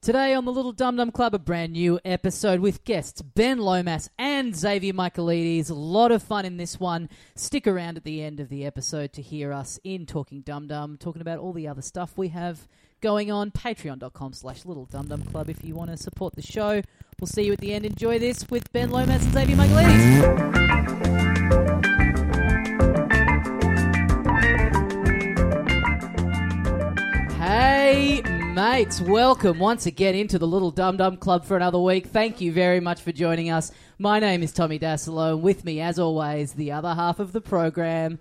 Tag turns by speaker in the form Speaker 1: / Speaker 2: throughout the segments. Speaker 1: Today on the Little Dum Dum Club, a brand new episode with guests Ben Lomas and Xavier Michaelides. A lot of fun in this one. Stick around at the end of the episode to hear us in Talking Dum Dum, talking about all the other stuff we have going on. Patreon.com slash Little Dum Dum Club if you want to support the show. We'll see you at the end. Enjoy this with Ben Lomas and Xavier Michaelides. Hey, mates, welcome once again into the Little Dum Dum Club for another week. Thank you very much for joining us. My name is Tommy Dasilo, and with me, as always, the other half of the program,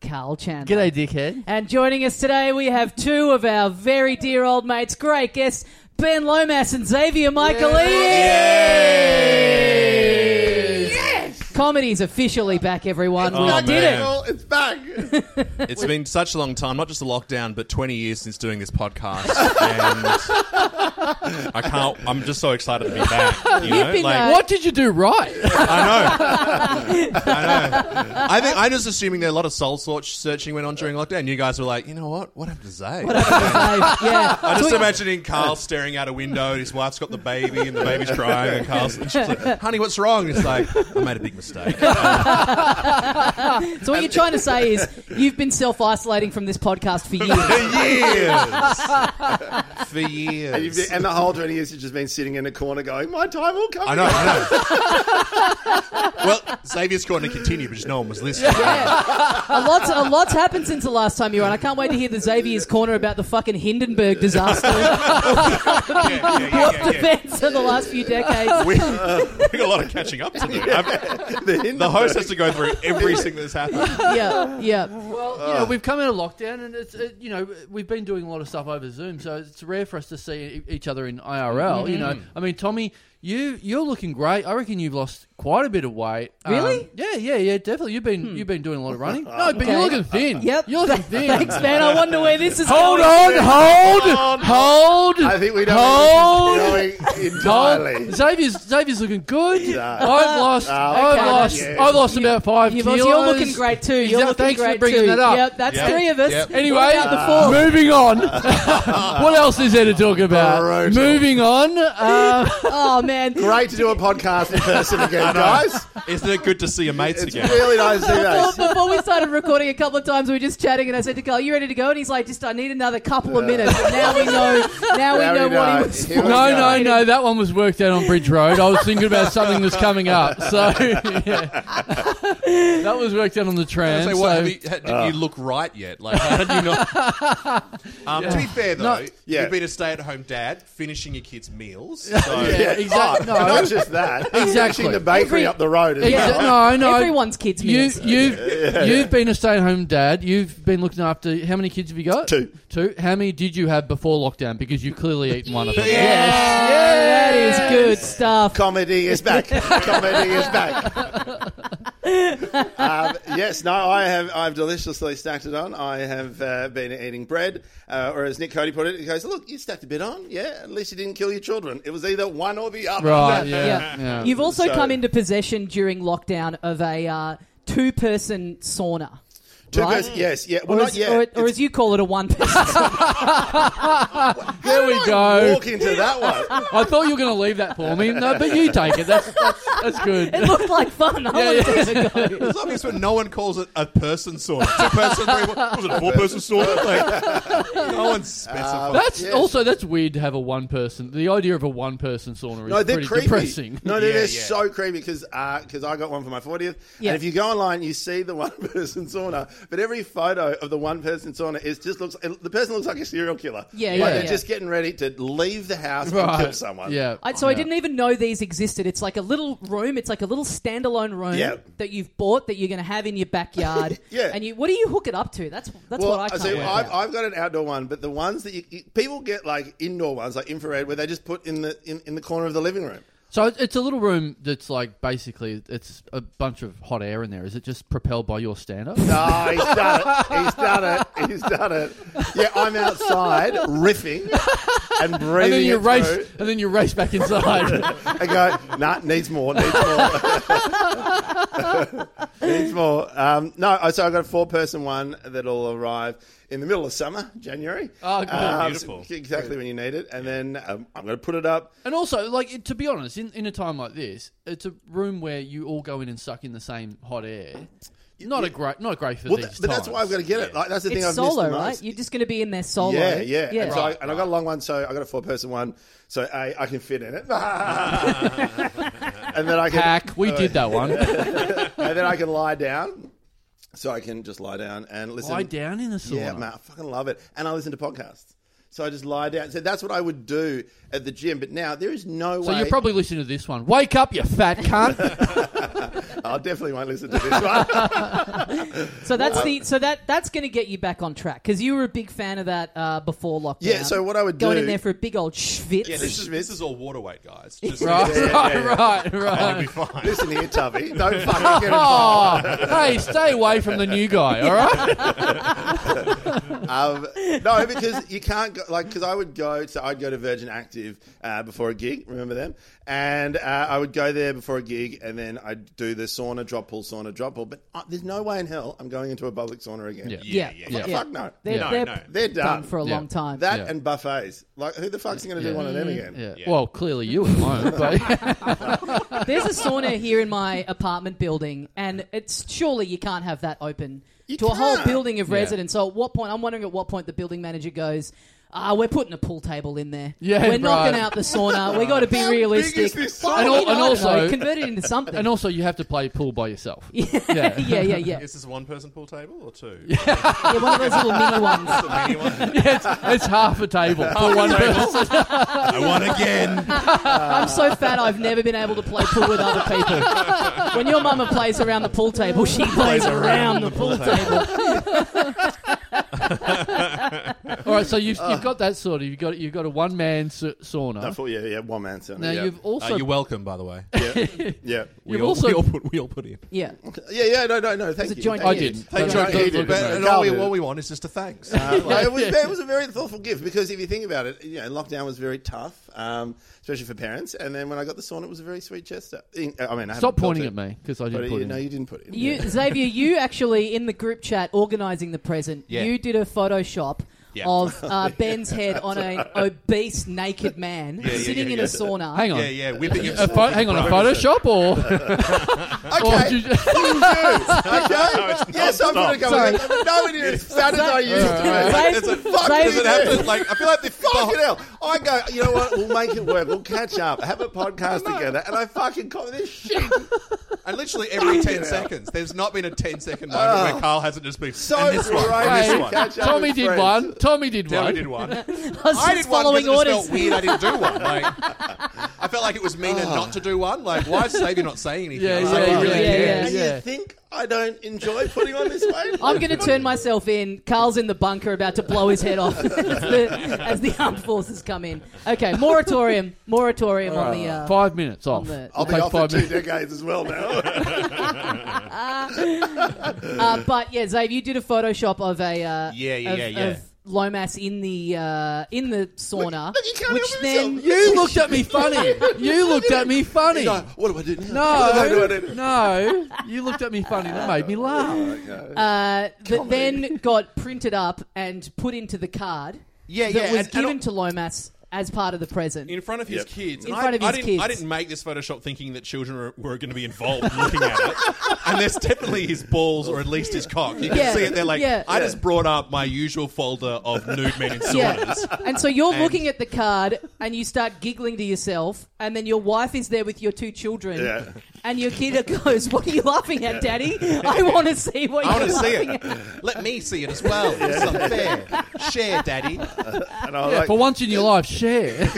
Speaker 1: Carl Chandler.
Speaker 2: G'day, dickhead.
Speaker 1: And joining us today, we have two of our very dear old mates, great guests, Ben Lomas and Xavier Michaelides. Comedy's officially back, everyone. we
Speaker 2: Oh,
Speaker 1: did
Speaker 2: man.
Speaker 1: it.
Speaker 3: It's back.
Speaker 2: It's been such a long time, not just the lockdown, but 20 years since doing this podcast. and I can't, I'm just so excited to be back. You know?
Speaker 1: been,
Speaker 2: like,
Speaker 1: uh,
Speaker 3: what did you do right?
Speaker 2: I know. I know. I think I'm just assuming that a lot of soul sor- searching went on during lockdown. You guys were like, you know what? What happened to Zay?
Speaker 1: yeah.
Speaker 2: I'm just
Speaker 1: Tweet-
Speaker 2: imagining Carl staring out a window and his wife's got the baby and the baby's crying and Carl's and she's like, honey, what's wrong? And it's like, I made a big mistake.
Speaker 1: So what you're trying to say is you've been self-isolating from this podcast for years.
Speaker 2: For years. For years.
Speaker 3: And, you've, and the whole 20 years you've just been sitting in a corner going, my time will come.
Speaker 2: I know, I know. well, Xavier's going to continue, but just no one was listening.
Speaker 1: Yeah. A lot's a lot's happened since the last time you were on. I can't wait to hear the Xavier's corner about the fucking Hindenburg disaster.
Speaker 2: yeah,
Speaker 1: Events of the last few decades.
Speaker 2: We, uh, we got a lot of catching up to do. I've- The host has to go through everything that's happened.
Speaker 1: Yeah, yeah.
Speaker 4: Well, you know, we've come out of lockdown, and it's uh you know we've been doing a lot of stuff over Zoom, so it's rare for us to see e- each other in IRL. You know, I mean, Tommy, you you're looking great. I reckon you've lost quite a bit of weight. Um,
Speaker 1: Really?
Speaker 4: yeah, yeah, yeah. Definitely, you've been you've been doing a lot of running. No, but
Speaker 1: Okay.
Speaker 4: you're looking thin.
Speaker 1: Yep.
Speaker 4: you're looking thin.
Speaker 1: Thanks, man. I wonder where this is
Speaker 4: Hold
Speaker 1: going.
Speaker 4: on, hold, hold.
Speaker 3: I think we know
Speaker 4: hold.
Speaker 3: where this is going entirely.
Speaker 4: Hold. Xavier's Xavier's looking good. I've lost.
Speaker 3: okay,
Speaker 4: I've lost.
Speaker 3: that's-
Speaker 4: I've lost about five
Speaker 1: You've
Speaker 4: kilos.
Speaker 1: also- you're looking great too. You're
Speaker 4: Yeah,
Speaker 1: looking
Speaker 4: thanks
Speaker 1: great
Speaker 4: for bringing
Speaker 1: too.
Speaker 4: that up.
Speaker 1: Yep, that's
Speaker 2: Yep.
Speaker 1: three of us.
Speaker 2: Yep.
Speaker 4: Anyway,
Speaker 1: What about the fourth?
Speaker 4: moving on. what else is there to talk about?
Speaker 3: Brutal.
Speaker 4: Moving on. Uh,
Speaker 1: Oh man.
Speaker 3: Great to do a podcast in person again, guys.
Speaker 2: Isn't it good to see your mates
Speaker 3: It's
Speaker 2: again?
Speaker 3: really nice to see those.
Speaker 1: Before, before we started recording, a couple of times we were just chatting, and I said to Carl, "You ready to go?" And he's like, "Just I need another couple of minutes." And now we know. Now,
Speaker 3: Now
Speaker 1: we know
Speaker 3: we
Speaker 1: what
Speaker 3: know.
Speaker 1: he was.
Speaker 3: Here we
Speaker 4: no,
Speaker 3: go.
Speaker 4: no, no. That one was worked out on Bridge Road. I was thinking about something that's coming up. So yeah. that was worked out on the
Speaker 2: I
Speaker 4: tram.
Speaker 2: say, what,
Speaker 4: so-
Speaker 2: have you, ha- did you look right yet? Like, how did you not? Um, To be fair, though,
Speaker 3: Yeah.
Speaker 2: you've been a stay-at-home dad, finishing your kids' meals. So
Speaker 4: Yeah,
Speaker 3: Oh,
Speaker 4: exactly.
Speaker 3: And
Speaker 4: No.
Speaker 3: Not just that. Actually,
Speaker 4: Exactly.
Speaker 3: the bakery
Speaker 1: Every-
Speaker 3: up the road as
Speaker 4: Exa-
Speaker 3: well.
Speaker 4: no, no.
Speaker 1: Everyone's kids'
Speaker 4: You,
Speaker 1: meals.
Speaker 4: you've you've been a stay-at-home dad. You've been looking after how many kids have you got?
Speaker 3: Two.
Speaker 4: Two. How many did you have before lockdown? Because you clearly eaten one of them.
Speaker 1: That is good stuff.
Speaker 3: Comedy is back. Comedy is back. um, yes, no, I have. I've deliciously stacked it on. I have uh, been eating bread, uh, or as Nick Cody put it, he goes, "Look, you stacked a bit on. Yeah, at least you didn't kill your children. It was either one or the other."
Speaker 4: Right.
Speaker 1: Yeah,
Speaker 4: Yeah.
Speaker 1: yeah.
Speaker 4: yeah.
Speaker 1: You've also
Speaker 3: So-
Speaker 1: come into possession during lockdown of a uh, two-person sauna.
Speaker 3: Two
Speaker 1: right?
Speaker 3: pers- yes, yeah. Well,
Speaker 1: Or
Speaker 3: not
Speaker 1: as,
Speaker 3: yet.
Speaker 1: or, or
Speaker 3: It's-
Speaker 1: as you call it, a one-person.
Speaker 4: there we go.
Speaker 3: Walk into that one.
Speaker 4: I thought you were going to leave that for me. No, but you take it. That's that's, that's good.
Speaker 1: it looked like fun. I
Speaker 4: Yeah,
Speaker 1: wanted
Speaker 4: yeah.
Speaker 1: to have a go.
Speaker 2: It's obvious when no one calls it a person sauna. It's a person, was it a four-person sauna? Like, no one specifies.
Speaker 4: That's
Speaker 3: Yes.
Speaker 4: also that's weird to have a one person. The idea of a one person sauna is
Speaker 3: No, they're
Speaker 4: pretty
Speaker 3: creepy.
Speaker 4: depressing.
Speaker 3: No, no,
Speaker 2: Yeah,
Speaker 3: they're
Speaker 2: yeah.
Speaker 3: so creepy because because I got one for my fortieth.
Speaker 1: Yeah.
Speaker 3: And if you go online, you see the one person sauna, but every photo of the one person sauna is just looks it- the person looks like a serial killer.
Speaker 1: Yeah,
Speaker 3: like
Speaker 1: yeah,
Speaker 3: They're
Speaker 1: yeah.
Speaker 3: just getting ready to leave the house and kill someone.
Speaker 4: Yeah.
Speaker 1: I, so I
Speaker 4: Yeah.
Speaker 1: didn't e- even know these existed. It's like a little room. It's like a little standalone room
Speaker 3: Yeah.
Speaker 1: that you've bought that you're going to have in your backyard.
Speaker 3: Yeah.
Speaker 1: And you, what do you hook it up to? That's that's
Speaker 3: Well,
Speaker 1: what I can't.
Speaker 3: see,
Speaker 1: work
Speaker 3: I've,
Speaker 1: out.
Speaker 3: I've got an outdoor one, but the ones that you, you, people get like indoor ones, like infrared, where they just put in the in, in the corner of the living room.
Speaker 4: So it- it's a little room that's like basically it's a bunch of hot air in there. Is it just propelled by your stand up?
Speaker 3: Oh, he's done it. He's done it. He's done it. Yeah, I'm outside riffing and breathing.
Speaker 4: And then you
Speaker 3: it
Speaker 4: race,
Speaker 3: through.
Speaker 4: and then you race back inside.
Speaker 3: I go, nah, needs more, needs more. oh, needs more. Um, no, I- so I've got a four person one that'll arrive in the middle of summer, January. Um,
Speaker 4: Oh, good.
Speaker 2: Beautiful.
Speaker 3: so- exactly when you need it. And then um, I'm going to put it up.
Speaker 4: And also, like it- to be honest, in, in a time like this, it's a room where you all go in and suck in the same hot air. Not a great, not great for
Speaker 3: Well,
Speaker 4: these
Speaker 3: th- but that's why I've got to get it. Like that's the thing
Speaker 1: It's
Speaker 3: I've
Speaker 1: solo,
Speaker 3: missed the
Speaker 1: right?
Speaker 3: most.
Speaker 1: You're just going to be in there solo.
Speaker 3: Yeah, yeah.
Speaker 1: yeah.
Speaker 3: And, so I, and I've got a long one, so I've got a four person one, so A, I can fit in it. and then I can
Speaker 4: Hack, we did that one.
Speaker 3: and then I can lie down. So I can just lie down and listen.
Speaker 4: Lie down in the sauna.
Speaker 3: Yeah, man, I fucking love it. And I listen to podcasts. So I just lie down. So that's what I would do at the gym. But now there is no
Speaker 4: so
Speaker 3: way.
Speaker 4: you're probably listening to this one. Wake up, you fat cunt!
Speaker 3: I definitely won't listen to this one.
Speaker 1: So that's the so that that's going to get you back on track because you were a big fan of that uh, before lockdown.
Speaker 3: Yeah, so what I would
Speaker 1: going
Speaker 3: do-
Speaker 1: in there for a big old schwitz.
Speaker 3: Yeah,
Speaker 2: This is, this is all water weight, guys. Just
Speaker 4: right,
Speaker 2: It's-
Speaker 4: right, right,
Speaker 2: I'll be
Speaker 4: right.
Speaker 2: fine.
Speaker 3: listen here, Tubby. Don't fucking get involved.
Speaker 4: Oh, hey, stay away from the new guy. All right.
Speaker 3: Um, no, because you can't go, like because I would go so I'd go to Virgin Active uh, before a gig. Remember them? And uh, I would go there before a gig, and then I'd do the sauna, drop pool, sauna, drop pool. But uh, there's no way in hell I'm going into a public sauna again.
Speaker 4: Yeah.
Speaker 1: yeah,
Speaker 2: Yeah,
Speaker 3: Fuck,
Speaker 1: yeah.
Speaker 3: fuck no.
Speaker 1: They're,
Speaker 4: No,
Speaker 1: they're
Speaker 2: no.
Speaker 3: They're done.
Speaker 1: done for a
Speaker 4: Yeah.
Speaker 1: long time.
Speaker 3: That
Speaker 4: Yeah.
Speaker 3: and buffets. Like who the fuck's going to do
Speaker 4: Yeah.
Speaker 3: one of them again?
Speaker 4: Yeah.
Speaker 2: Yeah.
Speaker 4: Well, clearly you at home, but
Speaker 1: There's a sauna here in my apartment building, and it's surely you can't have that open
Speaker 3: You
Speaker 1: to a whole
Speaker 3: can't.
Speaker 1: building of
Speaker 4: Yeah.
Speaker 1: residents. So at what point? I'm wondering at what point the building manager goes. Ah, we're putting a pool table in there.
Speaker 4: Yeah,
Speaker 1: we're knocking
Speaker 4: right.
Speaker 1: out the sauna. we got to be
Speaker 3: How big
Speaker 1: realistic.
Speaker 3: is this
Speaker 1: Well,
Speaker 4: And al-
Speaker 1: you know,
Speaker 4: and
Speaker 1: I don't know,
Speaker 4: also-
Speaker 1: convert it into something.
Speaker 4: and also you have to play pool by yourself.
Speaker 1: yeah, yeah, yeah, yeah. yeah.
Speaker 2: Is this a one person pool table or two?
Speaker 1: One of those little mini ones.
Speaker 2: Anyone?
Speaker 4: it's, it's half a table for one person.
Speaker 2: I won again.
Speaker 1: I'm so fat I've never been able to play pool with other people. When your mama plays around the pool table, she plays around the pool table.
Speaker 4: All right, so you've,
Speaker 3: Oh.
Speaker 4: you've got that sort of you've got you've got a one man sa- sauna.
Speaker 3: I thought, yeah, yeah, one man sauna.
Speaker 4: now
Speaker 3: yeah.
Speaker 4: you've also
Speaker 2: Uh, you're welcome, by the way.
Speaker 3: yeah.
Speaker 2: We
Speaker 4: You've
Speaker 2: all,
Speaker 4: also-
Speaker 2: we all put we all put in.
Speaker 1: Yeah.
Speaker 3: yeah, yeah, no, no, no. Thank
Speaker 1: It's a
Speaker 3: you.
Speaker 1: joint
Speaker 4: I
Speaker 3: Thank
Speaker 1: gift.
Speaker 4: didn't.
Speaker 1: Thank
Speaker 4: Don't-
Speaker 1: you.
Speaker 4: don't-
Speaker 3: He
Speaker 4: don't
Speaker 3: did,
Speaker 4: look
Speaker 3: but-
Speaker 4: at me.
Speaker 2: And all we,
Speaker 3: Carl did.
Speaker 2: all we want is just a thanks.
Speaker 3: Uh, like, it, was, it was a very thoughtful gift because if you think about it, you know, lockdown was very tough, um, especially for parents. And then when I got the sauna, it was a very sweet Chester. In- uh, I mean, I haven't
Speaker 4: Stop
Speaker 3: built
Speaker 4: pointing
Speaker 3: it,
Speaker 4: at me because I
Speaker 3: But
Speaker 4: didn't
Speaker 3: it-
Speaker 4: put it.
Speaker 3: no,
Speaker 4: in.
Speaker 3: you didn't put it. In.
Speaker 1: You, Xavier, you actually in the group chat organising the present.
Speaker 2: Yeah.
Speaker 1: You did a Photoshop
Speaker 2: Yeah.
Speaker 1: of uh, Ben's head on an obese naked man
Speaker 2: yeah,
Speaker 1: sitting
Speaker 2: yeah,
Speaker 1: in
Speaker 2: yeah.
Speaker 1: a sauna.
Speaker 4: Hang on,
Speaker 2: Yeah, yeah, whipping him.
Speaker 4: A pho- hang on, a Photoshop or, or
Speaker 3: okay,
Speaker 4: did you-
Speaker 3: okay. yes, I'm going to go.
Speaker 1: Sorry.
Speaker 3: with it. No, it is. That is I used to it.
Speaker 1: Xavier-
Speaker 2: It's a-
Speaker 1: Xavier-
Speaker 2: Does it have to, like, I feel like the, the whole-
Speaker 3: Fucking hell! I go. You know what? We'll make it work. We'll catch up. Have a podcast together, and I fucking call this shit.
Speaker 2: And literally every 10 seconds, there's not been a 10 second moment where Carl hasn't just been.
Speaker 3: So
Speaker 2: and this one,
Speaker 3: great.
Speaker 2: and this
Speaker 4: Hey,
Speaker 2: one.
Speaker 3: Catch up
Speaker 4: Tommy
Speaker 3: with
Speaker 4: did
Speaker 3: friends.
Speaker 4: one. Tommy did
Speaker 2: Now
Speaker 4: one.
Speaker 2: we did one.
Speaker 1: I was
Speaker 2: I
Speaker 1: just
Speaker 2: did one
Speaker 1: following
Speaker 2: because it just
Speaker 1: orders.
Speaker 2: felt weird I didn't do one. Like, I felt like it was meaner not to do one. Like, why is Xavier not saying anything?
Speaker 4: Yeah,
Speaker 2: I was like,
Speaker 4: yeah,
Speaker 2: he really
Speaker 1: yeah, yeah.
Speaker 2: cares.
Speaker 3: And
Speaker 4: Yeah.
Speaker 3: you think I don't enjoy putting on this weight?
Speaker 1: I'm going to turn myself in. Carl's in the bunker about to blow his head off as, the, as the armed forces come in. Okay, moratorium. Moratorium on the. Uh,
Speaker 4: five minutes off.
Speaker 1: the-
Speaker 3: I'll
Speaker 4: We'll
Speaker 3: be
Speaker 4: take
Speaker 3: off for
Speaker 4: five
Speaker 3: two
Speaker 4: minutes.
Speaker 3: decades as well now.
Speaker 1: Uh, but yeah, Zave, you did a Photoshop of a uh,
Speaker 2: Yeah, yeah,
Speaker 1: of,
Speaker 2: yeah, yeah.
Speaker 1: of Lomas in the uh, in the sauna,
Speaker 3: look, you can't
Speaker 1: which
Speaker 3: help
Speaker 1: then
Speaker 3: yourself.
Speaker 4: You looked at me funny. You looked at me funny.
Speaker 3: No, what do I do now? What do I
Speaker 4: No,
Speaker 3: do now?
Speaker 4: no, you looked at me funny. That made me laugh.
Speaker 1: uh, that then got printed up and put into the card
Speaker 2: Yeah,
Speaker 1: that
Speaker 2: yeah,
Speaker 1: was
Speaker 2: and- and
Speaker 1: given
Speaker 2: al-
Speaker 1: to Lomas as part of the present.
Speaker 2: In front of his
Speaker 3: Yep.
Speaker 2: kids.
Speaker 1: In
Speaker 2: And
Speaker 1: front
Speaker 2: I,
Speaker 1: of
Speaker 2: I
Speaker 1: his
Speaker 2: didn't, I
Speaker 1: kids.
Speaker 2: didn't make this Photoshop thinking that children were, were going to be involved in looking at it. And there's definitely his balls or at least his cock. You can
Speaker 1: Yeah.
Speaker 2: see it. They're like,
Speaker 1: Yeah.
Speaker 2: I just brought up my usual folder of nude men in
Speaker 1: yeah,
Speaker 2: saunas.
Speaker 1: and so you're
Speaker 2: And-
Speaker 1: looking at the card and you start giggling to yourself, and then your wife is there with your two children,
Speaker 3: Yeah.
Speaker 1: and your kid goes, "What are you laughing at, Daddy? I want to see what
Speaker 2: I
Speaker 1: you're
Speaker 2: want to see
Speaker 1: laughing at."
Speaker 2: it. Let me see it as well. It's unfair. Share, daddy.
Speaker 3: And I was
Speaker 4: For
Speaker 3: like,
Speaker 4: once in your life, share.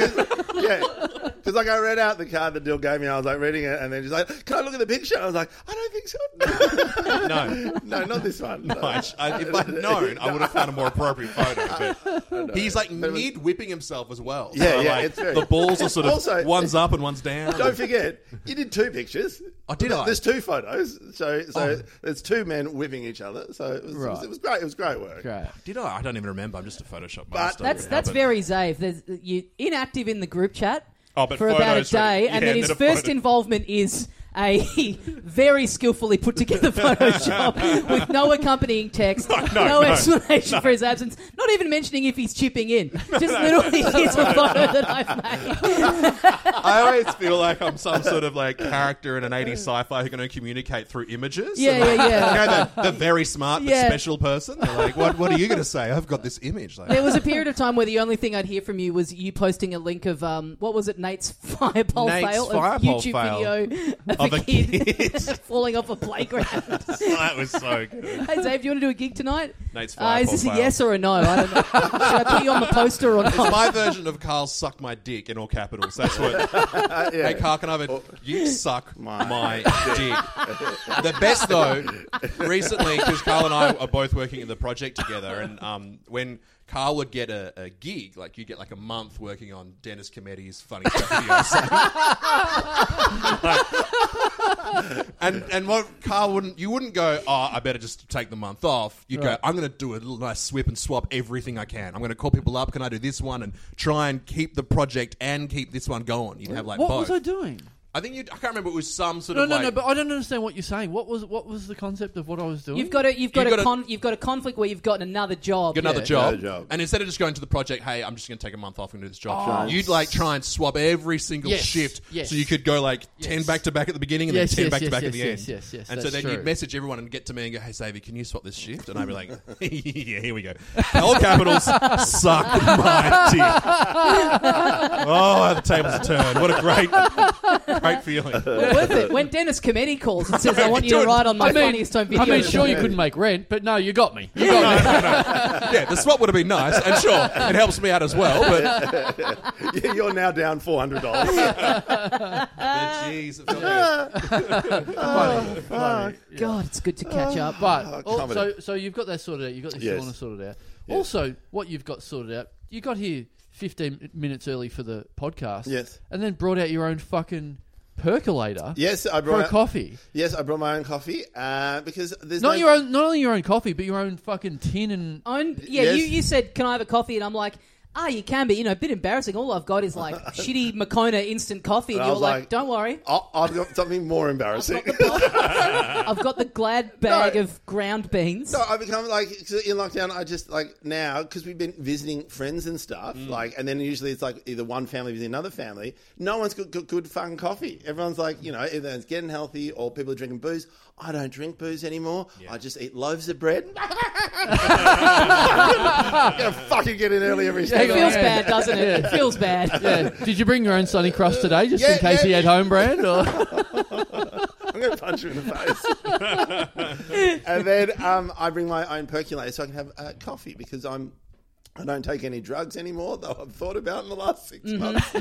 Speaker 3: yeah. Because like I read out the card that Dill gave me, I was like reading it, and then she's like, "Can I look at the picture?" I was like, "I don't think so."
Speaker 2: No.
Speaker 3: no, not this one. No.
Speaker 2: I, I, if I'd known, I would have found a more appropriate photo. But he's like
Speaker 3: it was-
Speaker 2: mid whipping himself as well. So,
Speaker 3: Yeah, yeah,
Speaker 2: like,
Speaker 3: it's very-
Speaker 2: the balls are sort of
Speaker 3: Also-
Speaker 2: one's up and one's down.
Speaker 3: Don't forget, you did two pictures.
Speaker 2: Oh, did I?
Speaker 3: There's two photos, so so there's two men whipping each other. So it was, it, was,
Speaker 4: Oh. Right.
Speaker 3: it was great. It was great work.
Speaker 4: Great.
Speaker 2: Did I? I don't even remember. I'm just a Photoshop master.
Speaker 1: That's
Speaker 2: Yeah,
Speaker 1: that's
Speaker 2: but-
Speaker 1: very Zave. There's, you inactive in the group chat
Speaker 2: Oh, but
Speaker 1: for about a
Speaker 2: photos for-
Speaker 1: day,
Speaker 2: yeah,
Speaker 1: and then
Speaker 2: and
Speaker 1: his
Speaker 2: then a
Speaker 1: first
Speaker 2: photo.
Speaker 1: involvement is a very skillfully put together Photoshop with no accompanying text, no, explanation for his absence, not even mentioning if he's chipping in. Just literally, here's a photo that I've made.
Speaker 2: I always feel like I'm some sort of like character in an 80s sci-fi who can only communicate through images.
Speaker 1: Yeah,
Speaker 2: And, like,
Speaker 1: yeah, yeah.
Speaker 2: You know, the, the very smart but
Speaker 1: Yeah.
Speaker 2: special person. They're like, what, what are you going to say? I've got this image. Like,
Speaker 1: There was a period of time where the only thing I'd hear from you was you posting a link of um, what was it, Nate's fireball
Speaker 2: Nate's
Speaker 1: fail, a
Speaker 2: fireball
Speaker 1: YouTube
Speaker 2: fail
Speaker 1: video of,
Speaker 2: of
Speaker 1: a
Speaker 2: a
Speaker 1: kid,
Speaker 2: kid.
Speaker 1: falling off a playground.
Speaker 2: that was so good.
Speaker 1: hey Dave, do you want to do a gig tonight?
Speaker 2: Nate's
Speaker 1: Uh, is
Speaker 2: fireball
Speaker 1: this
Speaker 2: fail.
Speaker 1: a yes or a no? I don't know. Should I put you on the poster or
Speaker 2: It's
Speaker 1: not?
Speaker 2: my version of Carl suck my dick in all capitals. That's what.
Speaker 3: Uh, yeah.
Speaker 2: Hey, Carl, can I
Speaker 4: Oh.
Speaker 2: have a, you suck
Speaker 3: My
Speaker 2: my, dick. the best though, recently because Carl and I are both working in the project together, and um, when Carl would get a, a gig, like you get like a month working on Dennis Cometti's funny stuff videos. And and what Carl wouldn't you wouldn't go oh I better just take the month off you'd go I'm going to do a little nice swip and swap everything I can I'm going to call people up can I do this one and try and keep the project and keep this one going you'd have like
Speaker 4: what
Speaker 2: both
Speaker 4: was I doing?
Speaker 2: I think you I can't remember it was some sort
Speaker 4: No,
Speaker 2: of
Speaker 4: no,
Speaker 2: like,
Speaker 4: no. But I don't understand what you're saying. What was what was the concept of what I was doing?
Speaker 1: You've got a you've got
Speaker 2: You've
Speaker 1: a
Speaker 2: got a-
Speaker 1: con- you've got a conflict where you've got another job.
Speaker 2: get another
Speaker 4: Yeah.
Speaker 2: job.
Speaker 3: Another job.
Speaker 2: And instead of just going to the project, hey, I'm just going to take a month off and do this
Speaker 3: Oh.
Speaker 2: job,
Speaker 3: Nice.
Speaker 2: you'd like try and swap every single
Speaker 4: Yes,
Speaker 2: shift
Speaker 4: yes.
Speaker 2: so you could go like 10
Speaker 4: Yes.
Speaker 2: back to back at the beginning and
Speaker 4: Yes,
Speaker 2: then
Speaker 4: yes,
Speaker 2: 10 back
Speaker 4: yes,
Speaker 2: to back
Speaker 4: yes,
Speaker 2: at the
Speaker 4: yes,
Speaker 2: end.
Speaker 4: yes, yes,
Speaker 2: and so
Speaker 4: that's
Speaker 2: then
Speaker 4: true.
Speaker 2: you'd message everyone and get to me and go, hey, Savvy, can you swap this shift? And I'd be like, yeah, here we go. All capitals suck my dick. oh, the tables are turned. What a great, great feeling.
Speaker 1: Well, worth it. When Dennis Cometti calls and says, "I want you to ride on my
Speaker 4: I mean,
Speaker 1: funniest home video,"
Speaker 4: I mean, sure, you
Speaker 1: Yeah.
Speaker 4: couldn't make rent, but no, you got me.
Speaker 2: No, no, no, no. Yeah, the swap would have been nice, and sure, it helps me out as well. But,
Speaker 3: Yeah, You're now down four hundred dollars.
Speaker 2: but geez, it felt good.
Speaker 1: God, it's good to catch up.
Speaker 4: But
Speaker 3: Oh, comedy.
Speaker 4: so so you've got that sorted out. You've got this
Speaker 3: Yes.
Speaker 4: sauna sorted out. Also, what you've got sorted out, you got here 15 minutes early for the podcast.
Speaker 3: Yes.
Speaker 4: And then brought out your own fucking percolator
Speaker 3: Yes, I
Speaker 4: for
Speaker 3: brought
Speaker 4: a coffee.
Speaker 3: Yes, I brought my own coffee uh, because there's
Speaker 4: Not
Speaker 3: no-
Speaker 4: your own, not only your own coffee, but your own fucking tin and.
Speaker 1: Own, yeah,
Speaker 3: Yes.
Speaker 1: you, you said, "Can I have a coffee?" And I'm like, "Ah, you can, but you know, a bit embarrassing. All I've got is like shitty Makona instant coffee." And
Speaker 3: I
Speaker 1: you're
Speaker 3: was
Speaker 1: like,
Speaker 3: like-
Speaker 1: "Don't worry,
Speaker 3: I- I've got something more embarrassing.
Speaker 1: I've got the Glad bag
Speaker 3: No.
Speaker 1: of ground beans."
Speaker 3: So I become like 'cause in lockdown. I just like now because we've been visiting friends and stuff. Like, and then usually it's like either one family visiting another family. No one's got good, good fucking coffee. Everyone's like, you know, either it's getting healthy or people are drinking booze. I don't drink booze anymore. I just eat loaves of bread. I'm gonna fucking get in early every
Speaker 1: It
Speaker 3: single
Speaker 1: feels
Speaker 4: Yeah.
Speaker 1: bad, doesn't it? It feels bad.
Speaker 4: Yeah. Did you bring your own Sunny Crust today, just
Speaker 3: Yeah,
Speaker 4: in case
Speaker 3: yeah.
Speaker 4: you had home brand? Or
Speaker 3: I'm going to punch you in the face. and then um, I bring my own percolator so I can have uh, coffee because I'm. I don't take any drugs anymore, though I've thought about in the last 6
Speaker 2: Mm-hmm,
Speaker 3: months.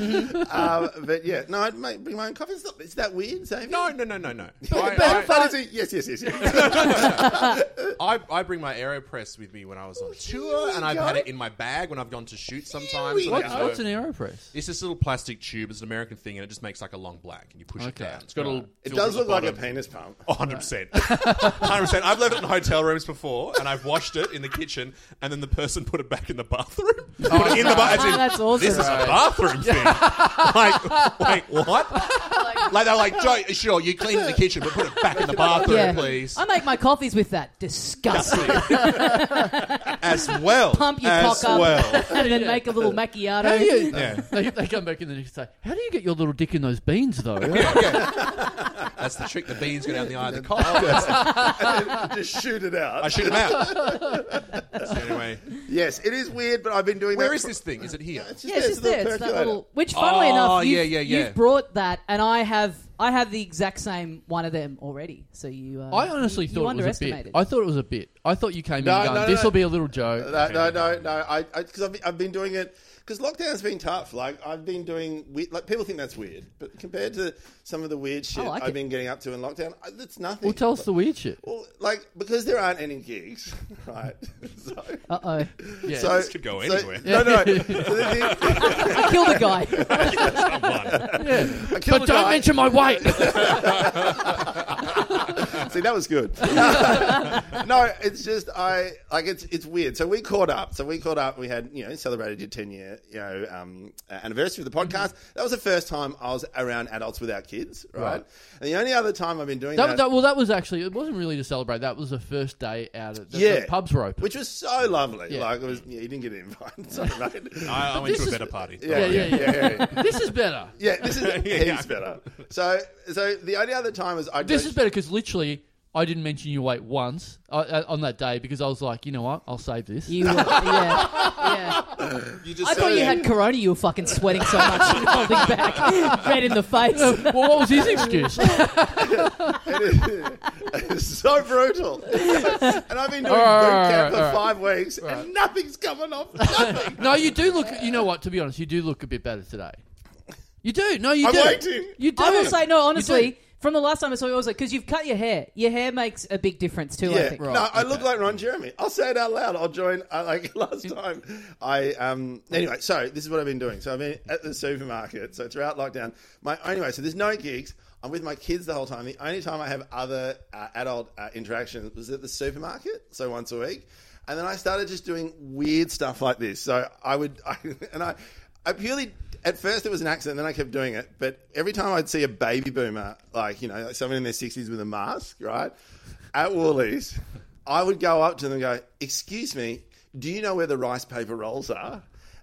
Speaker 3: um, but yeah, no, I'd make, bring my own coffee. It's not, is that weird, Xavier?
Speaker 2: No, no, no, no, no.
Speaker 3: But,
Speaker 2: I, I,
Speaker 3: but is it- yes, yes, yes. yes.
Speaker 2: I, I bring my AeroPress with me when I was
Speaker 1: Oh,
Speaker 2: on tour, and I've had it in my bag when I've gone to shoot sometimes.
Speaker 3: we
Speaker 2: and I
Speaker 4: what's,
Speaker 2: just go-
Speaker 4: what's an Aeropress?
Speaker 2: It's this little plastic tube. It's an American thing, and it just makes like a long black, and you push
Speaker 4: Okay.
Speaker 2: it down. It's got a little.
Speaker 3: it
Speaker 2: filter
Speaker 3: does
Speaker 2: at
Speaker 3: look
Speaker 2: the
Speaker 3: like a
Speaker 2: bottom. Oh,
Speaker 3: penis pump.
Speaker 2: A hundred percent, A hundred percent. I've left it in hotel rooms before, and I've washed it in the kitchen, and then the person put it back in the bathroom. Put it in the ba- as in,
Speaker 1: Ah, that's awesome.
Speaker 2: This is a bathroom thing. like, wait, what? like they're like, "Jo- sure, you clean the kitchen, but put it back in the bathroom,
Speaker 1: Yeah.
Speaker 2: please,
Speaker 1: I make my coffees with that. Disgusting.
Speaker 2: as well,
Speaker 1: Pump your
Speaker 2: as
Speaker 1: cock up
Speaker 2: well."
Speaker 1: and then make a little
Speaker 4: How do
Speaker 1: macchiato.
Speaker 4: you,
Speaker 2: Yeah.
Speaker 4: they, they come back in the next day. How do you get your little dick in those beans, though?
Speaker 2: That's the trick. The beans go down the eye of the cock.
Speaker 3: Just shoot it out.
Speaker 2: I shoot them out. so anyway,
Speaker 3: yes, it is weird, but I've been doing that.
Speaker 2: where is
Speaker 3: for-
Speaker 2: this thing? Is it here?
Speaker 1: Yeah, it's just there.
Speaker 3: a
Speaker 1: It's that
Speaker 3: percolator.
Speaker 1: little. Which, funnily
Speaker 2: Oh,
Speaker 1: enough, you've,
Speaker 2: yeah, yeah, yeah.
Speaker 1: you've brought that, and I have. I have the exact same one of them already. So you. Uh,
Speaker 4: I honestly
Speaker 1: you, you
Speaker 4: thought it was a
Speaker 1: underestimated.
Speaker 4: bit. I thought it was a bit. I thought you came
Speaker 3: No,
Speaker 4: in going,
Speaker 3: no, no,
Speaker 4: this will
Speaker 3: no.
Speaker 4: be a little joke.
Speaker 3: No, no, no, no. I because I've, been- I've been doing it because lockdown's been tough. Like I've been doing we- like people think that's weird, but compared to some of the weird shit
Speaker 1: like
Speaker 3: I've
Speaker 1: it.
Speaker 3: been getting up to in lockdown, I- that's nothing.
Speaker 4: Oh, Well, tell us the weird shit.
Speaker 3: Well, like because there aren't any gigs, right? So,
Speaker 1: Uh
Speaker 4: Yeah.
Speaker 3: so
Speaker 2: could go
Speaker 3: so-
Speaker 2: anywhere.
Speaker 3: No, no. So the thing-
Speaker 1: oh, kill the guy.
Speaker 3: I
Speaker 4: but
Speaker 3: killed a
Speaker 4: don't
Speaker 3: guy.
Speaker 4: mention my weight.
Speaker 3: See, that was good. no, it's just I like it's it's weird. So we caught up. So we caught up. We had you know celebrated your ten year you know um, uh, anniversary of the podcast. That was the first time I was around adults without kids, right?
Speaker 4: Mm-hmm. Right.
Speaker 3: And the only other time I've been doing
Speaker 4: That,
Speaker 3: that,
Speaker 4: that- well, that was actually it wasn't really to celebrate. That was the first day out at the,
Speaker 3: Yeah.
Speaker 4: the pubs were open.
Speaker 3: which was so lovely.
Speaker 4: Yeah.
Speaker 3: Like it was, yeah, you didn't get an invite, so, right?
Speaker 2: I, I went
Speaker 4: this
Speaker 2: to a
Speaker 4: is-
Speaker 2: better party.
Speaker 3: yeah, yeah, yeah, yeah, yeah.
Speaker 4: this is better.
Speaker 3: Yeah, this is
Speaker 2: Yeah.
Speaker 3: heaps better. So, so the only other time is I.
Speaker 4: This is better because literally I didn't mention you wait once uh, uh, on that day because I was like, you know what, I'll save this.
Speaker 1: You, uh, yeah, yeah.
Speaker 2: You just
Speaker 1: I thought you had corona. You were fucking sweating so much, and holding back, red in the face.
Speaker 4: well, what was his excuse?
Speaker 3: It's so brutal. and I've been doing
Speaker 4: All right, all
Speaker 3: boot
Speaker 4: right,
Speaker 3: camp for
Speaker 4: all right.
Speaker 3: five weeks, and nothing's coming off. Nothing.
Speaker 4: no, you do look. You know what? To be honest, you do look a bit better today. You do. No, you
Speaker 3: I'm
Speaker 4: do.
Speaker 3: waiting.
Speaker 4: You do.
Speaker 1: I will say, no,
Speaker 4: You do.
Speaker 1: honestly, from the last time I saw you, I was like, because you've cut your hair. Your hair makes a big difference too. I
Speaker 3: yeah,
Speaker 1: think.
Speaker 3: no, I look like Ron Jeremy. I'll say it out loud. I'll join. I like last time. I um. Anyway, so this is what I've been doing. So I've been at the supermarket. So throughout lockdown, my anyway. So there's no gigs. I'm with my kids the whole time. The only time I have other uh, adult uh, interactions was at the supermarket. So once a week, and then I started just doing weird stuff like this. So I would, I, and I, I purely. At first, it was an accident. Then I kept doing it. But every time I'd see a baby boomer, like you know, like someone in their sixties with a mask, right, at Woolies, I would go up to them and go, Excuse me, do you know where the rice paper rolls are?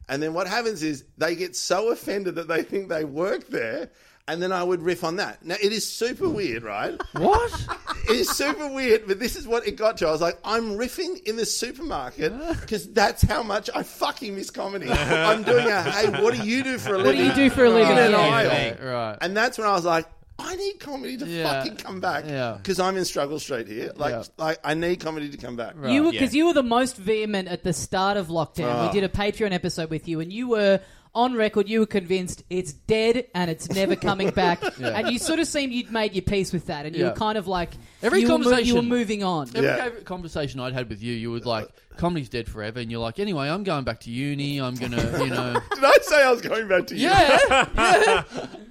Speaker 3: And then what happens is they get so offended that they think they work there. And then I would riff on that. Now, it is super weird, right?
Speaker 4: What?
Speaker 3: it is super weird, but this is what it got to. I was like, I'm riffing in the supermarket because that's how much I fucking miss comedy. I'm doing a, hey, what do you do for a
Speaker 1: What do
Speaker 3: living?
Speaker 1: you do for a living?
Speaker 3: In an
Speaker 1: Yeah.
Speaker 3: aisle.
Speaker 4: Right, right.
Speaker 3: And that's when I was like, I need comedy to
Speaker 4: Yeah.
Speaker 3: fucking come back
Speaker 4: Yeah.
Speaker 3: because I'm in struggle straight here. Like,
Speaker 4: Yeah.
Speaker 3: like I need comedy to come back.
Speaker 1: You were
Speaker 2: Yeah.
Speaker 1: because you were the most vehement at the start of lockdown.
Speaker 4: Ah.
Speaker 1: We did a Patreon episode with you, and you were on record. You were convinced it's dead and it's never coming back. And you sort of seemed you'd made your peace with that, and you
Speaker 4: Yeah.
Speaker 1: were kind of like
Speaker 4: Every
Speaker 1: you, were mo- you
Speaker 4: conversation-
Speaker 1: were moving on.
Speaker 4: Every
Speaker 3: Yeah.
Speaker 4: favorite conversation I'd had with you, you would like, comedy's dead forever, and you're like, anyway, I'm going back to uni. I'm gonna, you know,
Speaker 3: Did I say I was going back to you?
Speaker 4: yeah.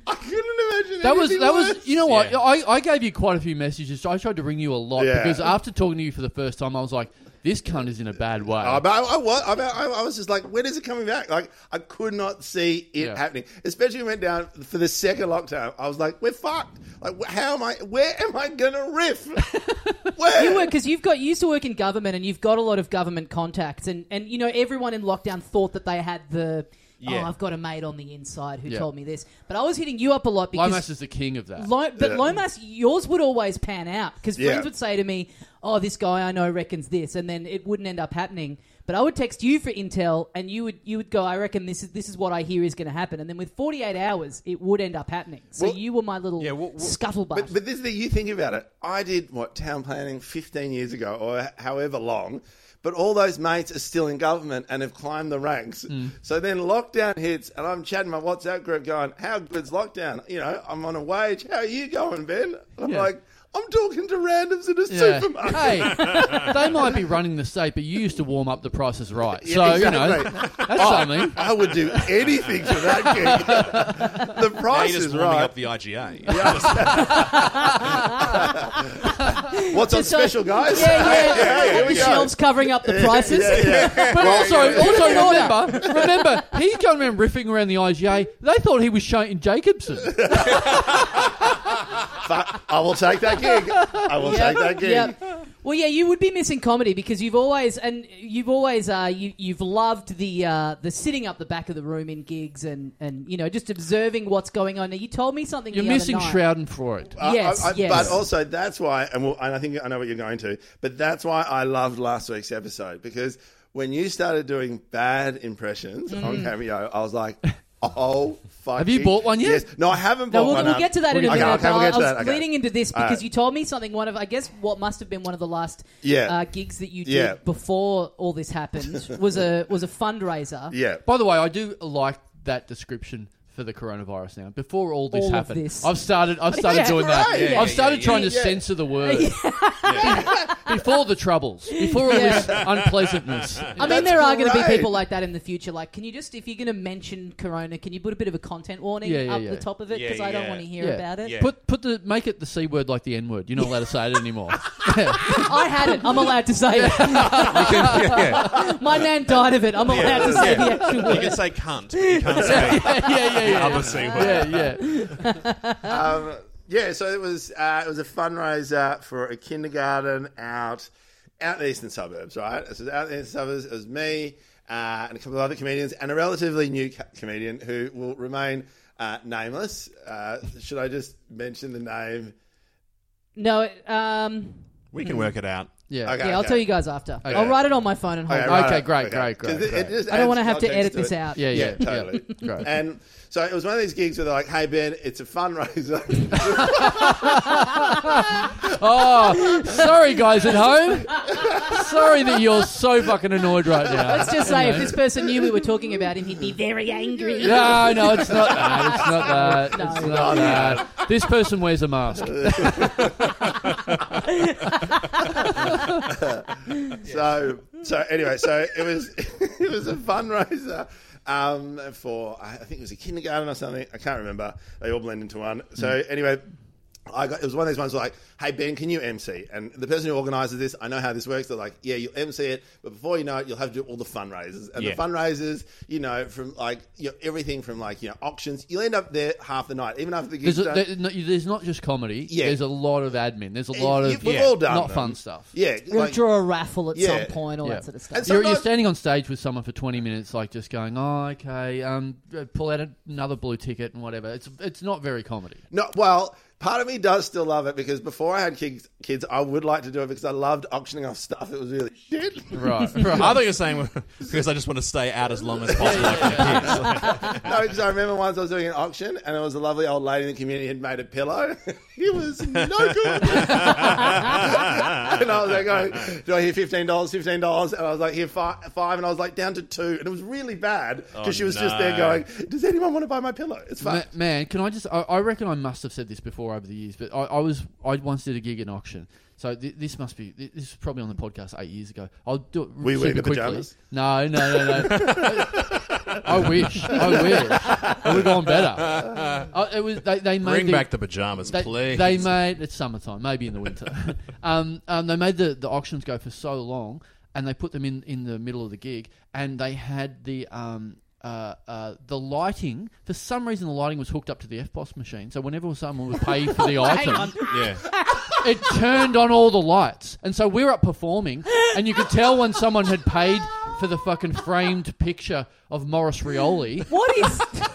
Speaker 3: I couldn't imagine.
Speaker 4: That was
Speaker 3: anything
Speaker 4: that
Speaker 3: worse.
Speaker 4: was. You know what?
Speaker 2: Yeah.
Speaker 4: I, I gave you quite a few messages. I tried to ring you a lot
Speaker 3: Yeah.
Speaker 4: because after talking to you for the first time, I was like, this cunt is in a bad way.
Speaker 3: Uh, but I, I, was, I, I I was just like, when is it coming back? Like, I could not see it
Speaker 4: Yeah.
Speaker 3: happening. Especially when we went down for the second lockdown. I was like, we're fucked. Like, wh- how am I? Where am I gonna riff? Where?
Speaker 1: You work because you've got you used to work in government and you've got a lot of government contacts and and you know everyone in lockdown thought that they had the
Speaker 2: Yeah.
Speaker 1: oh I've got a mate on the inside who
Speaker 4: Yeah.
Speaker 1: told me this but I was hitting you up a lot because
Speaker 4: Limas is the king of that.
Speaker 1: Lo- but
Speaker 3: Yeah.
Speaker 1: Lomas, yours would always pan out because
Speaker 3: Yeah.
Speaker 1: friends would say to me, "Oh, this guy I know reckons this," and then it wouldn't end up happening. But I would text you for intel, and you would you would go, "I reckon this is this is what I hear is going to happen," and then with 48 hours, it would end up happening. So
Speaker 3: Well-
Speaker 1: you were my little
Speaker 2: Yeah, well, well-
Speaker 1: scuttlebutt.
Speaker 3: But, but this is the you think about it. I did what town planning 15 years ago, or h- however long. But all those mates are still in government and have climbed the ranks.
Speaker 4: Mm.
Speaker 3: So then lockdown hits, and I'm chatting my WhatsApp group, going, "How good's lockdown? You know, I'm on a wage. How are you going, Ben?" I'm
Speaker 4: Yeah.
Speaker 3: like, "I'm talking to randoms in a
Speaker 4: Yeah.
Speaker 3: supermarket."
Speaker 4: Hey, they might be running the state, but you used to warm up the prices right.
Speaker 3: Yeah,
Speaker 4: so, you know,
Speaker 3: exactly. Oh.
Speaker 4: that's something.
Speaker 3: I would do anything for that gig. the
Speaker 2: Now
Speaker 3: price
Speaker 2: you're
Speaker 3: is
Speaker 2: just warming
Speaker 3: right.
Speaker 2: up the IGA.
Speaker 3: What's on
Speaker 1: Just so-
Speaker 3: special, guys?
Speaker 1: Yeah, yeah.
Speaker 3: yeah, here
Speaker 1: Have
Speaker 3: we
Speaker 1: the
Speaker 3: go.
Speaker 1: shelves covering up the prices.
Speaker 3: Yeah, yeah.
Speaker 4: But also, also
Speaker 1: it all
Speaker 4: remember, remember, he's going around riffing around the IGA. They thought he was Shane Jacobson.
Speaker 3: Fuck, I will take that gig. I will take that gig.
Speaker 1: Yep. Well, yeah, you would be missing comedy because you've always and you've always uh, you you've loved the uh, the sitting up the back of the room in gigs and and you know just observing what's going on. Now you told me something.
Speaker 4: You're
Speaker 1: the
Speaker 4: missing
Speaker 1: other night.
Speaker 4: Shrouden for it.
Speaker 3: I-
Speaker 1: Yes,
Speaker 3: I- I-
Speaker 1: yes.
Speaker 3: But also, that's why, and, we'll, and I think I know what you're going to, but that's why I loved last week's episode because when you started doing bad impressions on
Speaker 1: Mm.
Speaker 3: Cameo, I was like, oh, fuck.
Speaker 4: Have you bought one yet?
Speaker 3: Yes. No, I haven't bought
Speaker 1: No, we'll,
Speaker 3: one.
Speaker 1: we'll
Speaker 3: um,
Speaker 1: get to that in a
Speaker 3: okay,
Speaker 1: minute.
Speaker 3: Okay, we'll
Speaker 1: but
Speaker 3: get to
Speaker 1: I was
Speaker 3: that. Okay.
Speaker 1: leading into this
Speaker 3: All right.
Speaker 1: because you told me something. One of I guess what must have been one of the last
Speaker 3: Yeah.
Speaker 1: uh, gigs that you did
Speaker 3: Yeah.
Speaker 1: before all this happened was a was a fundraiser.
Speaker 3: Yeah.
Speaker 4: By the way, I do like that description. for the coronavirus now. Before all this
Speaker 1: All of
Speaker 4: happened,
Speaker 1: this.
Speaker 4: I've started. I've started
Speaker 1: yeah,
Speaker 4: doing that.
Speaker 3: right. Yeah,
Speaker 4: I've
Speaker 2: yeah,
Speaker 4: started
Speaker 2: yeah,
Speaker 4: trying
Speaker 3: yeah.
Speaker 4: to censor the word before the troubles, before all this unpleasantness.
Speaker 1: I mean, there are going to be
Speaker 3: great.
Speaker 1: people like that in the future. Like, can you just, if you're going to mention Corona, can you put a bit of a content warning
Speaker 4: Yeah, yeah,
Speaker 1: up
Speaker 4: yeah.
Speaker 1: the top of it?
Speaker 2: Yeah,
Speaker 1: Because I don't
Speaker 2: yeah.
Speaker 1: want to hear about it.
Speaker 2: Yeah.
Speaker 4: Put put the make it the c word like the n word. You're not allowed to say it anymore.
Speaker 1: I had it. I'm allowed to say it. My nan died of it. I'm allowed to say
Speaker 2: Yeah.
Speaker 1: the actual
Speaker 2: You
Speaker 1: word.
Speaker 2: can say cunt. but You can't say
Speaker 4: yeah, yeah,
Speaker 2: the
Speaker 4: yeah.
Speaker 2: other C word.
Speaker 4: Yeah, yeah.
Speaker 3: um, yeah, so it was uh, it was a fundraiser for a kindergarten out out in the eastern suburbs, right? So it was out in the eastern suburbs. It was me uh, and a couple of other comedians and a relatively new co- comedian who will remain uh, nameless. Uh, should I just mention the name?
Speaker 1: No, um,
Speaker 2: We can work it out.
Speaker 4: Yeah.
Speaker 3: Okay.
Speaker 1: yeah, I'll tell you guys after. I'll write it on my phone and hold
Speaker 3: Okay,
Speaker 1: it.
Speaker 3: right
Speaker 4: Okay,
Speaker 3: up.
Speaker 4: great, great, great,
Speaker 3: 'Cause it-
Speaker 4: great.
Speaker 3: it just
Speaker 1: I don't
Speaker 3: adds
Speaker 1: want to have to
Speaker 3: context
Speaker 1: edit
Speaker 3: to
Speaker 1: this
Speaker 3: it.
Speaker 1: out.
Speaker 4: Yeah,
Speaker 3: Yeah,
Speaker 4: yeah,
Speaker 3: totally.
Speaker 4: yeah. Great.
Speaker 3: And so it was one of these gigs where they're like, "Hey Ben, it's a fundraiser."
Speaker 4: Oh, sorry, guys at home. Sorry that you're so fucking annoyed right now.
Speaker 1: Let's just say if this person knew we were talking about him, he'd be very angry.
Speaker 4: No, no, it's not that. It's not that.
Speaker 1: No.
Speaker 4: It's not that. This person wears a mask.
Speaker 3: So so anyway, so it was it was a fundraiser um, for I think it was a kindergarten or something. I can't remember. They all blend into one. So
Speaker 4: Mm.
Speaker 3: anyway. I got, it was one of those ones where like, hey Ben, can you MC? And the person who organises this, I know how this works. They're like, yeah, you'll MC it, but before you know it, you'll have to do all the fundraisers. And
Speaker 2: Yeah.
Speaker 3: the fundraisers, you know, from like you know, everything from like you know auctions, you'll end up there half the night, even after the gig's
Speaker 4: There's, a,
Speaker 3: done.
Speaker 4: there, no, there's not just comedy.
Speaker 3: Yeah. Eh,
Speaker 4: There's a lot of admin. There's a lot of
Speaker 3: We've all done
Speaker 4: not
Speaker 3: them.
Speaker 4: fun stuff.
Speaker 3: yeah,
Speaker 1: We'll
Speaker 3: like-
Speaker 1: draw a raffle at
Speaker 3: Yeah.
Speaker 1: some point, all
Speaker 4: Yeah.
Speaker 1: that sort of
Speaker 3: And
Speaker 1: stuff.
Speaker 3: so-
Speaker 4: You're, you're
Speaker 3: Sometimes-
Speaker 4: standing on stage with someone for 20 minutes, like just going, "Oh, okay, um, pull out another blue ticket and whatever." It's it's not very comedy.
Speaker 3: No, well, part of me does still love it because before I had kids, kids, I would like to do it because I loved auctioning off stuff. It was really shit.
Speaker 4: Right.
Speaker 2: I thought you were saying because I just want to stay out as long as possible.
Speaker 3: no, because I remember once I was doing an auction and it was a lovely old lady in the community had made a pillow. it was no good. and I was like, oh, do I hear $15, $15? And I was like, here, five, five. And I was like, down to two. And it was really bad because
Speaker 2: Oh,
Speaker 3: she was just there
Speaker 2: no.
Speaker 3: going, does anyone want to buy my pillow? It's
Speaker 4: Ma-
Speaker 3: fun.
Speaker 4: man, can I just? I, I reckon I must have said this before over the years, but I, I was I once did a gig in auction, so th- this must be th- this is probably on the podcast eight years ago. I'll do it.
Speaker 3: Were you
Speaker 4: super
Speaker 3: wearing the
Speaker 4: quickly.
Speaker 3: pajamas?
Speaker 4: No, no, no, no. I wish. I wish. It would have gone better. I, it was they, they made
Speaker 2: Bring
Speaker 4: the-
Speaker 2: back the pajamas,
Speaker 4: they,
Speaker 2: please.
Speaker 4: they made it's summertime, maybe in the winter. um, um, they made the, the auctions go for so long, and they put them in, in the middle of the gig, and they had the um, uh, uh, the lighting. For some reason, the lighting was hooked up to the FBOS machine, so whenever someone would pay for the item,
Speaker 2: yeah.
Speaker 4: it turned on all the lights, and so we were up performing, and you could tell when someone had paid for the fucking framed picture of Morris Rioli.
Speaker 1: What is.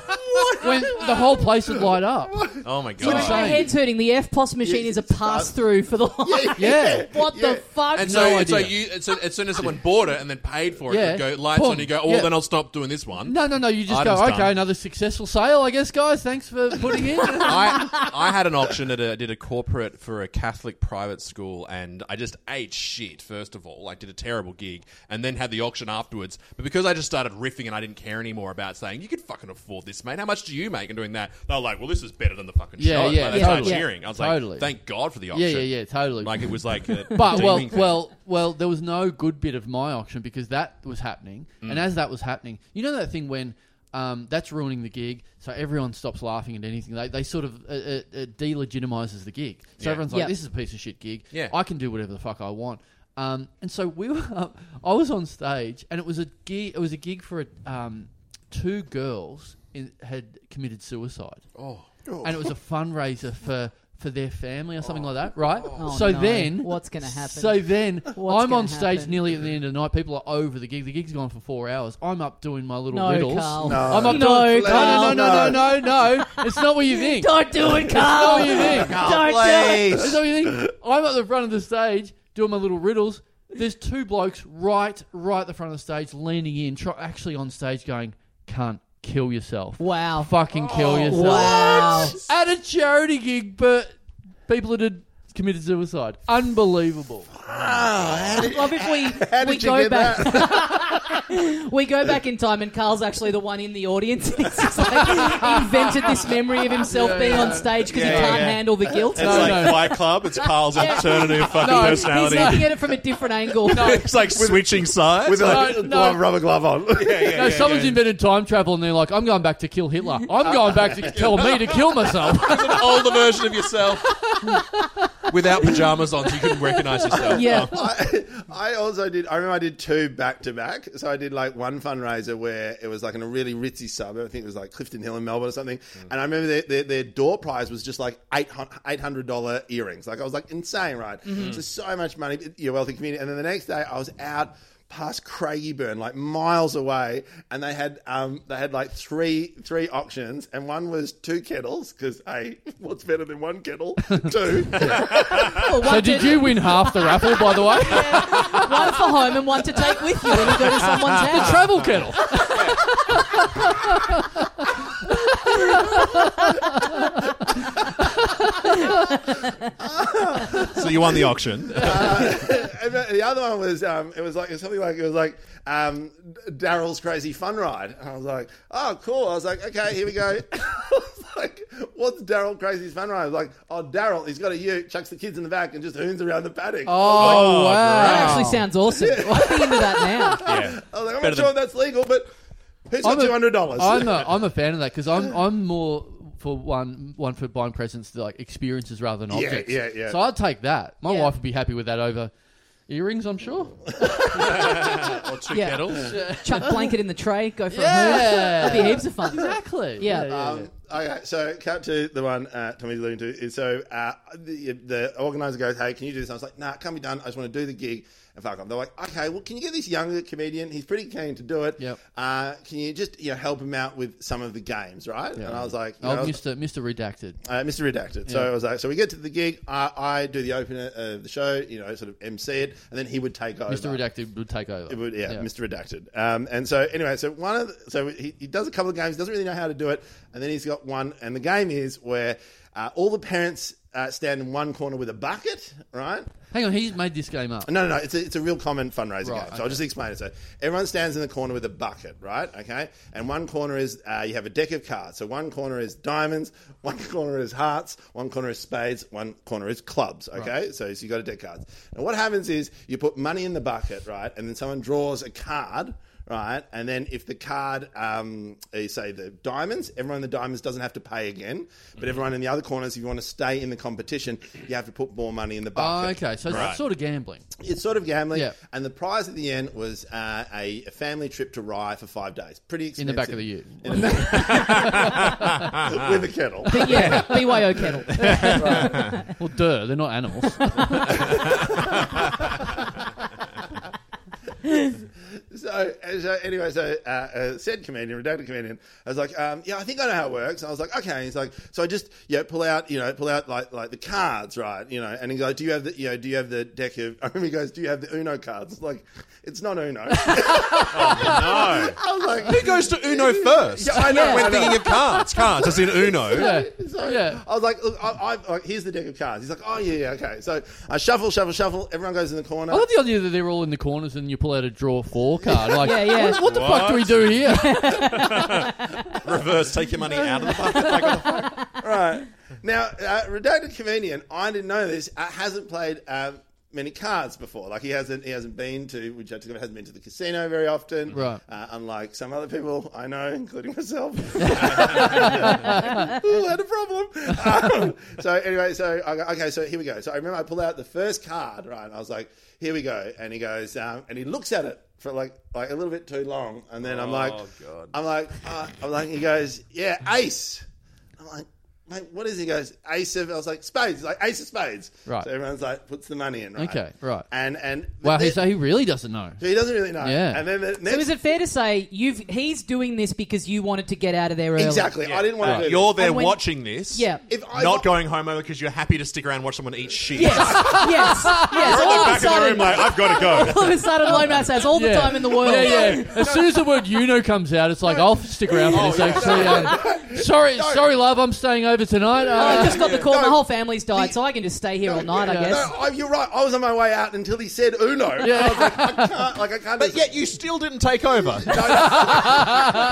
Speaker 4: When the whole place would light up.
Speaker 2: Oh my
Speaker 1: When
Speaker 2: god.
Speaker 1: my
Speaker 4: Insane.
Speaker 1: head's hurting, the F POS machine
Speaker 3: Yeah,
Speaker 1: is a
Speaker 3: it's-
Speaker 1: pass through for the light.
Speaker 4: Yeah.
Speaker 1: What
Speaker 3: Yeah.
Speaker 1: the fuck?
Speaker 2: And
Speaker 4: No
Speaker 2: so, and so
Speaker 4: idea.
Speaker 2: you, and so as soon as someone bought it and then paid for it,
Speaker 4: Yeah.
Speaker 2: you go lights
Speaker 4: Boom.
Speaker 2: on. You go, oh,
Speaker 4: Yeah.
Speaker 2: well, then I'll stop doing this one.
Speaker 4: No, no, no. You just
Speaker 2: Item's
Speaker 4: go, okay,
Speaker 2: done.
Speaker 4: another successful sale, I guess, guys. Thanks for putting in.
Speaker 2: I I had an auction at a did a corporate for a Catholic private school, and I just ate shit. First of all, like did a terrible gig, and then had the auction afterwards. But because I just started riffing and I didn't care anymore about saying you could fucking afford this, mate. How much do you make? And doing that, they were like, well, this is better than the fucking
Speaker 4: Yeah,
Speaker 2: show.
Speaker 4: yeah,
Speaker 2: Like, they
Speaker 4: yeah,
Speaker 2: started
Speaker 4: totally.
Speaker 2: cheering. I was
Speaker 4: Totally.
Speaker 2: like, thank God for the auction.
Speaker 4: yeah, yeah, yeah, totally.
Speaker 2: Like it was like, a
Speaker 4: but well,
Speaker 2: deeming thing.
Speaker 4: well, well, there was no good bit of my auction because that was happening, and
Speaker 2: Mm.
Speaker 4: as that was happening, you know that thing when. Um, that's ruining the gig, so everyone stops laughing at anything. They, they sort of uh, uh, uh, delegitimizes the gig. So
Speaker 2: Yeah.
Speaker 4: everyone's like,
Speaker 1: Yep.
Speaker 4: "This is a piece of shit gig.
Speaker 2: Yeah.
Speaker 4: I can do whatever the fuck I want." Um, and so we were. I was on stage, and it was a gig. It was a gig for a, um, two girls in, had committed suicide.
Speaker 1: Oh.
Speaker 4: and it was a fundraiser for for their family or something like that, right?
Speaker 1: Oh,
Speaker 4: so
Speaker 1: no.
Speaker 4: then,
Speaker 1: What's gonna happen?
Speaker 4: So then,
Speaker 1: What's
Speaker 4: I'm on
Speaker 1: gonna
Speaker 4: stage
Speaker 1: happen?
Speaker 4: nearly at the end of the night. People are over the gig. The gig's gone for four hours. I'm up doing my little
Speaker 1: No,
Speaker 4: riddles.
Speaker 1: Carl.
Speaker 3: No.
Speaker 4: I'm up
Speaker 1: No,
Speaker 4: doing
Speaker 1: Carl.
Speaker 4: no, no, no, no, no, no. It's not what you think.
Speaker 1: Don't do it, Carl!
Speaker 4: What do you think?
Speaker 1: Don't do it!
Speaker 4: It's not what you think. I'm at the front of the stage doing my little riddles. There's two blokes right, right at the front of the stage, leaning in, try, actually on stage, going, "Can't kill yourself."
Speaker 1: Wow.
Speaker 4: Fucking kill yourself
Speaker 1: Wow.
Speaker 4: at a charity gig, but people that had committed suicide. Unbelievable.
Speaker 1: Love if we
Speaker 3: How
Speaker 1: we
Speaker 3: did you
Speaker 1: go
Speaker 3: get
Speaker 1: back.
Speaker 3: that?
Speaker 1: We go back in time, and Carl's actually the one in the audience. He's just like he invented this memory of himself being on stage because he
Speaker 2: Yeah,
Speaker 1: can't
Speaker 2: yeah.
Speaker 1: handle the guilt.
Speaker 5: It's like
Speaker 4: no.
Speaker 5: Fight Club. It's Carl's alternative fucking
Speaker 4: No, he's
Speaker 1: He's
Speaker 5: personality.
Speaker 1: looking at it from a different angle.
Speaker 5: it's like switching sides.
Speaker 3: With a
Speaker 5: Like,
Speaker 4: no.
Speaker 3: glove- rubber glove on.
Speaker 4: no, someone's invented time travel and they're like, I'm going back to kill Hitler. I'm going back to tell me to kill myself.
Speaker 2: an older version of yourself without pajamas on, so you couldn't recognize yourself.
Speaker 1: Yeah.
Speaker 2: Um,
Speaker 3: I, I also did. I remember I did two back to back. So I did like one fundraiser where it was like in a really ritzy suburb. I think it was like Clifton Hill in Melbourne or something. And I remember their, their, their door prize was just like eight hundred dollar earrings. Like I was like insane, right? So so much money. Your wealthy community. And then the next day I was out. Past Craigieburn, like miles away, and they had um, they had like three three auctions, and one was two kettles because hey, what's better than one kettle? Two,
Speaker 1: Well, Oh, one
Speaker 4: So did
Speaker 1: to-
Speaker 4: you win half the raffle, by the way?
Speaker 1: One for home and one to take with you when you go to someone's house.
Speaker 4: Travel kettle.
Speaker 3: Oh,
Speaker 5: Oh, so you won the auction.
Speaker 3: Uh, and the the other one was um, it was like it was something like it was like um, Daryl's crazy fun ride, and I was like, oh cool. I was like, okay, here we go. I was like, what's Daryl crazy's fun ride? I was like, oh Daryl, he's got a ute, chucks the kids in the back, and just hoons around the paddock.
Speaker 4: Oh,
Speaker 1: That
Speaker 4: wow.
Speaker 1: actually sounds awesome. I'd be into that now.
Speaker 5: Yeah.
Speaker 3: I was like,
Speaker 5: Better
Speaker 3: I'm not sure if that's legal, but who's got
Speaker 4: I'm a-
Speaker 3: two hundred dollars?
Speaker 4: I'm a, I'm a fan of that because I'm I'm more for one one for buying presents to like experiences rather than
Speaker 3: Yeah,
Speaker 4: objects.
Speaker 3: yeah, yeah.
Speaker 4: So I'd take that. My
Speaker 1: Yeah.
Speaker 4: wife would be happy with that over earrings. I'm sure.
Speaker 5: Or two
Speaker 1: Yeah.
Speaker 5: kettles.
Speaker 1: Chuck blanket in the tray, go for a hoon.
Speaker 4: Yeah.
Speaker 1: That'd be heaps of fun.
Speaker 4: Exactly.
Speaker 1: Yeah.
Speaker 3: Um, okay, so cut to the one uh, Tommy's alluding to. is So uh, the, the organizer goes, "Hey, can you do this?" I was like, "Nah, it can't be done. I just want to do the gig and fuck off." They're like, "Okay, well, can you get this younger comedian? He's pretty keen to do it.
Speaker 4: Yep.
Speaker 3: Uh, can you just you know help him out with some of the games, right?" And I was like, you
Speaker 4: oh,
Speaker 3: know, I was-
Speaker 4: Mr. Mr. Redacted.
Speaker 3: uh, Mr. Redacted. So I was like, so we get to the gig. I, I do the opener of the show, you know, sort of MC it, and then he would take over.
Speaker 4: Mr. Redacted would take over.
Speaker 3: Oh, It would, yeah, Mr. Redacted. Um, and so anyway, so one of the, so he, he does a couple of games, doesn't really know how to do it, and then he's got one, and the game is where uh, all the parents uh, stand in one corner with a bucket, right?
Speaker 4: Hang on, he's made this game up.
Speaker 3: No, no, no. It's a, it's a real common fundraiser
Speaker 4: Right,
Speaker 3: game. So I'll just explain it. So everyone stands in the corner with a bucket, right? Okay. And one corner is uh, you have a deck of cards. So one corner is diamonds, one corner is hearts, one corner is spades, one corner is clubs. Okay. So, so you got a deck of cards. And what happens is you put money in the bucket, right? And then someone draws a card. Right, and then if the card, um, is, say the diamonds, everyone in the diamonds doesn't have to pay again, but
Speaker 4: Mm-hmm.
Speaker 3: everyone in the other corners, if you want to stay in the competition, you have to put more money in the
Speaker 4: Oh,
Speaker 3: bucket
Speaker 4: okay, so
Speaker 5: Right.
Speaker 4: it's sort of gambling.
Speaker 3: it's sort of gambling.
Speaker 4: Yeah.
Speaker 3: And the prize at the end was uh, a, a family trip to Rye for five days. Pretty
Speaker 4: In
Speaker 3: expensive.
Speaker 4: the back of the ute.
Speaker 3: In the back- With a kettle.
Speaker 1: But yeah, BYO kettle.
Speaker 4: Well, duh, they're not animals.
Speaker 3: So, so anyway, so uh, uh, said comedian, redacted comedian, I was like, um, yeah, I think I know how it works. I was like, okay. He's like, so I just yeah, pull out, you know, pull out like like the cards, right? You know, and he's like, do you have the, you know, do you have the deck of? I remember he goes, do you have the Uno cards? It's like, it's not Uno.
Speaker 5: No.
Speaker 3: I was like,
Speaker 2: Who goes to Uno first?
Speaker 3: Yeah, I know. I
Speaker 2: When
Speaker 3: know.
Speaker 2: thinking of cards, cards as in Uno.
Speaker 4: yeah.
Speaker 3: So
Speaker 4: Yeah.
Speaker 3: I was like, look, I, I, like, here's the deck of cards. He's like, oh, yeah, yeah, okay. So I shuffle, shuffle, shuffle. Everyone goes in the corner.
Speaker 4: I love the idea that they're all in the corners and you pull out a draw four card. Like,
Speaker 1: Yeah, yeah.
Speaker 4: What, what the fuck do we do here?
Speaker 2: Reverse, take your money out of the bucket. Like, what the fuck?
Speaker 3: right. Now, uh, redacted comedian, I didn't know this, uh, hasn't played um, many cards before. Like, he hasn't he hasn't been to, which I took hasn't been to the casino very often.
Speaker 4: Right.
Speaker 3: Uh, unlike some other people I know, including myself. Ooh, I had a problem. Um, so, anyway, so, I go, okay, so here we go. So, I remember I pulled out the first card, right? And I was like, here we go. And he goes, um, and he looks at it. For like, like a little bit too long, and then I'm like,
Speaker 2: God.
Speaker 3: I'm like, uh, I'm like, he goes, yeah, ace. I'm like, mate, what is it? He goes, ace of, I was like, spades. He's like, ace of spades.
Speaker 4: Right.
Speaker 3: So everyone's like, puts the money in, right?
Speaker 4: Okay, right.
Speaker 3: And, and,
Speaker 4: Wow,
Speaker 3: the-
Speaker 4: he, so he really doesn't know.
Speaker 3: so he doesn't really know.
Speaker 4: Yeah.
Speaker 3: And then the next,
Speaker 1: So is it fair to say you've he's doing this because you wanted to get out of there early?
Speaker 3: exactly. I didn't want to do
Speaker 5: You're there
Speaker 1: And when-
Speaker 5: watching this.
Speaker 1: Yeah.
Speaker 3: This. If I
Speaker 5: Not going home over because you're happy to stick around and watch someone eat shit.
Speaker 1: Yes. yes. Yes.
Speaker 5: You're in the
Speaker 1: All of a
Speaker 5: back of the room
Speaker 1: sudden,
Speaker 5: like, I've got to go.
Speaker 1: all of a sudden, Lomas has all the
Speaker 4: Yeah.
Speaker 1: time in the world.
Speaker 4: Yeah, yeah. As soon as
Speaker 5: Oh,
Speaker 4: the word "you know" comes out, it's like I'll stick around for this.
Speaker 3: Oh, yeah.
Speaker 4: actually, um, sorry, sorry, love. I'm staying over over tonight.
Speaker 1: I
Speaker 4: Uh,
Speaker 1: just got the call.
Speaker 3: No.
Speaker 1: My whole family's died, so I can just stay here all night. I
Speaker 3: No,
Speaker 1: guess.
Speaker 3: I, you're right. I was on my way out until he said Uno. I was like, I can't. Like, I can't.
Speaker 2: But yet you still didn't take over.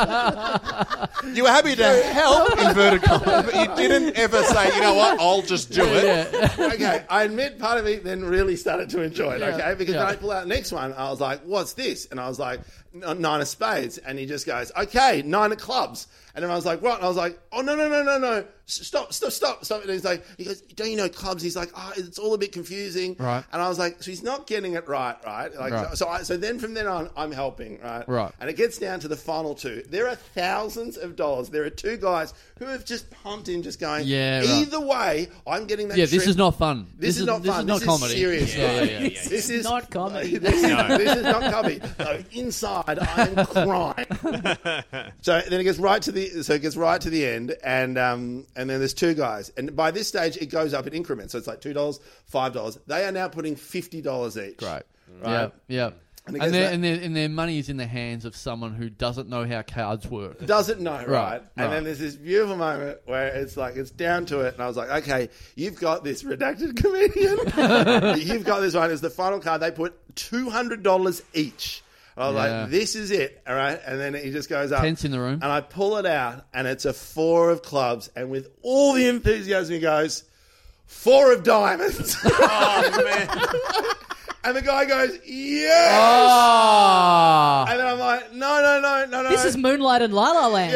Speaker 2: you were happy to help, inverted commas, but you didn't ever say, you know what, I'll just do it.
Speaker 3: okay, I admit part of me then really started to enjoy it,
Speaker 4: Yeah.
Speaker 3: okay? Because
Speaker 4: Yeah.
Speaker 3: when I pull out the next one, I was like, what's this? And I was like, "N- nine of spades. And he just goes, okay, nine of clubs. And then I was like, what? And I was like, oh, no, no, no, no, no. S- Stop, stop, stop, stop. And he's like, he goes, don't you know clubs? He's like, oh, it's all a bit confusing.
Speaker 4: Right.
Speaker 3: And I was like, so he's not getting it right, right? Like,
Speaker 4: Right.
Speaker 3: So, so, I, so then from then on, I'm helping, right?
Speaker 4: Right.
Speaker 3: And it gets down to the final two. There are thousands of dollars. There are two guys who have just pumped in, just going,
Speaker 4: Yeah, right.
Speaker 3: either way, I'm getting that
Speaker 4: yeah, this
Speaker 3: trip.
Speaker 4: is not fun.
Speaker 3: This, is, not
Speaker 4: this
Speaker 3: fun.
Speaker 4: Is not
Speaker 3: this
Speaker 4: comedy.
Speaker 3: Is serious.
Speaker 4: Yeah, yeah,
Speaker 3: stuff.
Speaker 4: yeah, yeah.
Speaker 3: This is
Speaker 1: Not comedy.
Speaker 3: this, is, this is not comedy. So inside, I am crying. so then it gets right to the so it gets right to the end, and um, and then there's two guys, and by this stage it goes up in increments. So it's like two dollars, five dollars. They are now putting fifty dollars each.
Speaker 4: Right.
Speaker 3: Right.
Speaker 4: Yeah. Yeah. And,
Speaker 3: And it goes
Speaker 4: their,
Speaker 3: back-
Speaker 4: and, their, and their money is in the hands of someone who doesn't know how cards work.
Speaker 3: doesn't know, right?
Speaker 4: right.
Speaker 3: And then there's this beautiful moment where it's like it's down to it, and I was like, okay, you've got this redacted comedian, you've got this one. It's the final card. They put two hundred dollars each. I was
Speaker 4: Yeah.
Speaker 3: like, this is it, all right. And then he just goes up,
Speaker 4: Tense in the room.
Speaker 3: and I pull it out, and it's a four of clubs, and with all the enthusiasm, he goes, four of diamonds,
Speaker 5: Oh, man.
Speaker 3: and the guy goes, yes.
Speaker 4: Oh. Ah.
Speaker 3: And then I'm like, no, no, no, no, no.
Speaker 1: This is Moonlight and La La Land.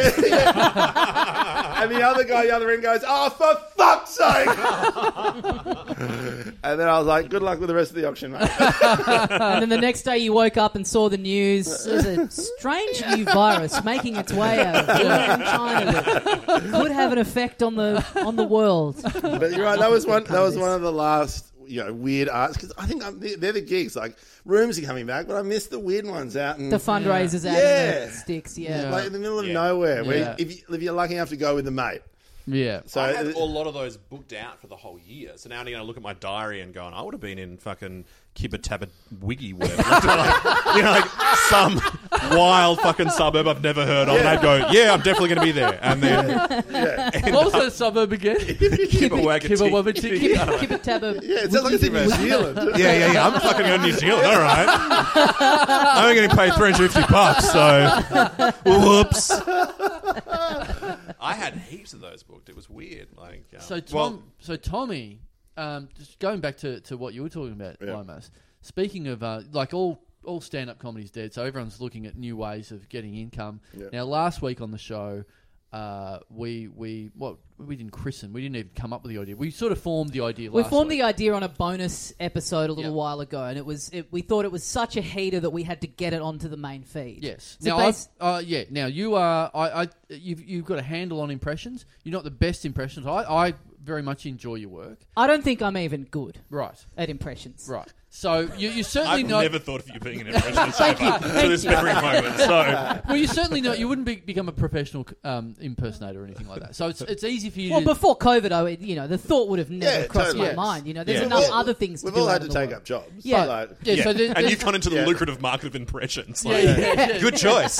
Speaker 3: and the other guy, the other end goes, oh, for fuck's sake. and then I was like, good luck with the rest of the auction, mate.
Speaker 1: And then the next day you woke up and saw the news. There's a strange new virus making its way out of Wuhan, China that could have an effect on the on the world.
Speaker 3: But you're right, that was one, that was one of the last, you know, weird arts. Because I think I'm, they're they're the gigs. Like, rooms are coming back, but I miss the weird ones out in
Speaker 1: The fundraisers out in
Speaker 3: Yeah.
Speaker 1: the sticks, yeah.
Speaker 3: Like in the middle of
Speaker 5: Yeah.
Speaker 3: nowhere, where
Speaker 4: Yeah.
Speaker 3: if, you, if you're lucky enough to go with a mate,
Speaker 4: Yeah.
Speaker 3: so
Speaker 2: I had a lot of those booked out for the whole year. So now I'm going to look at my diary and going, I would have been in fucking Kibba Tabba Wiggy whatever. Like, you know, like some wild fucking suburb I've never heard of. And I'd go, yeah, I'm definitely going to be there. And then
Speaker 4: What was that suburb again?
Speaker 2: Kibba
Speaker 4: Kibba
Speaker 2: Wagga
Speaker 4: Wabba Chicky.
Speaker 1: Kibba Kibba Tabba.
Speaker 3: yeah, it sounds like it's in New Zealand.
Speaker 2: Yeah, yeah, yeah. I'm fucking going to New Zealand. All right. I'm going to pay 350 bucks. So, whoops. I had heaps of those booked. It was weird. Like, um,
Speaker 4: So Tom,
Speaker 2: well,
Speaker 4: so Tommy, um, just going back to, to what you were talking about, Lomas. Speaking of uh, like all all stand up comedy's dead, so everyone's looking at new ways of getting income. Now, last week on the show, uh, we we what we didn't christen, we didn't even come up with the idea. We sort of formed the idea.
Speaker 1: We
Speaker 4: last
Speaker 1: formed
Speaker 4: week.
Speaker 1: the idea on a bonus episode a little
Speaker 4: Yeah.
Speaker 1: while ago, and it was it, we thought it was such a heater that we had to get it onto the main feed.
Speaker 4: Yes.
Speaker 1: So
Speaker 4: now, I've,
Speaker 1: bas-
Speaker 4: uh, yeah. Now you are. I, I, you've, you've got a handle on impressions. You're not the best impressions. I, I very much enjoy your work.
Speaker 1: I don't think I'm even good
Speaker 4: Right.
Speaker 1: at impressions.
Speaker 4: Right. So you, you certainly
Speaker 5: I've
Speaker 4: know.
Speaker 5: never thought of you being an impressionist
Speaker 1: Thank
Speaker 5: ever
Speaker 1: you,
Speaker 5: to
Speaker 1: thank
Speaker 5: this
Speaker 1: you.
Speaker 5: very moment. So,
Speaker 4: well, you certainly know. You wouldn't be, become a professional um, impersonator or anything like that. So it's, it's easy for you.
Speaker 1: Well,
Speaker 4: to,
Speaker 1: before COVID, I, would- you know, the thought would have never
Speaker 3: Yeah,
Speaker 1: crossed
Speaker 3: totally.
Speaker 1: my
Speaker 4: Yes.
Speaker 1: mind. You know, there's
Speaker 5: Yeah.
Speaker 1: enough
Speaker 3: We've all-
Speaker 1: other things.
Speaker 3: We've
Speaker 1: to do
Speaker 3: all
Speaker 1: out
Speaker 3: had to
Speaker 1: of the
Speaker 3: take
Speaker 1: world.
Speaker 3: up jobs.
Speaker 1: Yeah.
Speaker 3: Like,
Speaker 4: yeah,
Speaker 5: yeah.
Speaker 4: So there,
Speaker 5: and
Speaker 4: there's-
Speaker 5: you've gone into the
Speaker 3: yeah.
Speaker 5: lucrative market of impressions.
Speaker 4: Yeah,
Speaker 5: Like,
Speaker 4: yeah, yeah.
Speaker 5: Good choice.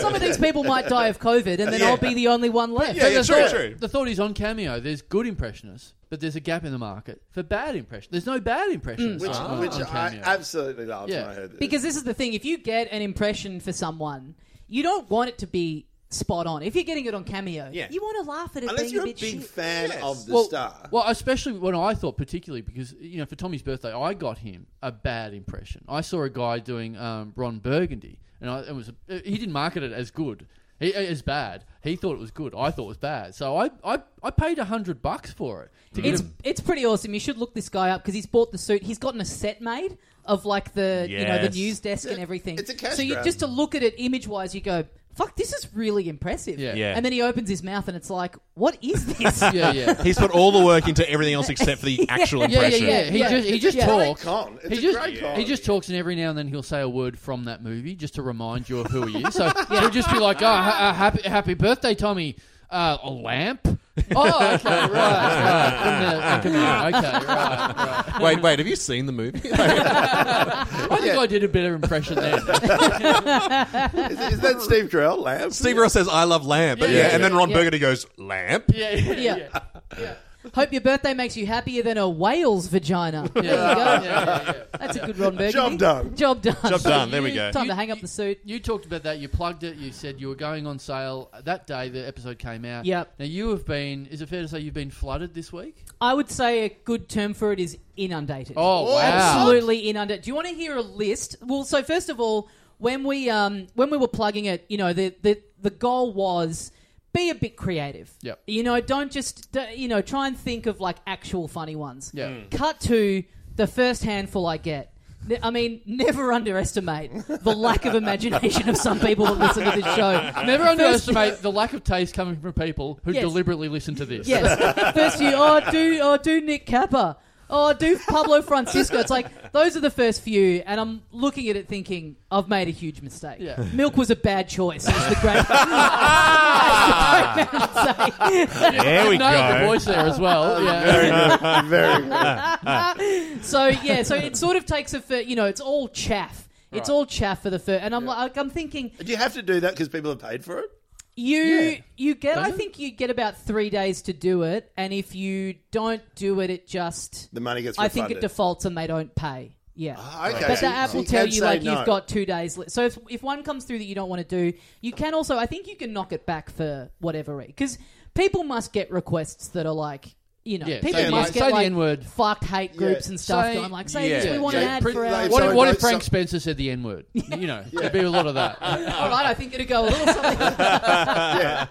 Speaker 1: Some of these people might die of COVID, and then
Speaker 5: Yeah.
Speaker 1: I'll be the only one left.
Speaker 5: Yeah, yeah,
Speaker 4: the
Speaker 5: true,
Speaker 4: thought,
Speaker 5: true.
Speaker 4: The thought is on Cameo. There's good impressionists, but there's a gap in the market for bad impression. There's no bad impressionists.
Speaker 3: which
Speaker 4: on,
Speaker 3: which
Speaker 4: on
Speaker 3: I
Speaker 4: Cameo.
Speaker 3: absolutely loved
Speaker 4: Yeah.
Speaker 3: when I heard this.
Speaker 1: Because this is the thing: if you get an impression for someone, you don't want it to be spot on. If you're getting it on Cameo,
Speaker 5: Yeah.
Speaker 1: you want to laugh at it
Speaker 3: Unless
Speaker 1: being
Speaker 3: you're a
Speaker 1: bit
Speaker 3: big
Speaker 1: shit.
Speaker 3: fan
Speaker 5: Yes.
Speaker 3: of the
Speaker 4: well,
Speaker 3: star.
Speaker 4: well, especially when I thought particularly because you know for Tommy's birthday I got him a bad impression. I saw a guy doing um, Ron Burgundy, and I, it was he didn't market it as good, he, as bad. He thought it was good. I thought it was bad. So I I, I paid a hundred bucks for it. to
Speaker 3: Mm.
Speaker 4: get
Speaker 1: It's
Speaker 4: him-
Speaker 1: it's pretty awesome. You should look this guy up because he's bought the suit. He's gotten a set made of like the you know the
Speaker 5: Yes.
Speaker 1: news desk and everything.
Speaker 3: it's a cash
Speaker 1: so you
Speaker 3: grab.
Speaker 1: just to look at it image wise, you go. Fuck, this is really impressive.
Speaker 4: Yeah.
Speaker 5: Yeah.
Speaker 1: And then he opens his mouth and it's like, what is this?
Speaker 4: yeah, yeah.
Speaker 5: He's put all the work into everything else except for the actual
Speaker 4: Yeah, yeah,
Speaker 5: impression.
Speaker 4: yeah. He
Speaker 1: Yeah.
Speaker 4: just he
Speaker 1: It's
Speaker 4: just
Speaker 1: a great
Speaker 4: talks.
Speaker 3: con. It's
Speaker 4: he
Speaker 3: a
Speaker 4: just
Speaker 3: great con.
Speaker 4: he just talks, and every now and then he'll say a word from that movie just to remind you of who he is. So he'll just be like, "Oh, ha- uh, happy happy birthday, Tommy! Uh, a lamp." Oh, okay, right. right. From the, from the- okay, right.
Speaker 2: wait, wait. Have you seen the movie?
Speaker 4: I think I did a better impression there.
Speaker 3: Is, is that Steve Carell? Lamb?
Speaker 2: Steve Ross says, "I love lamp," but yeah,
Speaker 4: Yeah, yeah,
Speaker 2: and then Ron
Speaker 1: yeah.
Speaker 2: Burgundy goes, "Lamp."
Speaker 4: Yeah, yeah,
Speaker 1: Yeah.
Speaker 4: yeah. yeah.
Speaker 1: Hope your birthday makes you happier than a whale's vagina. There you go.
Speaker 4: yeah, yeah, yeah.
Speaker 1: That's a good Ron Burgundy.
Speaker 3: Job done.
Speaker 1: Job done.
Speaker 5: Job done. There we
Speaker 4: you-
Speaker 5: go.
Speaker 1: Time to
Speaker 4: You-
Speaker 1: hang up the suit.
Speaker 4: You talked about that. You plugged it. You said you were going on sale that day. The episode came out.
Speaker 1: Yep.
Speaker 4: Now you have been. Is it fair to say you've been flooded this week?
Speaker 1: I would say a good term for it is inundated.
Speaker 4: Oh wow!
Speaker 1: absolutely inundated. Do you want to hear a list? Well, so first of all, when we um, when we were plugging it, you know, the the, the goal was be a bit creative.
Speaker 4: Yep.
Speaker 1: You know, don't just d- you know try and think of like actual funny ones.
Speaker 4: Yeah.
Speaker 1: Cut to the first handful I get. Ne- I mean, never underestimate the lack of imagination of some people that listen to this show.
Speaker 4: Never
Speaker 1: Uh, First-
Speaker 4: underestimate the lack of taste coming from people who
Speaker 1: Yes.
Speaker 4: deliberately listen to this.
Speaker 1: Yes. first few, oh, do, oh, do Nick Kappa. Oh, do Pablo Francisco. It's like, those are the first few, and I'm looking at it thinking, I've made a huge mistake.
Speaker 4: Yeah.
Speaker 1: Milk was a bad choice. It's the great. That's the great man to say.
Speaker 5: There we
Speaker 4: Nailed the
Speaker 5: go.
Speaker 4: voice there as well.
Speaker 3: Very
Speaker 4: Yeah.
Speaker 3: good. Very good.
Speaker 1: so yeah, so it sort of takes a, fir- you know, it's all chaff. It's all chaff for the first, and I'm like, I'm thinking
Speaker 3: Do you have to do that because people have paid for it?
Speaker 1: you
Speaker 4: Yeah.
Speaker 1: you get. I
Speaker 4: Doesn't-
Speaker 1: think you get about three days to do it, and if you don't do it, it just
Speaker 3: The money gets
Speaker 1: I
Speaker 3: refunded.
Speaker 1: think it defaults and they don't pay. Yeah.
Speaker 3: Ah, okay.
Speaker 1: But
Speaker 3: So
Speaker 1: the
Speaker 3: you-
Speaker 1: app
Speaker 3: so
Speaker 1: will
Speaker 3: you
Speaker 1: tell
Speaker 3: can
Speaker 1: you
Speaker 3: say
Speaker 1: like
Speaker 3: no.
Speaker 1: you've got two days. Li- so if, if one comes through that you don't want to do, you can also I think you can knock it back for whatever because people must get requests that are like you know
Speaker 4: Yeah,
Speaker 1: people
Speaker 4: say the-
Speaker 1: must
Speaker 4: say
Speaker 1: get
Speaker 4: the
Speaker 1: like
Speaker 4: N-word.
Speaker 1: fucked hate groups
Speaker 3: Yeah.
Speaker 1: and stuff
Speaker 4: Say-
Speaker 1: going like say this
Speaker 2: yeah.
Speaker 1: we want
Speaker 3: Yeah,
Speaker 1: an ad
Speaker 3: pre-
Speaker 1: for
Speaker 3: like,
Speaker 1: our
Speaker 4: What, if- what if
Speaker 3: Sorry,
Speaker 4: Frank
Speaker 3: so-
Speaker 4: Spencer said the N word? You know, there'd be a lot of that.
Speaker 1: all right I think it'll go a little something
Speaker 3: yeah.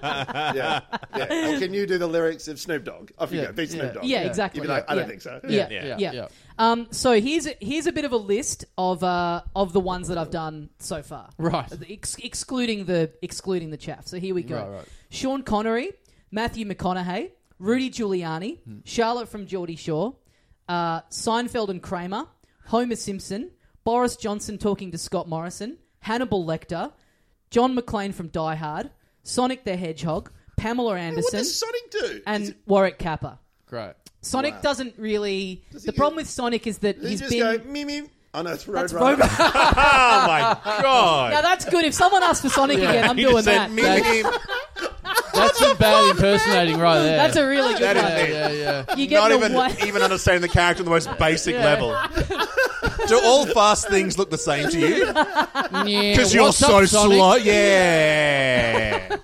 Speaker 3: yeah. yeah. Or can you do the lyrics of Snoop Dogg? Off you
Speaker 4: Yeah.
Speaker 3: go. Big Snoop
Speaker 4: Yeah.
Speaker 3: Dogg.
Speaker 1: yeah
Speaker 4: Yeah.
Speaker 1: exactly
Speaker 3: You'd be like, I
Speaker 1: Yeah.
Speaker 3: don't think so.
Speaker 1: yeah
Speaker 4: Yeah.
Speaker 1: yeah,
Speaker 4: Yeah.
Speaker 1: Um, so here's a, here's a bit of a list of uh, of the ones that I've done so far
Speaker 4: Right.
Speaker 1: Ex- excluding the excluding the chaff. So here we go.
Speaker 4: Right, right.
Speaker 1: Sean Connery, Matthew McConaughey, Rudy Giuliani,
Speaker 5: Hmm.
Speaker 1: Charlotte from Geordie Shore, uh, Seinfeld and Kramer, Homer Simpson, Boris Johnson talking to Scott Morrison, Hannibal Lecter, John McClane from Die Hard, Sonic the Hedgehog, Pamela
Speaker 3: What
Speaker 1: Anderson,
Speaker 3: does Sonic do? Is
Speaker 1: and
Speaker 3: it-
Speaker 1: Warwick Kappa.
Speaker 4: Great.
Speaker 1: Sonic doesn't really.
Speaker 3: Does he
Speaker 1: the
Speaker 3: go-
Speaker 1: problem with Sonic is that
Speaker 3: does he
Speaker 1: he's
Speaker 3: just
Speaker 1: been.
Speaker 3: go, me, me? Oh, no, it's Road
Speaker 1: that's
Speaker 3: Runner.
Speaker 1: Robot.
Speaker 5: Oh my god.
Speaker 1: now that's good. If someone asks for Sonic again, I'm
Speaker 5: He
Speaker 1: doing
Speaker 5: just said,
Speaker 1: that.
Speaker 5: "Me,
Speaker 4: That-
Speaker 5: me, me."
Speaker 4: That's some bad impersonating right there.
Speaker 1: That's a really good
Speaker 5: That
Speaker 1: one.
Speaker 5: is
Speaker 4: yeah, yeah.
Speaker 1: You get
Speaker 5: Not
Speaker 1: the
Speaker 5: even
Speaker 1: one-
Speaker 5: even understanding the character on the most basic level.
Speaker 2: Do all fast things look the same to you?
Speaker 5: Because you're so slow. Yeah.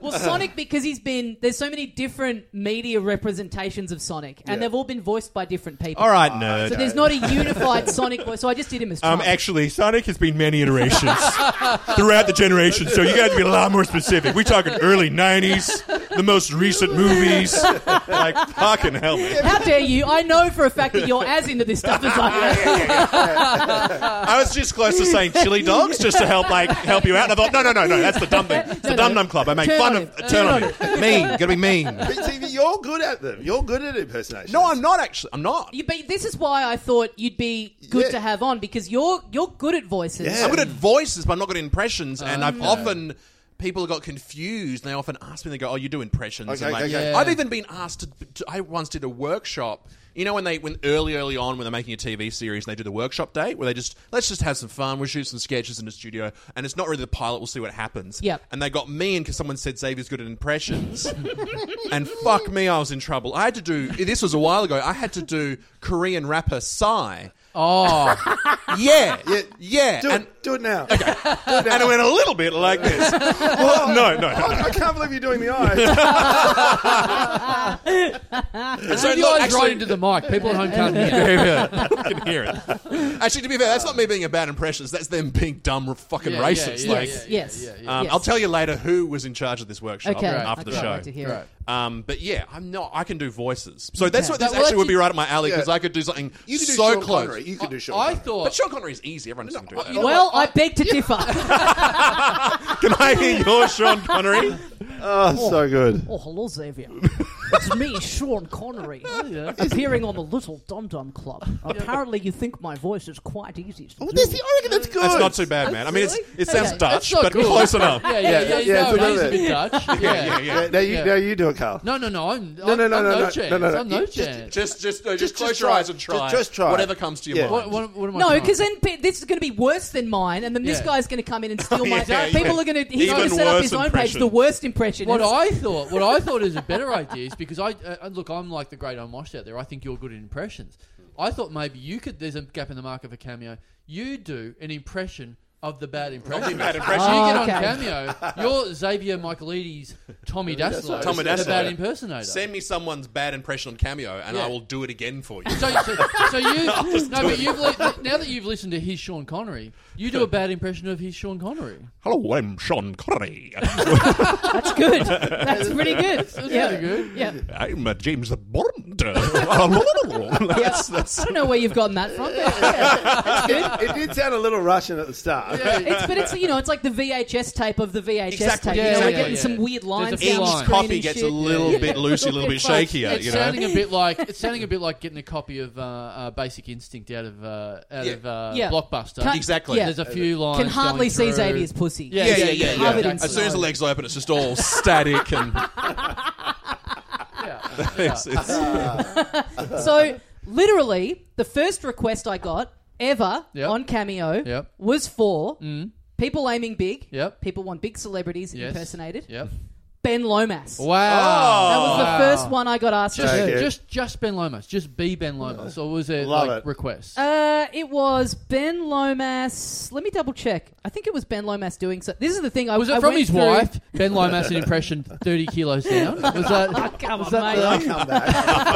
Speaker 1: Well, Sonic, because he's been there's so many different media representations of Sonic, and
Speaker 3: Yeah.
Speaker 1: they've all been voiced by different people.
Speaker 5: All right, nerd.
Speaker 1: So there's not a unified Sonic voice. So I just did him as
Speaker 5: Um,
Speaker 1: Trump.
Speaker 5: actually, Sonic has been many iterations throughout the generation, so you got to be a lot more specific. We're talking early '90s, the most recent movies. Like fucking hell, man.
Speaker 1: How dare you? I know for a fact that you're as into this stuff as I am.
Speaker 5: I was just close to saying chili dogs just to help, like help you out. And I thought, no, no, no, no, that's the dumb thing. It's
Speaker 1: No,
Speaker 5: the
Speaker 1: no.
Speaker 5: dum dum club. I make
Speaker 1: Turn
Speaker 5: fun
Speaker 1: on
Speaker 5: of.
Speaker 1: it.
Speaker 5: Turn on it.
Speaker 2: mean, gotta be mean.
Speaker 3: But see, you're good at them. You're good at impersonation.
Speaker 2: No, I'm not actually. I'm not.
Speaker 1: You, but this is why I thought you'd be good
Speaker 3: Yeah.
Speaker 1: to have on because you're you're good at voices.
Speaker 3: Yeah.
Speaker 2: I'm good at voices, but I'm not good at impressions. And I've often people got confused. and They often ask me, they go, "Oh, you do impressions."
Speaker 3: Okay,
Speaker 2: and like,
Speaker 3: okay,
Speaker 4: okay.
Speaker 2: I've even been asked to, to. I once did a workshop. You know when they when early early on when they're making a TV series and they do the workshop day where they just let's just have some fun we'll shoot some sketches in the studio and it's not really the pilot we'll see what happens
Speaker 1: Yep.
Speaker 2: and they got me in because someone said Xavier's good at impressions and fuck me I was in trouble I had to do this was a while ago I had to do Korean rapper Psy
Speaker 4: Oh,
Speaker 2: yeah yeah,
Speaker 3: Do
Speaker 2: and
Speaker 3: it. Do it now.
Speaker 5: And it went a little bit like this. Well, no, no, no.
Speaker 3: I can't believe you're doing the eyes.
Speaker 2: so
Speaker 4: so you
Speaker 2: look,
Speaker 4: eyes
Speaker 2: actually-
Speaker 4: right into the mic. People at home can't hear.
Speaker 5: I can hear it.
Speaker 2: Actually, to be fair, that's not me being a bad impressionist. That's them being dumb, fucking racist. like,
Speaker 1: Yes.
Speaker 2: Um,
Speaker 1: Yes.
Speaker 2: I'll tell you later who was in charge of this workshop
Speaker 1: Okay.
Speaker 2: after
Speaker 1: Okay.
Speaker 2: the
Speaker 1: I'd
Speaker 2: show.
Speaker 1: like to hear it.
Speaker 4: Right.
Speaker 2: Um, but yeah, I'm not. I can do voices, so that's
Speaker 1: Okay.
Speaker 2: what this
Speaker 4: That- well,
Speaker 2: actually would be
Speaker 4: that's-
Speaker 2: right up my alley because
Speaker 3: yeah.
Speaker 2: I could do something
Speaker 3: You could do
Speaker 2: so
Speaker 3: Sean
Speaker 2: close.
Speaker 3: Connery. You could do Sean
Speaker 4: I
Speaker 3: Connery.
Speaker 4: thought.
Speaker 2: But Sean Connery is easy. Everyone knows how to do that.
Speaker 1: Well, I beg to differ.
Speaker 5: Can I hear your Sean Connery?
Speaker 3: Oh, so good.
Speaker 1: oh, hello, Xavier.
Speaker 6: It's me, Sean Connery,
Speaker 4: yeah.
Speaker 6: appearing on the Little Dum Dum Club. Apparently, you think my voice is quite easy to
Speaker 3: Oh,
Speaker 6: do.
Speaker 3: that's the, I reckon that's good.
Speaker 5: That's not too bad, man. I mean, it's, it sounds
Speaker 4: Okay.
Speaker 5: Dutch,
Speaker 4: That's not
Speaker 5: but
Speaker 4: good.
Speaker 5: close enough.
Speaker 4: Yeah, yeah, yeah.
Speaker 3: yeah, yeah,
Speaker 4: no,
Speaker 3: it's
Speaker 4: he's a
Speaker 3: another-
Speaker 4: bit Dutch. Yeah.
Speaker 5: yeah, yeah.
Speaker 3: Now you,
Speaker 4: Yeah.
Speaker 3: now you do it, Carl.
Speaker 4: No, no, no. I'm,
Speaker 3: No,
Speaker 4: I'm,
Speaker 3: no, no,
Speaker 4: I'm
Speaker 3: no,
Speaker 4: no,
Speaker 3: no,
Speaker 4: chance.
Speaker 3: no, no, no.
Speaker 4: I'm no
Speaker 3: You-
Speaker 4: chance.
Speaker 2: Just, just, no, just,
Speaker 3: Just-
Speaker 2: close
Speaker 3: just
Speaker 2: your
Speaker 3: try.
Speaker 2: eyes and try.
Speaker 3: Just- just try.
Speaker 2: Whatever comes to your
Speaker 3: Yeah.
Speaker 4: what,
Speaker 2: mind.
Speaker 4: what, what am I?
Speaker 1: No,
Speaker 4: trying?
Speaker 1: because then pe- this is going to be worse than mine, and then this
Speaker 4: Yeah.
Speaker 1: guy's going to come in and steal my.
Speaker 5: yeah,
Speaker 1: people
Speaker 5: yeah.
Speaker 1: are going to. He's
Speaker 5: Even
Speaker 1: going to set up
Speaker 5: worse
Speaker 1: his own page.
Speaker 5: impression.
Speaker 1: The worst impression. Oh,
Speaker 4: What
Speaker 1: It's-
Speaker 4: I thought, what I thought is a better idea is because I uh, uh, look, I'm like the great unwashed out there. I think you're good at impressions. I thought maybe you could. There's a gap in the market for cameo. You do an impression of the bad impression.
Speaker 5: bad
Speaker 4: So
Speaker 5: impression.
Speaker 4: you
Speaker 1: Oh,
Speaker 4: get on
Speaker 1: okay.
Speaker 4: cameo. You're Xavier Michaelides, Tommy Daslow,
Speaker 5: Tommy
Speaker 4: the
Speaker 5: Daslow.
Speaker 4: bad impersonator.
Speaker 2: Send me someone's bad impression on Cameo, and
Speaker 4: Yeah.
Speaker 2: I will do it again for you.
Speaker 4: so, so, so you no, but you've li- now that you've listened to his Sean Connery, you do a bad impression of his Sean Connery.
Speaker 5: Hello, I'm Sean Connery.
Speaker 1: That's good. That's pretty good. yeah.
Speaker 4: pretty good.
Speaker 1: Yeah.
Speaker 5: I'm uh, James Bond. that's,
Speaker 1: I
Speaker 5: that's,
Speaker 1: don't know where you've gotten that from. But yeah, that's good.
Speaker 3: It did sound a little Russian at the start.
Speaker 1: It's, but it's you know it's like the VHS tape of the VHS
Speaker 2: Exactly.
Speaker 1: tape. you
Speaker 4: Yeah,
Speaker 1: know, we're
Speaker 4: yeah,
Speaker 1: getting
Speaker 4: yeah.
Speaker 1: some weird lines.
Speaker 4: few
Speaker 1: down the
Speaker 4: lines.
Speaker 1: screen
Speaker 2: Copy
Speaker 1: and
Speaker 2: gets
Speaker 1: shit.
Speaker 2: a little
Speaker 1: Yeah.
Speaker 2: bit loosey, a little bit shakier.
Speaker 4: It's
Speaker 2: you know,
Speaker 4: sounding a bit like it's sounding a bit like getting a copy of uh, uh, Basic Instinct out of uh, out
Speaker 2: Yeah.
Speaker 4: of uh,
Speaker 1: Yeah.
Speaker 4: Blockbuster.
Speaker 1: Can't-
Speaker 2: exactly.
Speaker 1: yeah.
Speaker 4: There's a few lines.
Speaker 1: Can hardly
Speaker 4: going
Speaker 1: see
Speaker 4: through.
Speaker 1: Xavier's pussy.
Speaker 4: Yeah,
Speaker 2: yeah, yeah, yeah.
Speaker 1: Covered
Speaker 2: yeah.
Speaker 1: in
Speaker 2: As soon as the
Speaker 1: snow.
Speaker 2: legs open, it's just all static and
Speaker 4: Yeah.
Speaker 5: it's, it's-
Speaker 1: So literally, the first request I got ever
Speaker 4: Yep.
Speaker 1: on Cameo
Speaker 4: Yep. Mm.
Speaker 1: was for people aiming big.
Speaker 4: Yep.
Speaker 1: People want big celebrities
Speaker 4: Yes.
Speaker 1: impersonated.
Speaker 4: Yep.
Speaker 1: Ben Lomas.
Speaker 4: Wow.
Speaker 1: That was
Speaker 4: Wow.
Speaker 1: the first one I got asked.
Speaker 4: Just,
Speaker 1: to
Speaker 3: Take
Speaker 1: do.
Speaker 3: it.
Speaker 4: just, just Ben Lomas. Just be Ben Lomas. Or was it
Speaker 3: Love
Speaker 4: like
Speaker 3: it.
Speaker 4: request?
Speaker 1: Uh, it was Ben Lomas. Let me double check. I think it was Ben Lomas doing so. This is the thing. I
Speaker 4: was
Speaker 1: I
Speaker 4: it from
Speaker 1: went
Speaker 4: his
Speaker 1: through-
Speaker 4: wife? Ben Lomas an impression thirty kilos down. Was that?
Speaker 1: Come
Speaker 4: was
Speaker 1: on,
Speaker 4: that
Speaker 1: mate.
Speaker 4: the-
Speaker 3: I come back.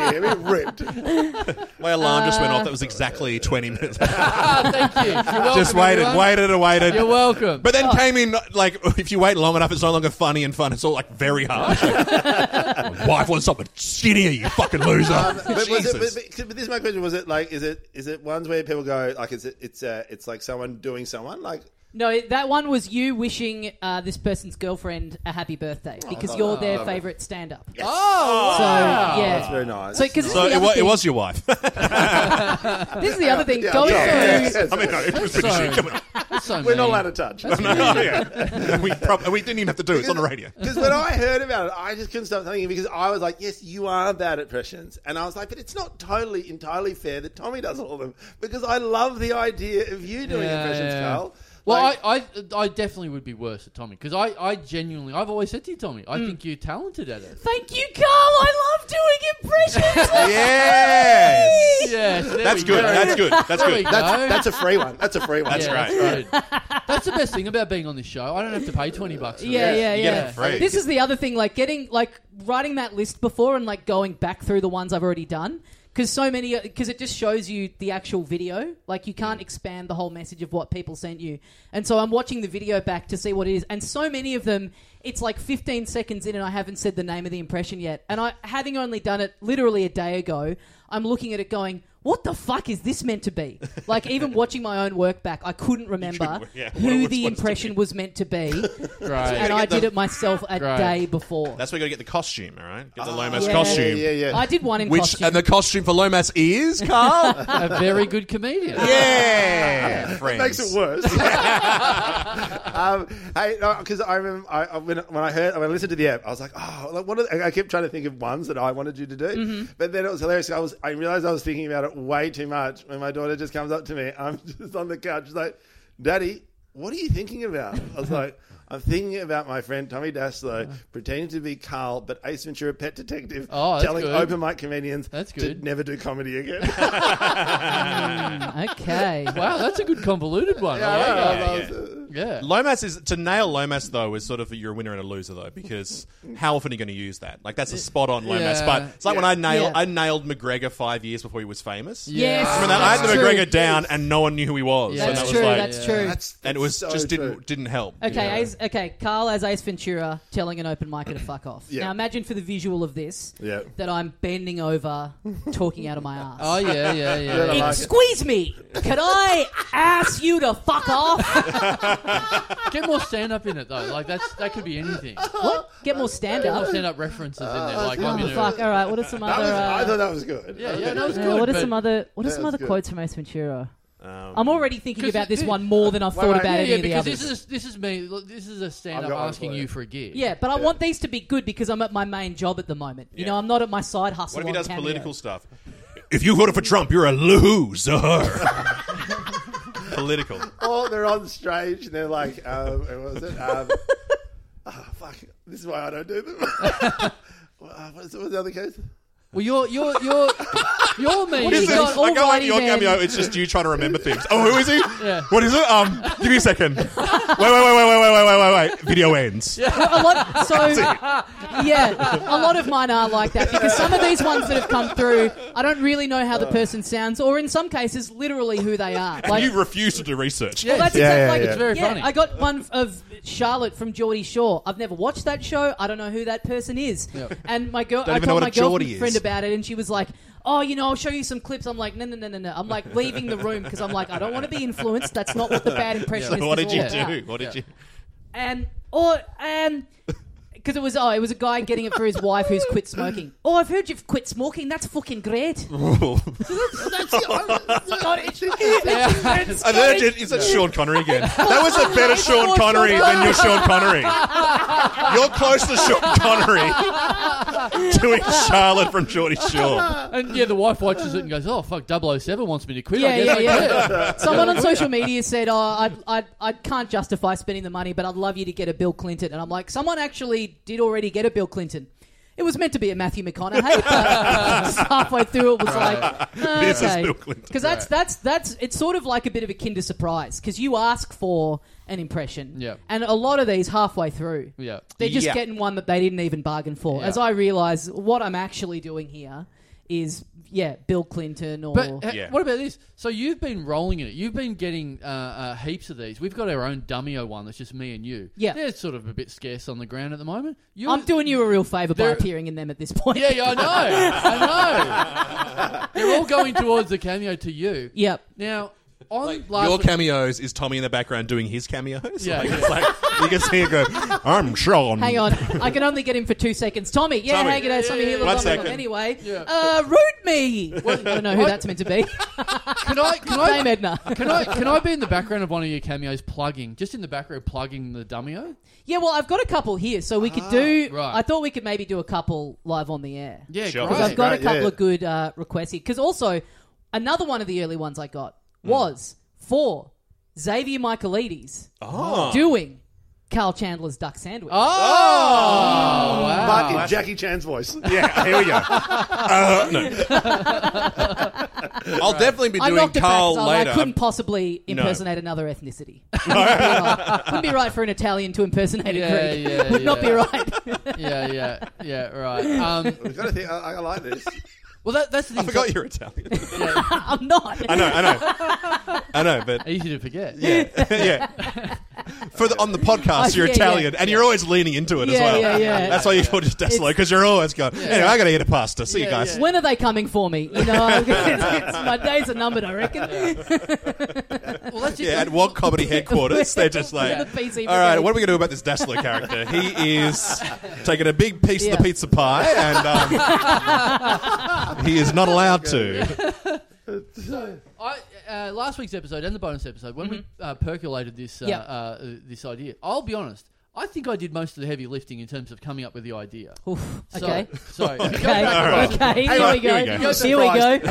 Speaker 3: Oh my god! ripped. Yeah, we ripped.
Speaker 2: my alarm just went off. That was exactly twenty minutes. Uh,
Speaker 4: Ah, thank you. You're welcome,
Speaker 5: just waited,
Speaker 4: everyone.
Speaker 5: waited, and waited.
Speaker 4: You're welcome.
Speaker 2: But then
Speaker 1: Oh.
Speaker 2: came in like if you wait long enough, it's no longer funny and fun. It's all like very hard. My wife wants something skinnier, you fucking loser.
Speaker 3: Um, But, was it,
Speaker 2: Jesus.
Speaker 3: but, but- but this is my question: Was it like? Is it is it ones where people go like? Is it it's uh, it's like someone doing someone like?
Speaker 1: No, it- that one was you wishing uh, this person's girlfriend a happy birthday because you're their favourite stand-up.
Speaker 4: Oh,
Speaker 1: So
Speaker 4: wow.
Speaker 1: yeah,
Speaker 3: That's very nice.
Speaker 1: So, 'cause
Speaker 5: so
Speaker 1: this,
Speaker 5: it,
Speaker 1: is the
Speaker 5: wa-
Speaker 1: other
Speaker 5: it
Speaker 1: thing.
Speaker 5: was your wife.
Speaker 1: this is the other thing.
Speaker 3: Yeah,
Speaker 1: Going
Speaker 3: yeah,
Speaker 1: through,
Speaker 3: yeah, yeah.
Speaker 5: I mean, no, it was pretty
Speaker 4: Sorry.
Speaker 5: shit. Come on.
Speaker 4: So
Speaker 3: We're not
Speaker 4: mean.
Speaker 3: allowed to touch.
Speaker 5: No, yeah. we, prob- we didn't even have to do it. It's on the radio.
Speaker 3: Because when I heard about it, I just couldn't stop thinking because I was like, yes, you are bad at pressions. And I was like, but it's not totally, entirely fair that Tommy does all of them because I love the idea of you doing
Speaker 4: Yeah,
Speaker 3: impressions,
Speaker 4: yeah.
Speaker 3: Carl.
Speaker 4: Well,
Speaker 3: Like-
Speaker 4: I, I I definitely would be worse at Tommy because I, I genuinely I've always said to you Tommy
Speaker 5: Hmm.
Speaker 4: I think you're talented at it.
Speaker 1: Thank you, Carl. I love doing impressions.
Speaker 5: Yes.
Speaker 4: yes, there
Speaker 5: That's
Speaker 4: we
Speaker 5: good.
Speaker 4: go.
Speaker 5: That's good. That's
Speaker 4: There we
Speaker 5: good.
Speaker 4: go.
Speaker 3: that's, that's a free one. That's a free one.
Speaker 5: That's
Speaker 4: Yeah,
Speaker 5: right.
Speaker 4: That's, good. That's the best thing about being on this show. I don't have to pay twenty bucks. For
Speaker 1: Yeah,
Speaker 4: this.
Speaker 1: yeah,
Speaker 5: get
Speaker 1: yeah.
Speaker 5: it for free.
Speaker 1: This is the other thing, like getting, like writing that list before and like going back through the ones I've already done. Because so many, because it just shows you the actual video. Like you
Speaker 5: Mm.
Speaker 1: can't expand the whole message of what people sent you. And so I'm watching the video back to see what it is. And so many of them, it's like 15 seconds in and I haven't said the name of the impression yet. And I, having only done it literally a day ago, I'm looking at it going, what the fuck is this meant to be? Like even watching my own work back, I couldn't remember
Speaker 5: yeah, what it
Speaker 1: who
Speaker 5: was supposed
Speaker 1: the
Speaker 5: to
Speaker 1: impression was meant to be.
Speaker 4: Right.
Speaker 1: and I
Speaker 2: get
Speaker 1: did
Speaker 2: the-
Speaker 1: it myself a
Speaker 4: Right.
Speaker 1: day before.
Speaker 5: That's where you got to get the costume, all right? Get the Lomas
Speaker 1: yeah.
Speaker 5: costume.
Speaker 3: Yeah, yeah, yeah.
Speaker 1: I did one in
Speaker 2: Which
Speaker 1: costume.
Speaker 2: and the costume for Lomas is Carl.
Speaker 4: a very good comedian.
Speaker 5: Yeah, friends.
Speaker 3: Makes it worse. um, hey, because I remember I, I- when, when I heard when I listened to the app, I was like, oh, like what? Are, the- I kept trying to think of ones that I wanted you to do,
Speaker 4: Mm-hmm.
Speaker 3: but then it was hilarious. I was I realized I was thinking about it way too much when my daughter just comes up to me. I'm just on the couch, she's like, Daddy, what are you thinking about? I was like. I'm thinking about my friend Tommy Daslow pretending to be Carl, but Ace Ventura Pet Detective,
Speaker 4: Oh, that's
Speaker 3: telling
Speaker 4: good.
Speaker 3: open mic comedians
Speaker 4: That's
Speaker 3: to
Speaker 4: good.
Speaker 3: never do comedy again.
Speaker 1: Mm, okay.
Speaker 4: Wow, that's a good convoluted one. I like that.
Speaker 5: Yeah, yeah.
Speaker 4: Yeah.
Speaker 5: Lomas is to nail Lomas though is sort of you're a winner and a loser though because how often are you going to use that? Like that's a spot on Lomas,
Speaker 4: Yeah.
Speaker 5: but it's like when I nail
Speaker 1: Yeah.
Speaker 5: I nailed McGregor five years before he was famous.
Speaker 1: Yes.
Speaker 4: Yeah.
Speaker 5: Remember that? I had
Speaker 1: that's
Speaker 5: the
Speaker 1: true.
Speaker 5: McGregor down and no one knew who he was.
Speaker 4: Yeah.
Speaker 5: and
Speaker 1: That's
Speaker 5: that
Speaker 1: true.
Speaker 5: was like,
Speaker 1: That's true.
Speaker 5: and it was
Speaker 3: so
Speaker 5: just didn't
Speaker 3: true.
Speaker 5: didn't help.
Speaker 1: Okay,
Speaker 4: Yeah.
Speaker 1: Ace, okay. Carl as Ace Ventura telling an open micer to fuck off.
Speaker 3: Yeah.
Speaker 1: Now imagine for the visual of this
Speaker 3: Yeah.
Speaker 1: that I'm bending over, talking out of my ass.
Speaker 4: Oh yeah, yeah, yeah.
Speaker 3: I like it.
Speaker 1: Squeeze me. Could I ask you to fuck off?
Speaker 4: Get more stand up in it though. Like that's that could be anything.
Speaker 1: What? Get more stand
Speaker 4: Get more
Speaker 1: up.
Speaker 4: stand up references in there. Like I
Speaker 1: Oh,
Speaker 4: mean,
Speaker 1: fuck. All right. What are some
Speaker 3: That
Speaker 1: other?
Speaker 3: was, I
Speaker 1: Uh,
Speaker 3: thought that was good.
Speaker 4: yeah, yeah, that was
Speaker 1: yeah,
Speaker 4: good.
Speaker 1: what are
Speaker 4: but-
Speaker 1: some other? What are
Speaker 3: Yeah,
Speaker 1: some
Speaker 3: that's
Speaker 1: other
Speaker 3: good.
Speaker 1: quotes from Ace Ventura?
Speaker 2: Um,
Speaker 1: I'm already thinking
Speaker 4: 'Cause
Speaker 1: about this
Speaker 4: it-
Speaker 1: one more than I've
Speaker 3: Wait,
Speaker 1: thought
Speaker 3: wait,
Speaker 1: about
Speaker 4: yeah,
Speaker 1: any
Speaker 4: yeah,
Speaker 1: of the
Speaker 4: because
Speaker 1: others.
Speaker 4: this is this is me. Look, This is a stand
Speaker 3: I've
Speaker 4: up
Speaker 3: got one
Speaker 4: asking
Speaker 3: for you.
Speaker 4: you for a gig.
Speaker 1: yeah, but I want these to be good because I'm at my main job at the moment. You
Speaker 2: Yeah.
Speaker 1: know, I'm not at my side hustle.
Speaker 2: what if he
Speaker 1: on
Speaker 2: does
Speaker 1: Cameo.
Speaker 2: political stuff?
Speaker 5: If you voted for Trump, you're a loser.
Speaker 2: Political.
Speaker 3: Or Oh, they're on stage and they're like, um, what was it? Um, ah, fuck. This is why I don't do them. Well, uh, What's what's the other case?
Speaker 4: Well, you're you're you're you're me.
Speaker 1: What is
Speaker 4: You've
Speaker 1: this?
Speaker 4: got-
Speaker 1: all
Speaker 5: I go like
Speaker 1: righty
Speaker 5: your
Speaker 1: then.
Speaker 5: cameo. It's just you trying to remember things. Oh, who is he? What is it? Um, give me a second. Wait, wait, wait, wait, wait, wait, wait, wait, wait, wait. Video ends.
Speaker 1: a lot so yeah a lot of mine are like that because some of these ones that have come through i don't really know how the
Speaker 4: Uh.
Speaker 1: person sounds or in some cases literally who they are like
Speaker 5: you refuse to do research.
Speaker 1: well, that's
Speaker 3: Yeah,
Speaker 1: exactly
Speaker 3: yeah,
Speaker 1: like,
Speaker 3: yeah.
Speaker 1: it's
Speaker 3: It's
Speaker 4: very funny.
Speaker 1: I got one of Charlotte from Geordie Shore. I've never watched that show. I don't know who that person is. And my girl,
Speaker 2: Don't
Speaker 1: I
Speaker 2: even know
Speaker 1: told
Speaker 2: what
Speaker 1: my
Speaker 2: a Geordie
Speaker 1: girlfriend
Speaker 2: is.
Speaker 1: about it, and she was like, "Oh, you know, I'll show you some clips." I'm like, "No, no, no, no, no." I'm like leaving the room because I'm like, I don't want to be influenced. That's not what the bad impression is.
Speaker 5: What
Speaker 1: This
Speaker 5: did
Speaker 1: is
Speaker 5: you
Speaker 1: all about
Speaker 5: do? What did you?
Speaker 1: and or um because it was oh it was a guy getting it for his wife who's quit smoking oh i've heard you've quit smoking that's fucking great
Speaker 5: I heard it- Is that Sean Connery again? That was a better Sean Connery than your Sean Connery. You're close to Sean Connery doing Charlotte from Geordie Shore.
Speaker 4: oh, and yeah, the wife watches it and goes, "Oh fuck, 007 wants me to quit." I
Speaker 1: yeah
Speaker 4: guess
Speaker 1: yeah
Speaker 4: I quit."
Speaker 1: yeah someone on social media said oh I, I, I can't justify spending the money but i'd love you to get a bill clinton and i'm like someone actually did already get a bill clinton it was meant to be a Matthew McConaughey, but just halfway through it was like, "Oh,
Speaker 5: This is
Speaker 1: okay.
Speaker 5: Bill Clinton.
Speaker 1: Because that's that's that's it's sort of like a bit of a Kinder surprise because you ask for an impression,
Speaker 4: Yeah.
Speaker 1: and a lot of these halfway through,
Speaker 4: Yeah.
Speaker 1: they're just
Speaker 2: Yeah.
Speaker 1: getting one that they didn't even bargain for.
Speaker 4: Yeah.
Speaker 1: As I realise, what I'm actually doing here is yeah, Bill Clinton or
Speaker 4: But uh,
Speaker 2: Yeah.
Speaker 4: what about this? So you've been rolling in it. You've been getting uh, uh, heaps of these. We've got our own dummy one that's just me and you.
Speaker 1: Yeah.
Speaker 4: they're sort of a bit scarce on the ground at the moment. You're,
Speaker 1: I'm doing you a real favour by
Speaker 4: There-
Speaker 1: appearing in them at this point.
Speaker 4: Yeah, yeah, I know. I know. They're all going towards the cameo to you.
Speaker 1: Yep.
Speaker 4: Now, on last
Speaker 2: Your
Speaker 4: week-
Speaker 2: cameos is Tommy in the background doing his cameos.
Speaker 4: Yeah,
Speaker 2: Like,
Speaker 4: yeah.
Speaker 2: It's like
Speaker 5: You can see it go. I'm Sean.
Speaker 1: Hang on, I can only get him for two seconds. Tommy, yeah,
Speaker 5: Tommy.
Speaker 1: hang it out. Tommy
Speaker 4: Yeah,
Speaker 1: here,
Speaker 4: yeah,
Speaker 5: One
Speaker 1: little Tommy.
Speaker 5: second.
Speaker 1: Anyway,
Speaker 4: Yeah.
Speaker 1: uh, root me. I don't know who that's meant to be.
Speaker 4: can I can I
Speaker 1: Dame Edna.
Speaker 4: Can I can I be in the background of one of your cameos plugging just in the background plugging the dummyo?
Speaker 1: Yeah, well, I've got a couple here, so we could do.
Speaker 4: Ah, right.
Speaker 1: I thought we could maybe do a couple live on the air.
Speaker 4: Yeah,
Speaker 5: Sure.
Speaker 1: because
Speaker 4: great.
Speaker 1: I've got
Speaker 3: Right,
Speaker 1: a couple
Speaker 3: yeah.
Speaker 1: of good uh, requests here. Because also, another one of the early ones I got was for Xavier Michaelides
Speaker 4: Ah.
Speaker 2: oh.
Speaker 1: doing Carl Chandler's Duck Sandwich.
Speaker 4: Oh, wow.
Speaker 3: But in Jackie Chan's voice.
Speaker 5: Yeah, here we go. Uh, no.
Speaker 2: I'll definitely be
Speaker 1: I
Speaker 2: doing
Speaker 1: knocked it back
Speaker 2: Carl
Speaker 1: 'cause I, like,
Speaker 2: later.
Speaker 1: couldn't possibly impersonate another ethnicity. Wouldn't be right. Wouldn't be right for an Italian to impersonate
Speaker 4: Yeah,
Speaker 1: a Greek.
Speaker 4: yeah,
Speaker 1: Would not
Speaker 4: yeah.
Speaker 1: be right.
Speaker 4: yeah, yeah, yeah. Right. Um,
Speaker 3: We've got to think, I, I like this.
Speaker 4: well, that, that's the thing.
Speaker 2: I forgot you're Italian.
Speaker 1: I'm not.
Speaker 5: I know, I know, I know. But
Speaker 4: Easy to forget.
Speaker 5: yeah, yeah. For the, on the podcast,
Speaker 1: Oh,
Speaker 5: you're
Speaker 1: yeah,
Speaker 5: Italian,
Speaker 1: yeah.
Speaker 5: and you're always leaning into it as
Speaker 1: Yeah,
Speaker 5: well.
Speaker 1: yeah, yeah.
Speaker 5: That's why you call just Deslo because you're always going. Anyway, I got to eat a pasta. See you
Speaker 4: Yeah,
Speaker 5: guys.
Speaker 4: yeah.
Speaker 1: When are they coming for me? You know, it's, it's- my days are numbered. I reckon.
Speaker 4: Well, that's it.
Speaker 5: Yeah, at Wog Comedy Headquarters, they're just like,
Speaker 1: We're the PC
Speaker 5: all right,
Speaker 1: brigade."
Speaker 5: what are we going to do about this Dassler character? He is taking a big piece of
Speaker 1: Yeah.
Speaker 5: the pizza pie, and um, he is not allowed to.
Speaker 4: I, uh, last week's episode and the bonus episode, when we uh, percolated this uh,
Speaker 1: Yeah.
Speaker 4: uh, this idea, I'll be honest. I think I did most of the heavy lifting in terms of coming up with the idea.
Speaker 1: Oof,
Speaker 4: So-
Speaker 1: okay.
Speaker 4: So, you, go
Speaker 1: Okay.
Speaker 4: back,
Speaker 1: Okay. Here,
Speaker 5: on,
Speaker 1: we go.
Speaker 5: here we
Speaker 1: Here we
Speaker 5: go.
Speaker 1: go.
Speaker 4: you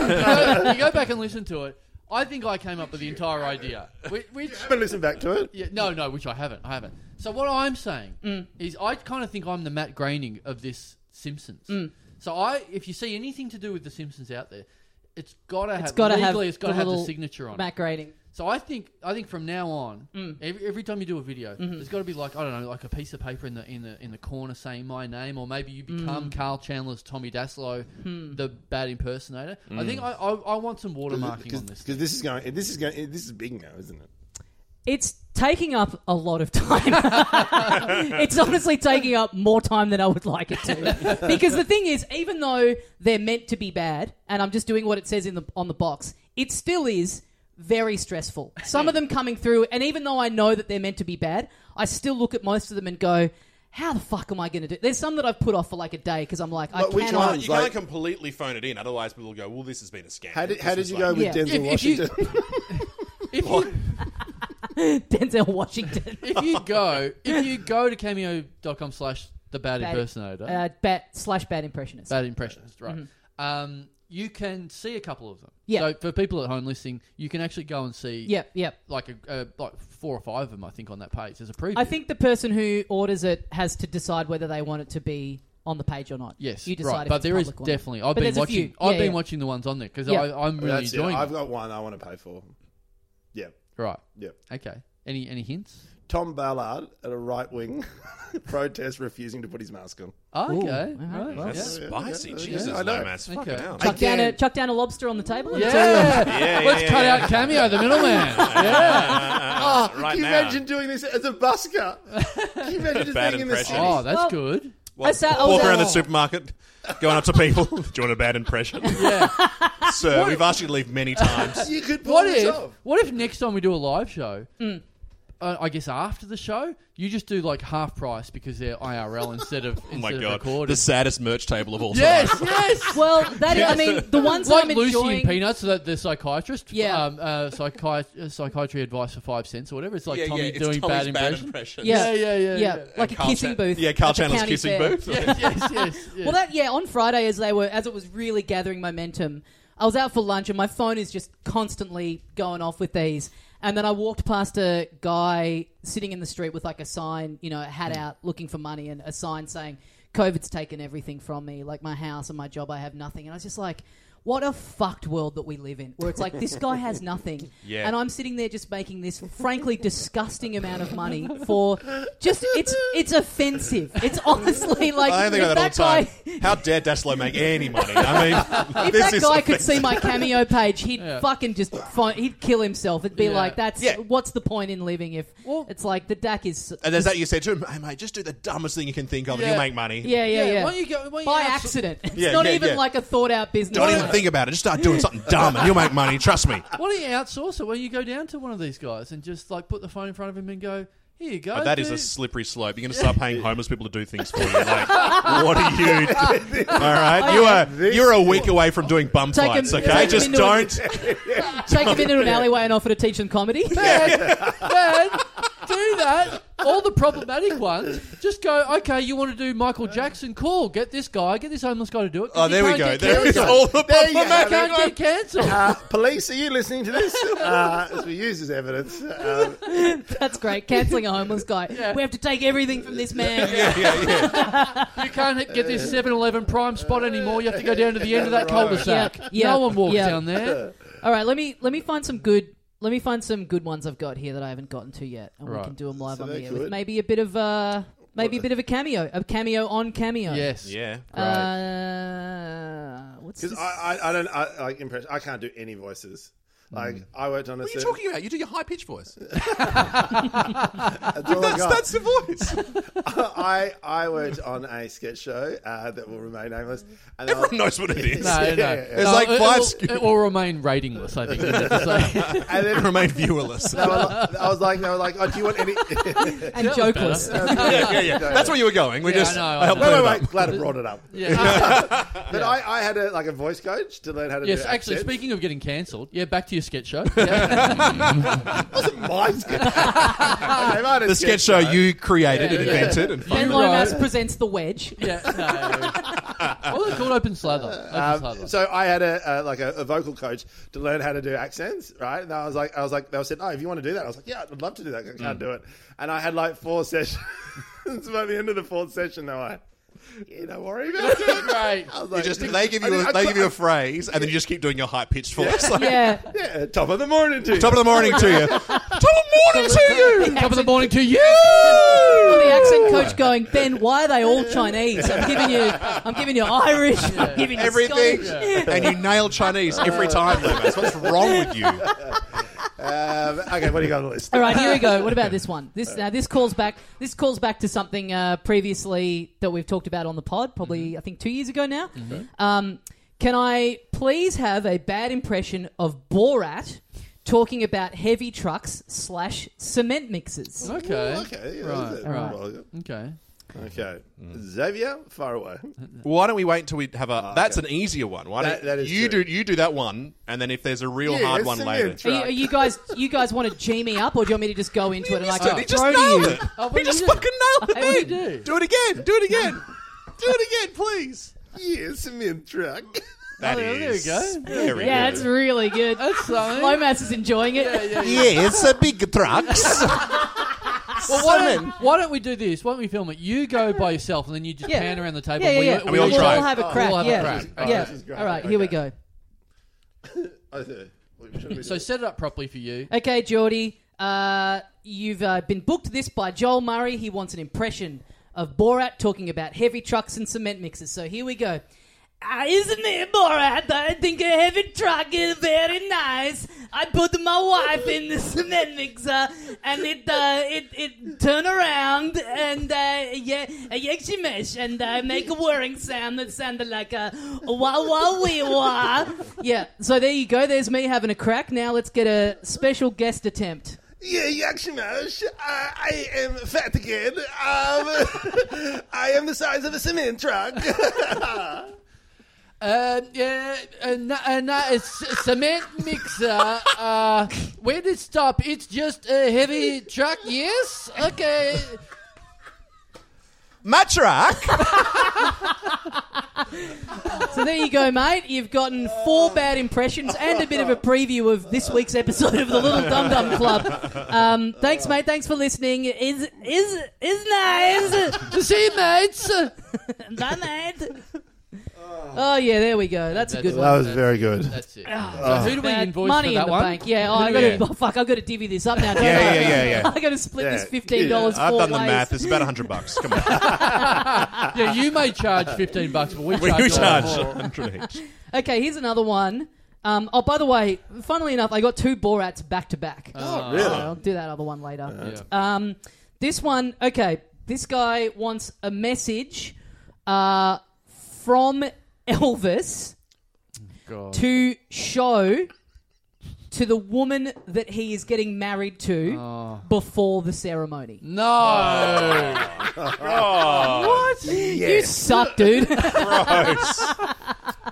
Speaker 4: go- you go back and listen to it. I think I came up with the entire idea. Which, which
Speaker 3: I'm going to listen back to it.
Speaker 4: yeah, no, no, which I haven't. I haven't. So what I'm saying
Speaker 1: Mm.
Speaker 4: is, I kind of think I'm the Matt Groening of this Simpsons.
Speaker 1: Mm.
Speaker 4: So I, if you see anything to do with the Simpsons out there, it's gotta have
Speaker 1: It's got to have.
Speaker 4: legally, it's gotta
Speaker 1: the
Speaker 4: have the
Speaker 1: little
Speaker 4: signature on it.
Speaker 1: Mac rating.
Speaker 4: So I think I think from now on,
Speaker 1: Mm.
Speaker 4: every, every time you do a video,
Speaker 1: Mm-hmm.
Speaker 4: there's got to be like I don't know, like a piece of paper in the in the in the corner saying my name, or maybe you
Speaker 1: Mm.
Speaker 4: become Carl Chandler's Tommy Daslow,
Speaker 1: Hmm.
Speaker 4: the bad impersonator. I think I, I I want some watermarking on this.
Speaker 3: Because this is going, this is going, this is big now, isn't it?
Speaker 1: It's taking up a lot of time. it's honestly taking up more time than I would like it to. Because the thing is, even though they're meant to be bad, and I'm just doing what it says in the on the box, it still is very stressful. Some of them coming through, and even though I know that they're meant to be bad, I still look at most of them and go, "How the fuck am I going to do?" There's some that I've put off for like a day because I'm like, I
Speaker 3: But which
Speaker 1: cannot.
Speaker 3: ones?
Speaker 2: You
Speaker 3: Like-
Speaker 2: can't completely phone it in, otherwise people will go, "Well, this has been a scam."
Speaker 3: How did,
Speaker 2: This
Speaker 3: how
Speaker 2: was
Speaker 3: did you
Speaker 2: like-
Speaker 3: go with
Speaker 1: Yeah.
Speaker 4: If-
Speaker 3: Denzel
Speaker 4: if you-
Speaker 3: Washington?
Speaker 4: If you,
Speaker 1: Denzel Washington.
Speaker 4: if you go if you go to cameo.com slash the bad, impersonator
Speaker 1: Uh, bat slash bad impressionist.
Speaker 4: bad impressionist right um, you can see a couple of them
Speaker 1: Yeah.
Speaker 4: so for people at home listening you can actually go and see
Speaker 1: Yep, yep.
Speaker 4: like a, a, like four or five of them I think on that page there's a preview
Speaker 1: I think the person who orders it has to decide whether they want it to be on the page or not.
Speaker 4: Yes,
Speaker 1: you decide.
Speaker 4: right.
Speaker 1: if
Speaker 4: but
Speaker 1: it's
Speaker 4: there is
Speaker 1: public or not.
Speaker 4: definitely. I've
Speaker 1: But
Speaker 4: been
Speaker 1: there's a
Speaker 4: watching.
Speaker 1: few.
Speaker 4: I've
Speaker 1: Yeah,
Speaker 4: been
Speaker 1: yeah.
Speaker 4: watching the ones on there because
Speaker 1: Yeah.
Speaker 4: I'm really
Speaker 3: That's it.
Speaker 4: enjoying.
Speaker 3: I've
Speaker 4: it.
Speaker 3: got one I want to pay for. Yeah,
Speaker 4: Right.
Speaker 3: yeah.
Speaker 4: Okay. Any any hints?
Speaker 3: Tom Ballard at a right wing protest refusing to put his mask on.
Speaker 4: Oh,
Speaker 1: Ooh, all
Speaker 4: okay.
Speaker 1: right,
Speaker 4: Right.
Speaker 1: well.
Speaker 4: yeah.
Speaker 2: That's spicy.
Speaker 3: Yeah.
Speaker 2: Jesus,
Speaker 3: Yeah.
Speaker 2: I
Speaker 3: I know.
Speaker 2: Fucking
Speaker 4: Okay.
Speaker 2: hell.
Speaker 1: Chuck down, a,
Speaker 3: Again.
Speaker 1: chuck down a lobster on the table. and
Speaker 4: Yeah.
Speaker 1: it's all-
Speaker 2: Yeah,
Speaker 4: Let's
Speaker 2: yeah,
Speaker 4: cut
Speaker 2: yeah.
Speaker 4: out cameo, the middleman. yeah.
Speaker 2: Ah, right
Speaker 3: Can you
Speaker 2: now.
Speaker 3: imagine doing this as a busker? Can you imagine just
Speaker 2: Bad
Speaker 3: being in the city?
Speaker 2: impression.
Speaker 4: Oh, that's
Speaker 1: Well-
Speaker 4: good.
Speaker 1: I sat- I was
Speaker 5: Walk
Speaker 1: at-
Speaker 5: around the supermarket, going up to people. Do you want a bad impression?
Speaker 4: Yeah.
Speaker 5: Sir, we've asked you to leave many times.
Speaker 3: You could pull
Speaker 4: what
Speaker 3: this
Speaker 4: if?
Speaker 3: off.
Speaker 4: What if next time we do a live show?
Speaker 1: Mm.
Speaker 4: Uh, I guess after the show, you just do like half price because they're IRL instead of
Speaker 5: Oh my
Speaker 4: instead of
Speaker 5: god,
Speaker 4: recorded.
Speaker 5: the saddest merch table of all
Speaker 4: yes,
Speaker 5: time.
Speaker 4: yes.
Speaker 1: Well, that is, I mean, the ones
Speaker 4: like
Speaker 1: that I'm
Speaker 4: Lucy
Speaker 1: enjoying.
Speaker 4: and Peanuts, the, the psychiatrist.
Speaker 1: Yeah.
Speaker 4: Um, uh, psychiatry, uh, psychiatry advice for five cents or whatever. It's like
Speaker 2: Yeah,
Speaker 4: Tommy
Speaker 2: yeah, it's
Speaker 4: doing
Speaker 2: Tommy's
Speaker 4: bad impression.
Speaker 2: impressions.
Speaker 1: yeah,
Speaker 4: Yeah, yeah, yeah, yeah.
Speaker 1: Like
Speaker 2: And
Speaker 1: a
Speaker 2: Carl
Speaker 1: kissing
Speaker 2: Chan-
Speaker 1: booth.
Speaker 5: Yeah, Carl
Speaker 1: at the
Speaker 5: Chandler's
Speaker 1: county
Speaker 5: kissing
Speaker 1: fair.
Speaker 5: booth.
Speaker 4: yes, yes, yes. yes.
Speaker 1: Well, that yeah. On Friday, as they were, as it was really gathering momentum, I was out for lunch, and my phone is just constantly going off with these. And then I walked past a guy sitting in the street with like a sign, you know, a hat out, looking for money, and a sign saying, "COVID's taken everything from me, like my house and my job. I have nothing." And I was just like. What a fucked world that we live in, where it's like this guy has nothing,
Speaker 2: Yeah.
Speaker 1: and I'm sitting there just making this frankly disgusting amount of money for just it's it's offensive. It's honestly like
Speaker 5: I don't think
Speaker 1: if
Speaker 5: about that all
Speaker 1: that
Speaker 5: the time.
Speaker 1: guy
Speaker 5: How dare Daslow make any money? I mean,
Speaker 1: if
Speaker 5: this
Speaker 1: that
Speaker 5: is
Speaker 1: guy could
Speaker 5: offensive.
Speaker 1: see my cameo page, he'd
Speaker 4: Yeah.
Speaker 1: fucking just find, he'd kill himself. It'd be
Speaker 4: Yeah.
Speaker 1: like, that's
Speaker 5: Yeah.
Speaker 1: what's the point in living if
Speaker 4: Well-
Speaker 1: it's like the DAC is.
Speaker 5: And there's that you said to him, hey mate, just do the dumbest thing you can think of and
Speaker 4: Yeah.
Speaker 5: you'll make money.
Speaker 1: Yeah, yeah, yeah.
Speaker 4: Why don't you go, why don't
Speaker 1: By
Speaker 4: you have some-
Speaker 1: accident, it's
Speaker 5: Yeah,
Speaker 1: not
Speaker 5: yeah,
Speaker 1: even
Speaker 5: yeah.
Speaker 1: like a thought out business.
Speaker 5: Don't even think about it. Just start doing something dumb and you'll make money. Trust me.
Speaker 4: Why don't you outsource it? Why don't you go down to one of these guys and just like put the phone in front of him and go, "Here you go."
Speaker 2: Oh,
Speaker 5: But that is
Speaker 4: dude."
Speaker 5: a slippery slope. You're going to start paying homeless people to do things for you. Like, what are you? doing? All right, you are you're a week away from doing bum
Speaker 1: Take
Speaker 5: fights.
Speaker 1: him-
Speaker 5: Okay,
Speaker 1: take him
Speaker 5: just
Speaker 1: into a-
Speaker 5: don't.
Speaker 1: Take him into an alleyway and offer to teach them comedy.
Speaker 4: Man, do that. All the problematic ones. Just go. Okay, you want to do Michael Jackson? Cool. Get this guy. Get this homeless guy to do it. 'cause
Speaker 5: Oh,
Speaker 4: he
Speaker 5: there we
Speaker 4: can't
Speaker 5: go.
Speaker 4: get
Speaker 5: There is
Speaker 4: cancelled.
Speaker 5: all the
Speaker 3: There you go.
Speaker 4: He
Speaker 5: problematic.
Speaker 4: can't get cancelled.
Speaker 3: Uh, police, are you listening to this? Uh, as we use as evidence. Um,
Speaker 1: That's great. Canceling a homeless guy. We have to take everything from this man.
Speaker 5: Yeah, yeah.
Speaker 4: You can't get this 7-Eleven prime spot anymore. You have to go down to the end of that
Speaker 3: Right.
Speaker 4: cul-de-sac.
Speaker 1: Yeah, yeah,
Speaker 4: No one walks
Speaker 1: yeah.
Speaker 4: down there.
Speaker 1: All right, let me let me find some good. Let me find some good ones I've got here that I haven't gotten to yet, and we
Speaker 4: Right.
Speaker 1: can do them live
Speaker 3: So
Speaker 1: on
Speaker 3: they're
Speaker 1: the air with
Speaker 3: good.
Speaker 1: maybe a bit of uh, maybe a bit of a cameo, a cameo on cameo.
Speaker 4: Yes.
Speaker 5: Yeah.
Speaker 1: Uh, what's
Speaker 3: Because
Speaker 1: this?
Speaker 3: I, I, I don't, I, like impression. I can't do any voices. Like I worked on a.
Speaker 5: What are you
Speaker 3: certain-
Speaker 5: talking about? You do your high pitched voice.
Speaker 3: That's all I
Speaker 5: That's,
Speaker 3: got.
Speaker 5: that's the voice.
Speaker 3: I, I worked on a sketch show uh, that will remain nameless. And
Speaker 5: Everyone knows what it is.
Speaker 4: No, no.
Speaker 3: Yeah.
Speaker 4: No,
Speaker 3: There's
Speaker 5: like
Speaker 4: it-
Speaker 5: five
Speaker 4: It will, it will remain ratingless, I think. So-
Speaker 3: And then
Speaker 5: Remain viewerless.
Speaker 3: they were like, I was like, they were like, oh, do you want any?
Speaker 1: and jokeless.
Speaker 5: yeah, yeah, yeah. That's where you were going. We
Speaker 4: Yeah,
Speaker 5: just
Speaker 4: I know, I
Speaker 5: I helped
Speaker 4: know.
Speaker 5: clear
Speaker 3: no,
Speaker 5: it
Speaker 3: wait,
Speaker 5: up.
Speaker 3: wait. Glad I brought it up.
Speaker 4: ah, yeah.
Speaker 3: But I, I had a, like a voice coach to learn how to.
Speaker 4: yes,
Speaker 3: do
Speaker 4: actually,
Speaker 3: accents.
Speaker 4: speaking of getting cancelled, yeah, back to your sketch show. Yeah.
Speaker 3: wasn't my sketch. Okay, I had a
Speaker 5: The sketch show you created
Speaker 4: Yeah,
Speaker 5: and
Speaker 4: yeah.
Speaker 5: invented and
Speaker 1: Ben
Speaker 5: funded.
Speaker 1: Lomas
Speaker 4: Right.
Speaker 1: presents the wedge.
Speaker 4: Yeah, no. what was it called? Open Slather. Open Slather.
Speaker 3: Um, so I had a, a like a, a vocal coach to learn how to do accents, right? And I was like, I was like, they said, "Oh, if you want to do that," I was like, "Yeah, I'd love to do that. I
Speaker 4: Mm.
Speaker 3: can't do it." And I had like four sessions. By the end of the fourth session, they were like, "Yeah, don't worry about it."
Speaker 4: Great.
Speaker 3: I was
Speaker 5: You
Speaker 3: like,
Speaker 5: just they give
Speaker 3: I
Speaker 5: you
Speaker 3: did- I
Speaker 5: a, they
Speaker 3: cl-
Speaker 5: give you a phrase and then you just keep doing your high pitched voice. Like,
Speaker 1: Yeah.
Speaker 3: yeah, top of the morning to you.
Speaker 5: Top of the morning to you. Top of the morning to you.
Speaker 4: Top of the morning to you.
Speaker 1: The accent coach going, Ben, why are they all Chinese? I'm giving you, I'm giving you Irish, I'm giving you
Speaker 5: Everything,
Speaker 1: Scottish.
Speaker 5: and you nail Chinese
Speaker 3: Uh,
Speaker 5: every time, Lemos. What's wrong with you?
Speaker 3: Um, okay, what do you got on the list?
Speaker 1: All right, here we go. What about this one? This now this calls back. This calls back to something uh, previously that we've talked about on the pod, probably I think two years ago now. Um, can I please have a bad impression of Borat talking about heavy trucks slash cement mixers.
Speaker 4: Okay.
Speaker 3: Okay. yeah,
Speaker 4: Right,
Speaker 3: is it?
Speaker 1: right.
Speaker 3: Well,
Speaker 4: Okay.
Speaker 3: Okay.
Speaker 5: Mm.
Speaker 3: Xavier, far away.
Speaker 2: Why don't we wait until we have a? that's an easier one. Why
Speaker 3: Ah, That-
Speaker 2: don't
Speaker 3: that is
Speaker 2: you
Speaker 3: true.
Speaker 2: do you do that one, and then if there's a real
Speaker 3: Yeah,
Speaker 2: hard one
Speaker 3: send me a
Speaker 2: later,
Speaker 1: Are you,
Speaker 3: truck.
Speaker 1: are you guys, you guys want to g me up, or do you want me to just go into it and I
Speaker 2: He
Speaker 1: can
Speaker 2: just
Speaker 1: throw to
Speaker 2: nailed
Speaker 1: you?
Speaker 2: it.
Speaker 4: Oh,
Speaker 2: He
Speaker 4: well,
Speaker 2: just
Speaker 4: you
Speaker 2: fucking nailed
Speaker 1: Hey,
Speaker 2: it.
Speaker 1: what
Speaker 2: then.
Speaker 1: do you do?
Speaker 2: do it again. Do it again. do it again, please.
Speaker 3: Yeah, send me a truck.
Speaker 2: That
Speaker 4: there- there you
Speaker 2: is
Speaker 4: go.
Speaker 2: Very
Speaker 1: Yeah,
Speaker 2: good.
Speaker 1: that's really good.
Speaker 4: That's something.
Speaker 1: Lomas is enjoying it.
Speaker 2: Yes, a big trucks.
Speaker 4: Well, why don't, why don't we do this? Why don't we film it? You go by yourself, and then you just
Speaker 1: Yeah.
Speaker 4: pan around the table.
Speaker 1: Yeah, yeah, yeah.
Speaker 2: And we all try.
Speaker 1: have a
Speaker 3: Oh,
Speaker 1: crack.
Speaker 4: we'll have a
Speaker 1: yeah,
Speaker 4: crack.
Speaker 3: Oh,
Speaker 1: yeah.
Speaker 3: this is great.
Speaker 1: All right, here we go.
Speaker 3: I do. What should we
Speaker 4: So
Speaker 3: do?
Speaker 4: set it up properly for you.
Speaker 1: Okay, Geordie, uh, you've uh, been booked this by Joel Murray. He wants an impression of Borat talking about heavy trucks and cement mixers. So here we go. Ah, isn't it, Borat? I think a heavy truck is very nice. I put my wife in the cement mixer, and it uh, it it turn around, and uh, yeah, uh, yeah, she mesh, and I make a whirring sound that sounded like a wah wah wee wah. Yeah. So there you go. There's me having a crack. Now let's get a special guest attempt.
Speaker 3: Yeah, Yakshamash, uh, I am fat again. Um, I am the size of a cement truck.
Speaker 4: Uh, yeah, and uh, and uh, it's a cement mixer. Uh, where did it stop? It's just a heavy truck. Yes. Okay.
Speaker 2: Matrak.
Speaker 1: So there you go, mate. You've gotten four bad impressions and a bit of a preview of this week's episode of the Little Dum Dum Club. Um, thanks, mate. Thanks for listening. Is is is nice,
Speaker 4: See you, mates.
Speaker 1: bye, mate. Oh yeah, there we go. That's a good one.
Speaker 3: was very good.
Speaker 4: That's it. so who do we
Speaker 1: Uh,
Speaker 4: invoice
Speaker 1: money
Speaker 4: for that
Speaker 1: in the
Speaker 4: one?
Speaker 1: bank. Yeah, oh, I
Speaker 4: Who
Speaker 1: got
Speaker 4: do we-
Speaker 1: to. Oh, fuck, I got to divvy this up now. Don't
Speaker 2: Yeah,
Speaker 1: I?
Speaker 2: yeah, yeah, yeah.
Speaker 1: I got to split this
Speaker 3: Yeah.
Speaker 1: fifteen dollars.
Speaker 2: I've
Speaker 1: four
Speaker 2: done the
Speaker 1: ways.
Speaker 2: math. It's about hundred bucks. Come on.
Speaker 4: Yeah, you may charge fifteen bucks, but we
Speaker 5: We
Speaker 4: charge.
Speaker 5: do
Speaker 4: a lot
Speaker 5: charge
Speaker 4: more.
Speaker 5: 100 each.
Speaker 1: Okay, here's another one. Um, oh, by the way, funnily enough, I got two Borats back to back.
Speaker 3: Oh, really?
Speaker 1: I'll do that other one later.
Speaker 4: Yeah.
Speaker 1: Um, this one, okay. This guy wants a message uh, from Elvis
Speaker 4: God.
Speaker 1: to show to the woman that he is getting married to before the ceremony.
Speaker 4: No.
Speaker 1: Oh, You suck, dude.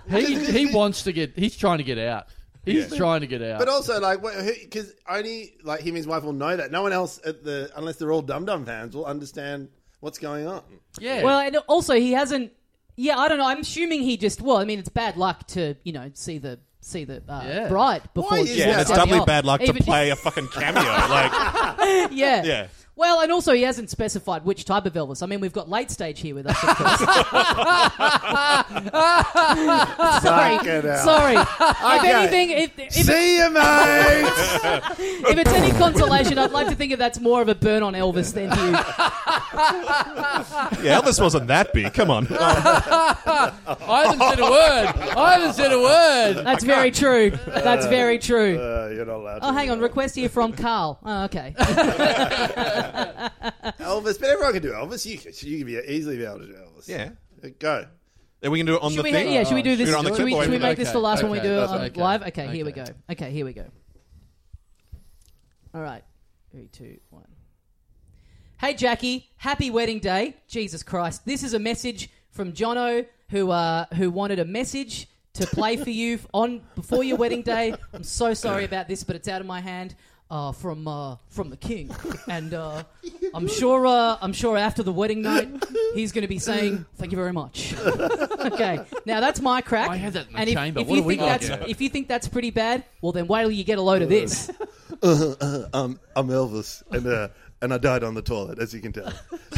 Speaker 4: he he wants to get. He's trying to get out. He's trying to get out.
Speaker 3: But also, like, because only like him and his wife will know that. No one else at the unless they're all Dum Dum fans will understand what's going on.
Speaker 4: yeah.
Speaker 1: Well, and also he hasn't. Yeah, I don't know. I'm assuming he just. Well, I mean, it's bad luck to you know see the see the uh,
Speaker 4: Yeah.
Speaker 1: bride before.
Speaker 3: Why
Speaker 1: it's
Speaker 3: is
Speaker 5: Yeah,
Speaker 3: Yeah,
Speaker 5: and it's
Speaker 1: bloody
Speaker 5: doubly
Speaker 1: up.
Speaker 5: bad luck to
Speaker 1: Even-
Speaker 5: play a fucking cameo. Like,
Speaker 1: yeah.
Speaker 5: yeah.
Speaker 1: Well, and also he hasn't specified which type of Elvis. I mean, we've got late stage here with us. Of course. sorry,
Speaker 3: Fucking hell.
Speaker 1: sorry. If
Speaker 3: Okay.
Speaker 1: anything, if, if,
Speaker 3: See you, mate.
Speaker 1: if it's any consolation, I'd like to think of that's more of a burn on Elvis than you.
Speaker 5: Yeah, Elvis wasn't that big. Come on.
Speaker 4: I haven't said a word. I haven't said a word.
Speaker 1: That's very true. That's very true.
Speaker 3: uh, you're not allowed. To
Speaker 1: Oh, hang on.
Speaker 3: do
Speaker 1: Request here from Carl. Oh, okay.
Speaker 3: that. Elvis. But everyone can do Elvis. You can, you can be easily be able to do Elvis.
Speaker 2: Yeah.
Speaker 3: Uh, go.
Speaker 5: Then we can do it on
Speaker 1: Should
Speaker 5: the
Speaker 1: we,
Speaker 5: thing.
Speaker 1: yeah, should we do
Speaker 5: Should we
Speaker 1: this?
Speaker 5: do it on the
Speaker 1: Should we,
Speaker 5: clipboard?
Speaker 1: should we make this the last
Speaker 4: Oh, Okay,
Speaker 1: one we do
Speaker 4: that's
Speaker 1: on
Speaker 4: okay.
Speaker 1: live? Okay, here we go.
Speaker 4: Okay.
Speaker 1: Okay, here we go. All right. Three, two, one. Hey, Jackie. Happy wedding day. Jesus Christ. This is a message from Jono who, uh, who wanted a message to play for you on before your wedding day. I'm so sorry about this, but it's out of my hand. Uh, from uh, from the king, and uh, I'm sure uh, I'm sure after the wedding night, he's going to be saying thank you very much. okay, now that's my crack.
Speaker 4: I had that in the
Speaker 1: and if,
Speaker 4: chamber.
Speaker 1: if
Speaker 4: What
Speaker 1: you
Speaker 4: have we
Speaker 1: think
Speaker 4: got?
Speaker 1: that's if you think that's pretty bad, well then wait till you get a load of this.
Speaker 3: Um, I'm Elvis, and uh, and I died on the toilet, as you can tell.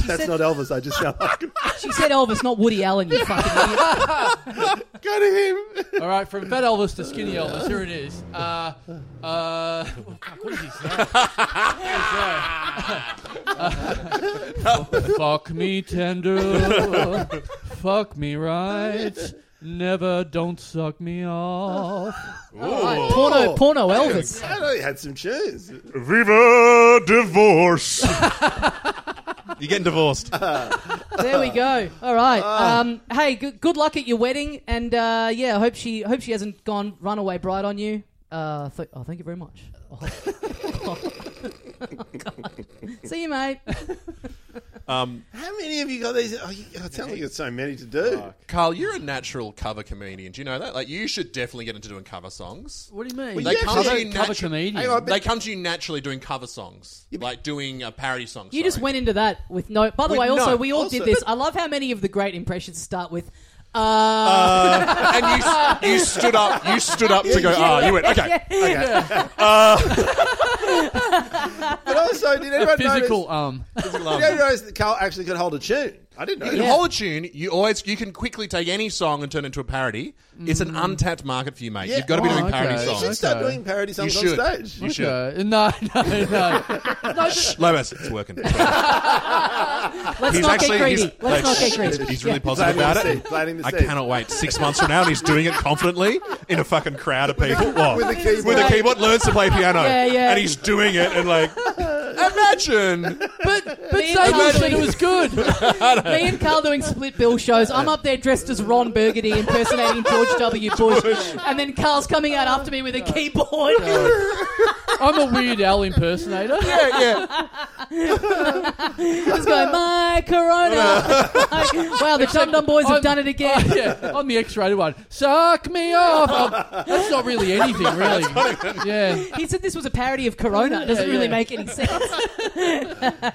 Speaker 3: That's not Elvis. I just sound like.
Speaker 1: She said Elvis, not Woody Allen. You fucking idiot.
Speaker 3: go to him.
Speaker 4: All right, from fat Elvis to skinny Elvis. Here it is. Uh, uh, fuck, what is his name? What is that? Uh, fuck me tender, fuck me right. Never don't suck me off.
Speaker 1: porno, porno Elvis.
Speaker 3: I know you had some tunes.
Speaker 5: Viva divorce. You're getting divorced.
Speaker 1: There we go. All right. Um, hey, good, good luck at your wedding, and uh, yeah, I hope she hope she hasn't gone runaway bride on you. Uh, th- oh, thank you very much. See you, mate.
Speaker 2: Um,
Speaker 3: How many of you got these? Oh, you, it sounds like it's so many to do.
Speaker 2: Carl, you're a natural cover comedian. Do you know that? Like, you should definitely get into doing cover songs.
Speaker 4: What do you mean?
Speaker 3: Well,
Speaker 2: They
Speaker 3: you
Speaker 2: come to
Speaker 3: actually-
Speaker 2: you
Speaker 4: cover
Speaker 2: natu-
Speaker 4: comedian.
Speaker 3: Hang on, but-
Speaker 2: They come to you naturally doing cover songs, like doing a parody song.
Speaker 1: You just
Speaker 2: sorry.
Speaker 1: went into that with no. By the
Speaker 2: With
Speaker 1: way, also
Speaker 2: no-
Speaker 1: we all
Speaker 3: also-
Speaker 1: did this. I love how many of the great impressions start with. Uh,
Speaker 2: and you, s- you stood up. You stood up to go. Ah, you went. Okay.
Speaker 3: But also, did anyone
Speaker 4: physical
Speaker 3: notice?
Speaker 4: um.
Speaker 3: Did anyone notice that Carl actually could hold a tune? I didn't know.
Speaker 2: You
Speaker 3: that.
Speaker 2: can hold a tune. You always you can quickly take any song and turn it into a parody. It's
Speaker 1: Mm.
Speaker 2: an untapped market for you, mate.
Speaker 3: Yeah.
Speaker 2: You've got to be
Speaker 4: Oh,
Speaker 2: doing parody
Speaker 4: okay.
Speaker 3: You should
Speaker 2: songs.
Speaker 3: start
Speaker 4: Okay.
Speaker 3: doing parody songs
Speaker 2: You should.
Speaker 3: on stage.
Speaker 2: You should.
Speaker 4: Okay. No, no, no.
Speaker 2: Shh, Lomas, it's working.
Speaker 1: let's not get greedy.
Speaker 2: he's-
Speaker 1: Let's not get
Speaker 2: shh,
Speaker 1: greedy.
Speaker 2: He's really
Speaker 3: Planting
Speaker 2: positive
Speaker 3: the
Speaker 2: about
Speaker 3: seed,
Speaker 2: it.
Speaker 3: planting the
Speaker 5: I
Speaker 3: seed.
Speaker 5: cannot wait. Six months from now, and he's doing it confidently in a fucking crowd of people. Oh,
Speaker 3: with a keyboard.
Speaker 5: With a keyboard, learns to play piano.
Speaker 1: Yeah, yeah.
Speaker 5: And he's doing it, and like,
Speaker 2: Imagine.
Speaker 1: But but me
Speaker 4: Say
Speaker 1: and, Carl
Speaker 4: you said it
Speaker 1: doing-
Speaker 4: was good.
Speaker 1: me and Carl doing split bill shows. I'm up there dressed as Ron Burgundy impersonating George W. Bush, and then Carl's coming out after me with a keyboard.
Speaker 4: I'm a Weird Al impersonator.
Speaker 2: Yeah, yeah.
Speaker 1: He's going, my Corona. Like, wow, the Dum Dum Boys have
Speaker 4: I'm-
Speaker 1: done it again.
Speaker 4: Oh, yeah, I'm the X-rated one. Suck me off. Um, that's not really anything, really. yeah.
Speaker 1: He said this was a parody of Corona. It doesn't
Speaker 4: Yeah,
Speaker 1: really
Speaker 4: yeah.
Speaker 1: make any sense.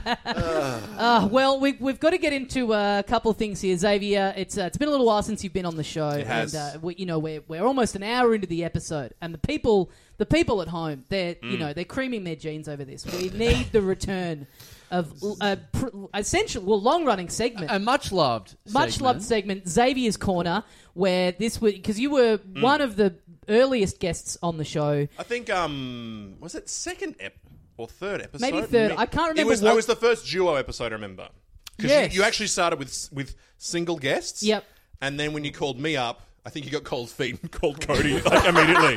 Speaker 1: uh, well, we, we've got to get into uh, a couple of things here, Xavier. It's uh, it's been a little while since you've been on the show,
Speaker 2: It has.
Speaker 1: and uh, we, you know we're we're almost an hour into the episode, and the people the people at home they're
Speaker 2: Mm.
Speaker 1: you know they're creaming their jeans over this. We need the return of l- a pr- essential, well, long running segment.
Speaker 4: And much loved.
Speaker 1: Much loved segment, Xavier's Corner, where this was because you were
Speaker 2: Mm.
Speaker 1: one of the earliest guests on the show.
Speaker 2: I think um was it second ep- or third episode?
Speaker 1: Maybe third. I can't remember
Speaker 2: It was,
Speaker 1: what-
Speaker 2: it was the first duo episode. I remember. Because
Speaker 1: Yes.
Speaker 2: you, you actually started with s- with single guests.
Speaker 1: Yep.
Speaker 2: And then when you called me up, I think you got cold feet and called Cody.
Speaker 5: Cody, like, immediately.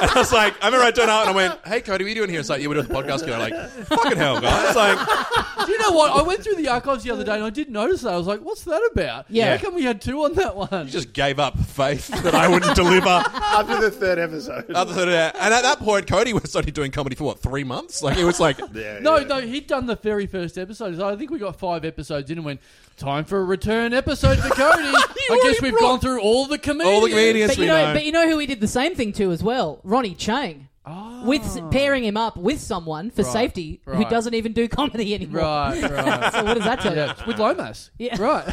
Speaker 5: And I was like, I remember I turned out and I went,
Speaker 2: Hey Cody, what are you doing here? It's like you were doing the podcast. And I'm like,
Speaker 5: fucking hell, guys. Like,
Speaker 4: Do you know what? I went through the archives the other day and I did notice that. I was like, what's that about?
Speaker 1: Yeah.
Speaker 4: How come we had two on that one?
Speaker 2: you just gave up faith.
Speaker 5: that I wouldn't deliver.
Speaker 3: After the third episode.
Speaker 2: Other than that, and at that point, Cody was only doing comedy for what three months. Like it was like
Speaker 3: Yeah,
Speaker 4: No,
Speaker 3: yeah.
Speaker 4: no, he'd done the very first episode. I think we got five episodes in and went, time for a return episode for Cody. I guess
Speaker 1: already
Speaker 4: we've
Speaker 1: brought-
Speaker 4: gone through all the comedians.
Speaker 2: all the comedians
Speaker 1: But
Speaker 2: we
Speaker 1: you know,
Speaker 2: know.
Speaker 1: but you know who we did the same thing to as well, Ronnie Chang. With pairing him up with someone for safety who
Speaker 4: Ah. right.
Speaker 1: doesn't even do comedy anymore.
Speaker 4: Right, right.
Speaker 1: So what does that tell you?
Speaker 4: yeah, with Lomas.
Speaker 1: Yeah.
Speaker 4: Right.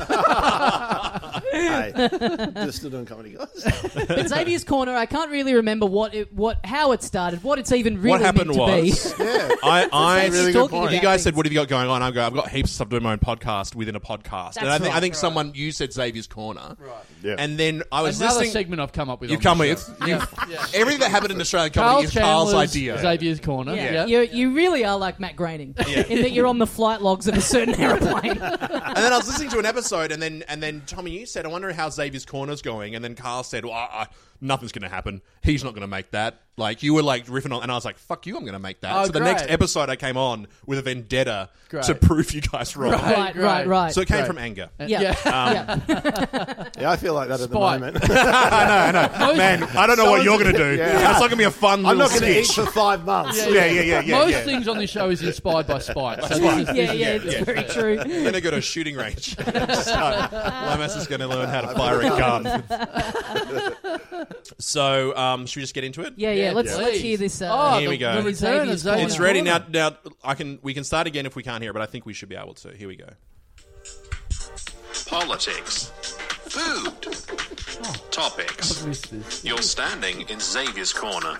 Speaker 3: Hey, just still doing comedy, guys.
Speaker 1: But Xavier's Corner, I can't really remember what it, what how it started, what it's even really
Speaker 2: what happened
Speaker 1: meant to
Speaker 2: was, I, I
Speaker 1: It's really good talking point.
Speaker 2: you
Speaker 1: about
Speaker 2: guys said,
Speaker 1: things.
Speaker 2: "What have you got going on?" I go, "I've got heaps of stuff doing my own podcast within a podcast." and I
Speaker 1: That's
Speaker 2: think, I
Speaker 1: right.
Speaker 2: think someone you said Xavier's Corner, right?
Speaker 3: Yeah.
Speaker 2: And then I was
Speaker 4: Another
Speaker 2: listening.
Speaker 4: segment I've come up with.
Speaker 2: you
Speaker 4: on
Speaker 2: come
Speaker 4: the show.
Speaker 2: with you, everything that happened in Australian
Speaker 4: Carl
Speaker 2: comedy is Carl's
Speaker 4: Chandler's
Speaker 2: idea.
Speaker 4: Xavier's Corner.
Speaker 1: be.
Speaker 4: Yeah.
Speaker 1: You, you really are like Matt Groening in that you're on the flight logs of a certain aeroplane.
Speaker 2: and then I was listening to an episode, and then and then Tommy, you said, "I wonder how Xavier's corner's going." And then Carl said, "Well, I, I, nothing's going to happen. He's not going to make that." Like you were like riffing on, and I was like, "Fuck you, I'm going to make that."
Speaker 4: Oh,
Speaker 2: so the
Speaker 4: great.
Speaker 2: next episode, I came on with a vendetta
Speaker 4: Great.
Speaker 2: to prove you guys wrong.
Speaker 4: Right.
Speaker 1: right, right, right.
Speaker 2: So it came
Speaker 4: Great.
Speaker 2: from anger.
Speaker 1: yeah.
Speaker 4: Yeah. Um,
Speaker 1: yeah.
Speaker 3: Yeah, I feel like that at the
Speaker 4: Spite.
Speaker 3: moment.
Speaker 4: Most-
Speaker 5: Man, I don't know what you're going to do.
Speaker 3: Yeah.
Speaker 5: It's not going to be a fun
Speaker 3: I'm
Speaker 5: little
Speaker 3: not going to eat
Speaker 5: sketch.
Speaker 3: for five months.
Speaker 4: Yeah,
Speaker 5: yeah, yeah, yeah, yeah.
Speaker 4: Most
Speaker 5: yeah.
Speaker 4: things on this show is inspired by spite. So this is,
Speaker 1: Yeah,
Speaker 4: this is-
Speaker 1: yeah, it's very true.
Speaker 2: Then I go to a shooting range. Start- Lamas is going to learn how to fire a gun. so, um, should we just get into it?
Speaker 1: Yeah, yeah.
Speaker 4: Yeah,
Speaker 1: let's let's
Speaker 4: please.
Speaker 1: hear this. Uh,
Speaker 4: Oh,
Speaker 2: Here
Speaker 4: the,
Speaker 2: we go.
Speaker 4: the return of
Speaker 1: Xavier's
Speaker 4: Xavier.
Speaker 1: Corner.
Speaker 2: It's ready now. Now I can we can start again if we can't hear, but I think we should be able to. Here we go.
Speaker 7: politics, food, topics. You're standing in Xavier's corner.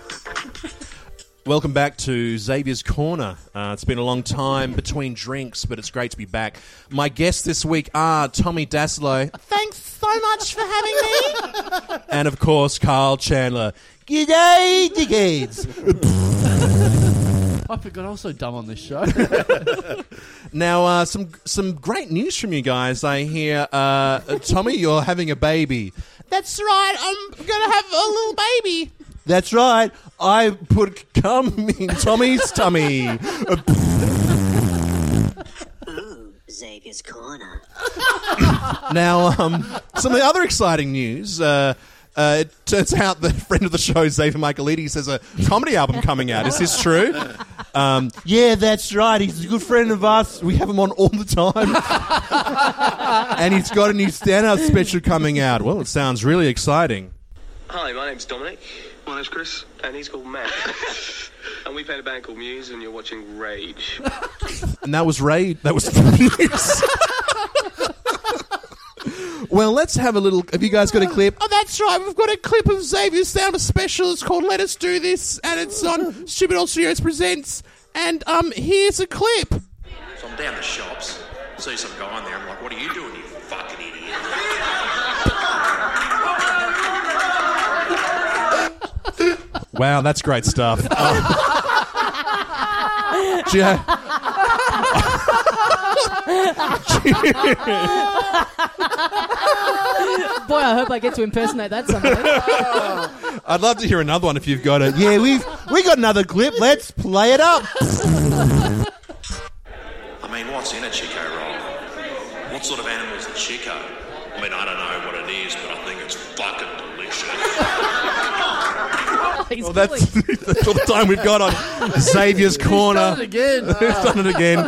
Speaker 2: Welcome back to Xavier's Corner. Uh, it's been a long time between drinks, but it's great to be back. My guests this week are Tommy Daslow. Thanks so much for having me. and of course, Carl Chandler. G'day, diggies.
Speaker 4: I forgot I was so dumb on this show.
Speaker 2: Now, uh, some some great news from you guys. I hear, uh, Tommy, you're having a baby. That's right. I'm gonna have a little baby. That's right. I put cum in Tommy's tummy.
Speaker 8: Xavier's Corner.
Speaker 2: now, um, some of the other exciting news. Uh, Uh, it turns out the friend of the show, Xavier Michaelides, has a comedy album coming out. Is this true? Um, yeah, that's right. He's a good friend of us. We have him on all the time. and he's got a new stand-up special coming out. Well, it sounds really exciting.
Speaker 9: Hi, my name's Dominic,
Speaker 10: My name's Chris.
Speaker 9: and he's called Matt. and we played a band called Muse, and you're watching Rage.
Speaker 2: And that was Raid. That was news. well, let's have a little. Have you guys got a clip? Oh, that's right. We've got a clip of Xavier's sound special. It's called "Let Us Do This," and it's on Stupid Old Studios presents. And um, here's a clip.
Speaker 7: So I'm down the shops, see some guy in there. I'm like, what are you doing, you fucking idiot?
Speaker 2: Wow, that's great stuff. Oh. Um, do you-
Speaker 1: Boy, I hope I get to impersonate that someday.
Speaker 2: I'd love to hear another one if you've got it. Yeah, we've we got another clip. Let's play it up.
Speaker 7: I mean, what's in a Chico roll? What sort of animal's a Chico? I mean, I don't know what it is, but I think it's fucking delicious.
Speaker 1: He's
Speaker 2: Well, that's,
Speaker 1: really-
Speaker 2: that's all the time we've got on Xavier's Corner.
Speaker 4: Done it again.
Speaker 2: We've done it again.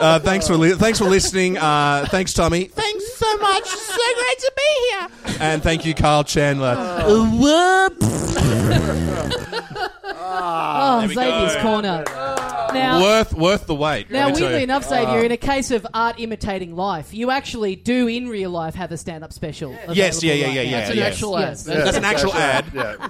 Speaker 2: Uh, thanks for li- thanks for listening. Uh, thanks, Tommy. Thanks so much. So great to be here. And thank you, Carl Chandler.
Speaker 1: oh,
Speaker 2: we
Speaker 1: Xavier's
Speaker 2: go.
Speaker 1: corner. Now,
Speaker 2: worth worth the wait.
Speaker 1: Now,
Speaker 2: let me tell
Speaker 1: weirdly
Speaker 2: you. Ah.
Speaker 1: enough, Xavier, in a case of art imitating life, you actually do in real life have a stand-up special.
Speaker 2: Yes,
Speaker 1: available
Speaker 2: yeah, yeah,
Speaker 1: right
Speaker 2: yeah,
Speaker 1: now.
Speaker 2: yeah.
Speaker 4: That's an
Speaker 2: yes.
Speaker 4: actual ad.
Speaker 1: Yes.
Speaker 4: That's-
Speaker 2: That's an actual ad
Speaker 3: Yeah.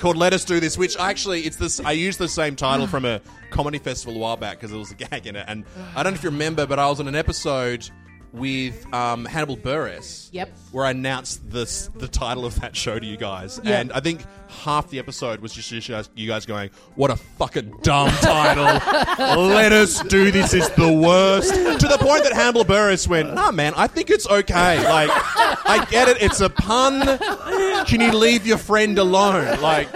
Speaker 2: called "Let Us Do This," which actually it's this. I used the same title from a comedy festival a while back because there was a gag in it, and I don't know if you remember, but I was on an episode with um, Hannibal Buress.
Speaker 1: Yep.
Speaker 2: Where I announced this the title of that show to you guys, and I think half the episode was just you guys- you guys going, "What a fucking dumb title! Let us do this is the worst." To the point that Hannibal Buress went, "Nah, man, I think it's okay. Like, I get it. It's a pun. Can you leave your friend alone? Like,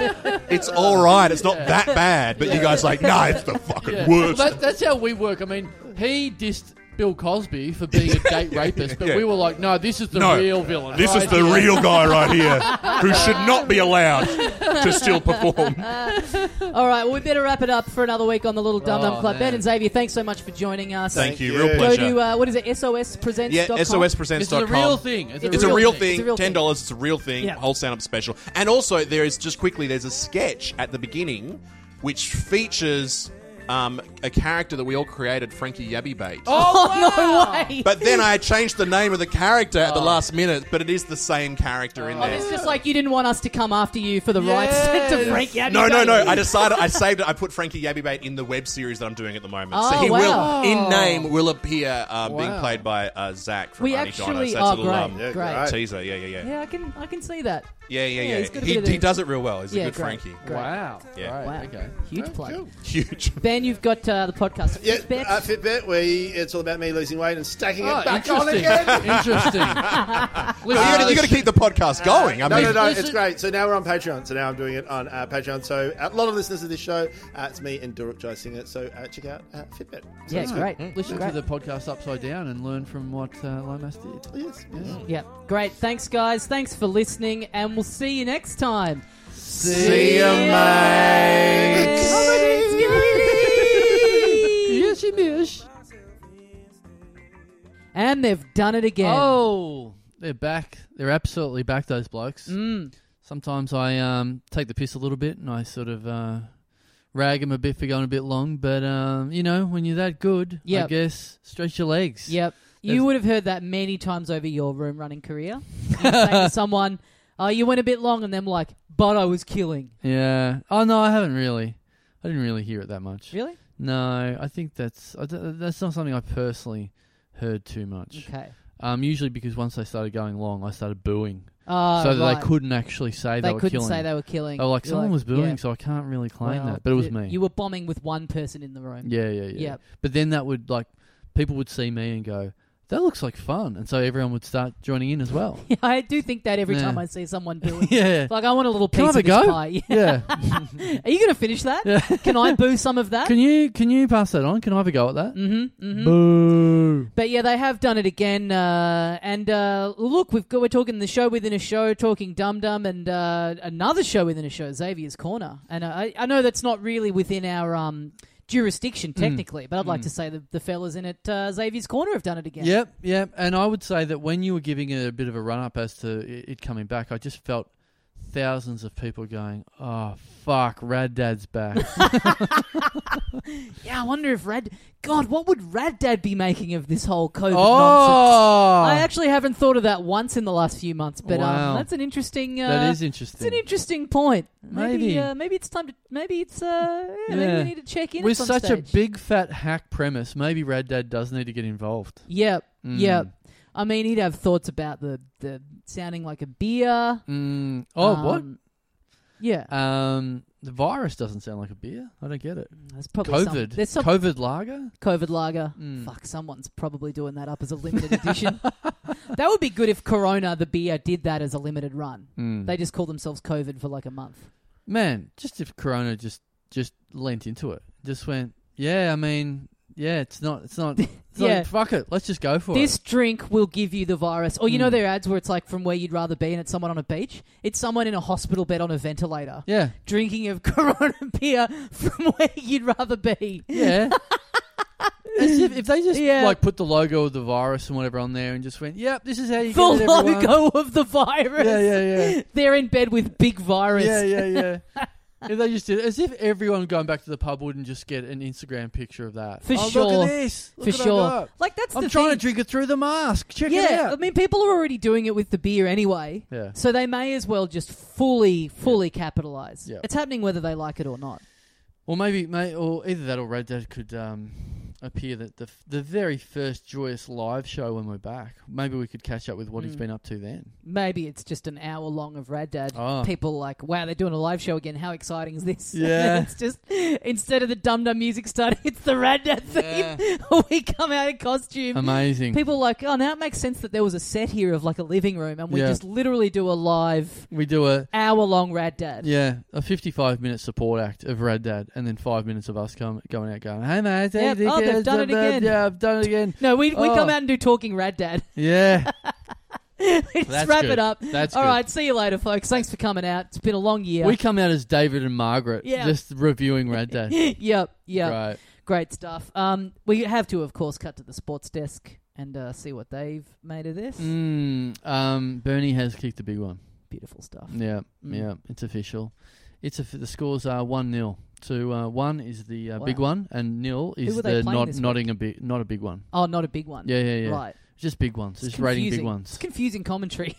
Speaker 2: it's all right. It's not that bad." But you guys like, "Nah, it's the fucking
Speaker 4: Yeah.
Speaker 2: worst."
Speaker 4: Well, that, that's how we work. I mean, he dissed Bill Cosby for being a date rapist, but
Speaker 2: Yeah.
Speaker 4: we were like, no, this is the
Speaker 5: No.
Speaker 4: real villain.
Speaker 5: This is
Speaker 4: right
Speaker 5: the
Speaker 4: here.
Speaker 5: real guy right here who should not be allowed to still perform.
Speaker 1: All right, well, we better wrap it up for another week on the Little Dum Dum
Speaker 4: Oh,
Speaker 1: Club. Ben
Speaker 4: man.
Speaker 1: and Xavier, thanks so much for joining us.
Speaker 2: Thank, you.
Speaker 3: you.
Speaker 2: Real
Speaker 1: Go
Speaker 2: pleasure.
Speaker 1: to, uh, what is it, sospresents.com?
Speaker 2: yeah, sospresents.com.
Speaker 4: It's the real thing. It's,
Speaker 2: It's a real thing.
Speaker 1: It's a real
Speaker 2: Ten dollars. It's a real thing.
Speaker 1: Yeah.
Speaker 2: Whole stand up special. And also, there is just quickly. There's a sketch at the beginning, which features um, a character that we all created, Frankie Yabby Bait.
Speaker 1: Oh, no way.
Speaker 2: But then I changed the name of the character at
Speaker 1: Oh.
Speaker 2: the last minute. But it is the same character in there.
Speaker 1: It's just like you didn't want us to come after you for the rights to Frank Yabby.
Speaker 2: No, no, no. I decided I saved it. I put Frankie Yabby Bait in the web series that I'm doing at the moment. so
Speaker 1: Oh,
Speaker 2: he
Speaker 1: wow.
Speaker 2: will, in name, will appear uh, being
Speaker 4: Wow.
Speaker 2: played by uh, Zach from
Speaker 1: We
Speaker 2: Arnie Dinos.
Speaker 1: actually,
Speaker 2: That's
Speaker 1: oh,
Speaker 2: a little um,
Speaker 1: great,
Speaker 3: Yeah,
Speaker 1: great.
Speaker 3: great.
Speaker 2: teaser. Yeah, yeah, yeah.
Speaker 1: Yeah, I can, I can see that.
Speaker 2: Yeah, yeah,
Speaker 1: Yeah,
Speaker 2: yeah.
Speaker 1: he's got a
Speaker 2: He,
Speaker 1: bit of the-
Speaker 2: he does it real well. He's
Speaker 1: Yeah,
Speaker 2: a good
Speaker 1: great,
Speaker 2: Frankie.
Speaker 1: great.
Speaker 4: Wow.
Speaker 2: Yeah.
Speaker 4: Right,
Speaker 1: Wow.
Speaker 4: Okay.
Speaker 1: Huge plug.
Speaker 2: Huge.
Speaker 1: Ben, you've got uh, the podcast.
Speaker 3: Yeah,
Speaker 1: Fitbit.
Speaker 3: uh, Fitbit, where it's all about me losing weight and stacking
Speaker 4: Oh,
Speaker 3: it back on
Speaker 4: interesting.
Speaker 3: again.
Speaker 4: interesting. Listen,
Speaker 2: you got to keep the podcast going. I
Speaker 3: No,
Speaker 2: mean,
Speaker 3: no, no,
Speaker 4: Listen-
Speaker 3: it's great. So now we're on Patreon. So now I'm doing it on uh, Patreon. So uh, a lot of listeners of this show, uh, it's me and Doruk Jai Singer. So uh, check out uh, Fitbit. So
Speaker 1: yeah,
Speaker 3: it's-
Speaker 1: great.
Speaker 4: Listen
Speaker 1: great.
Speaker 4: to the podcast upside down and learn from what uh, Lomas did.
Speaker 3: Yes, yes.
Speaker 1: Yeah, great. Thanks, guys. Thanks for listening, and we'll see you next time.
Speaker 2: See ya, mate.
Speaker 4: Yes, you miss.
Speaker 1: And they've done it again.
Speaker 4: Oh, they're back. They're absolutely back. Those blokes.
Speaker 1: Mm.
Speaker 4: Sometimes I um, take the piss a little bit and I sort of uh, rag them a bit for going a bit long. But um, you know, when you're that good, I
Speaker 1: Yep.
Speaker 4: guess stretch your legs.
Speaker 1: Yep. You
Speaker 4: There's-
Speaker 1: would have heard that many times over your room running career. You say to someone, oh, you went a bit long, and them like, but I was killing.
Speaker 4: Yeah. Oh no, I haven't really. I didn't really hear it that much.
Speaker 1: Really?
Speaker 4: No, I think that's I d- that's not something I personally heard too much.
Speaker 1: Okay.
Speaker 4: Um, usually because once they started going long, I started booing,
Speaker 1: Oh,
Speaker 4: so that
Speaker 1: right.
Speaker 4: they couldn't actually say they,
Speaker 1: They
Speaker 4: were
Speaker 1: couldn't
Speaker 4: killing.
Speaker 1: say they were killing.
Speaker 4: Oh, like
Speaker 1: You're
Speaker 4: someone was booing,
Speaker 1: yeah.
Speaker 4: so I can't really claim
Speaker 1: Well,
Speaker 4: that. But it was
Speaker 1: you-
Speaker 4: me.
Speaker 1: You were bombing with one person in the room.
Speaker 4: yeah, yeah, yeah.
Speaker 1: Yep.
Speaker 4: But then that would like people would see me and go, that looks like fun. And so everyone would start joining in as well.
Speaker 1: Yeah, I do think that every
Speaker 4: Yeah.
Speaker 1: time I see someone doing. it.
Speaker 4: yeah.
Speaker 1: Like I want a little piece
Speaker 4: Can I have
Speaker 1: of
Speaker 4: a
Speaker 1: this
Speaker 4: go?
Speaker 1: pie. Yeah.
Speaker 4: Yeah.
Speaker 1: Are you going to finish that? Can I boo some of that?
Speaker 4: Can you can you pass that on? Can I have a go at that?
Speaker 1: mm-hmm, mm-hmm.
Speaker 4: Boo.
Speaker 1: But yeah, they have done it again. Uh, and uh, look, we've got, we're talking the show within a show, talking Dum Dum, and uh, another show within a show, Xavier's Corner. And uh, I, I know that's not really within our um, jurisdiction
Speaker 4: Hmm.
Speaker 1: technically, but I'd like to say the, the fellas in it, uh, Xavier's Corner, have done it again.
Speaker 4: Yep, yep. And I would say that when you were giving it a bit of a run up as to it it coming back, I just felt thousands of people going, "Oh fuck, Rad Dad's back."
Speaker 1: Yeah, I wonder if Rad. God, what would Rad Dad be making of this whole COVID nonsense?
Speaker 4: oh,
Speaker 1: I actually haven't thought of that once in the last few months, but
Speaker 4: Wow.
Speaker 1: um, that's an interesting. Uh,
Speaker 4: that is
Speaker 1: It's an
Speaker 4: interesting.
Speaker 1: interesting point. Maybe
Speaker 4: Maybe.
Speaker 1: uh, maybe it's time to maybe it's uh yeah, maybe
Speaker 4: Yeah.
Speaker 1: we need to check in.
Speaker 4: With
Speaker 1: at some
Speaker 4: such a
Speaker 1: stage.
Speaker 4: big fat hack premise, maybe Rad Dad does need to get involved.
Speaker 1: Yep.
Speaker 4: Mm.
Speaker 1: Yep. I mean, he'd have thoughts about the, the sounding like a beer.
Speaker 4: Mm. Oh,
Speaker 1: Um, Yeah,
Speaker 4: what? Um, the virus doesn't sound like a beer. I don't get it.
Speaker 1: that's probably some-
Speaker 4: COVID.
Speaker 1: there's some
Speaker 4: COVID lager.
Speaker 1: COVID lager.
Speaker 4: Mm.
Speaker 1: Fuck, someone's probably doing that up as a limited edition. that would be good if Corona, the beer, did that as a limited run.
Speaker 4: Mm.
Speaker 1: They just call themselves COVID for like a month.
Speaker 4: Man, just if Corona just just lent into it, just went, yeah. I mean, yeah, it's not, it's not, it's
Speaker 1: Yeah.
Speaker 4: like, fuck it, let's just go for
Speaker 1: This
Speaker 4: it.
Speaker 1: drink will give you the virus. Or you know
Speaker 4: Mm.
Speaker 1: their ads where it's like from where you'd rather be, and it's someone on a beach. It's someone in a hospital bed on a ventilator
Speaker 4: Yeah,
Speaker 1: drinking of Corona beer from where you'd rather be.
Speaker 4: yeah. As if, if they just
Speaker 1: Yeah.
Speaker 4: like put the logo of the virus and whatever on there, and just went, yep, this is how you
Speaker 1: the
Speaker 4: get it, everyone."
Speaker 1: logo of the virus.
Speaker 4: Yeah, yeah, yeah.
Speaker 1: They're in bed with big virus.
Speaker 4: Yeah, yeah, yeah. if they just did, as if everyone going back to the pub wouldn't just get an Instagram picture of that.
Speaker 1: For
Speaker 4: oh,
Speaker 1: sure.
Speaker 4: Look at this. Look
Speaker 1: for
Speaker 4: what I
Speaker 1: sure.
Speaker 4: got.
Speaker 1: Like that's
Speaker 4: I'm
Speaker 1: the
Speaker 4: trying
Speaker 1: thing.
Speaker 4: to drink it through the mask. Check it
Speaker 1: yeah,
Speaker 4: out.
Speaker 1: I mean, people are already doing it with the beer anyway,
Speaker 4: yeah.
Speaker 1: so they may as well just fully, fully capitalize.
Speaker 4: Yeah.
Speaker 1: It's happening whether they like it or not.
Speaker 4: Or maybe, may, or either that or Red Dead could um, appear that the f- the very first joyous live show when we're back. Maybe we could catch up with what he's
Speaker 1: Mm.
Speaker 4: been up to then.
Speaker 1: Maybe it's just an hour long of Rad Dad.
Speaker 4: Oh.
Speaker 1: People like, wow, they're doing a live show again. How exciting is this?
Speaker 4: Yeah.
Speaker 1: it's just instead of the dum dum music starting, it's the Rad Dad theme. we come out in costume.
Speaker 4: Amazing.
Speaker 1: People are like, oh, now it makes sense that there was a set here of like a living room, and we
Speaker 4: Yeah.
Speaker 1: just literally do a live
Speaker 4: we do a
Speaker 1: hour long Rad Dad.
Speaker 4: yeah a fifty five minute support act of Red Dad, and then five minutes of us come going out going, hey mate,
Speaker 1: Yep.
Speaker 4: hey,
Speaker 1: Oh, they've
Speaker 4: dickheads,
Speaker 1: done it
Speaker 4: blah, blah,
Speaker 1: again."
Speaker 4: Yeah, I've done it again.
Speaker 1: No, we we
Speaker 4: Oh.
Speaker 1: come out and do talking Rad Dad.
Speaker 4: Yeah,
Speaker 1: Let's
Speaker 4: That's
Speaker 1: wrap
Speaker 4: good.
Speaker 1: it up.
Speaker 4: That's
Speaker 1: All
Speaker 4: good.
Speaker 1: right, see you later, folks. Thanks for coming out. It's been a long year.
Speaker 4: we come out as David and Margaret,
Speaker 1: Yeah.
Speaker 4: just reviewing Red Dad.
Speaker 1: yep, yep.
Speaker 4: Right.
Speaker 1: Great stuff. Um, we have to, of course, cut to the sports desk and uh, see what they've made of this.
Speaker 4: Mm, um, Bernie has kicked a big one.
Speaker 1: Beautiful stuff.
Speaker 4: Yeah,
Speaker 1: Mm.
Speaker 4: yeah, it's official. It's a, the scores are one 0 to uh, one is the uh, big
Speaker 1: Wow.
Speaker 4: one, and nil is
Speaker 1: were they
Speaker 4: the
Speaker 1: playing
Speaker 4: not
Speaker 1: this
Speaker 4: nodding a big not a big one.
Speaker 1: Oh, not a big one.
Speaker 4: Yeah, yeah, yeah.
Speaker 1: Right.
Speaker 4: Just big ones.
Speaker 1: It's
Speaker 4: just rating big
Speaker 1: confusing.
Speaker 4: ones.
Speaker 1: It's confusing commentary.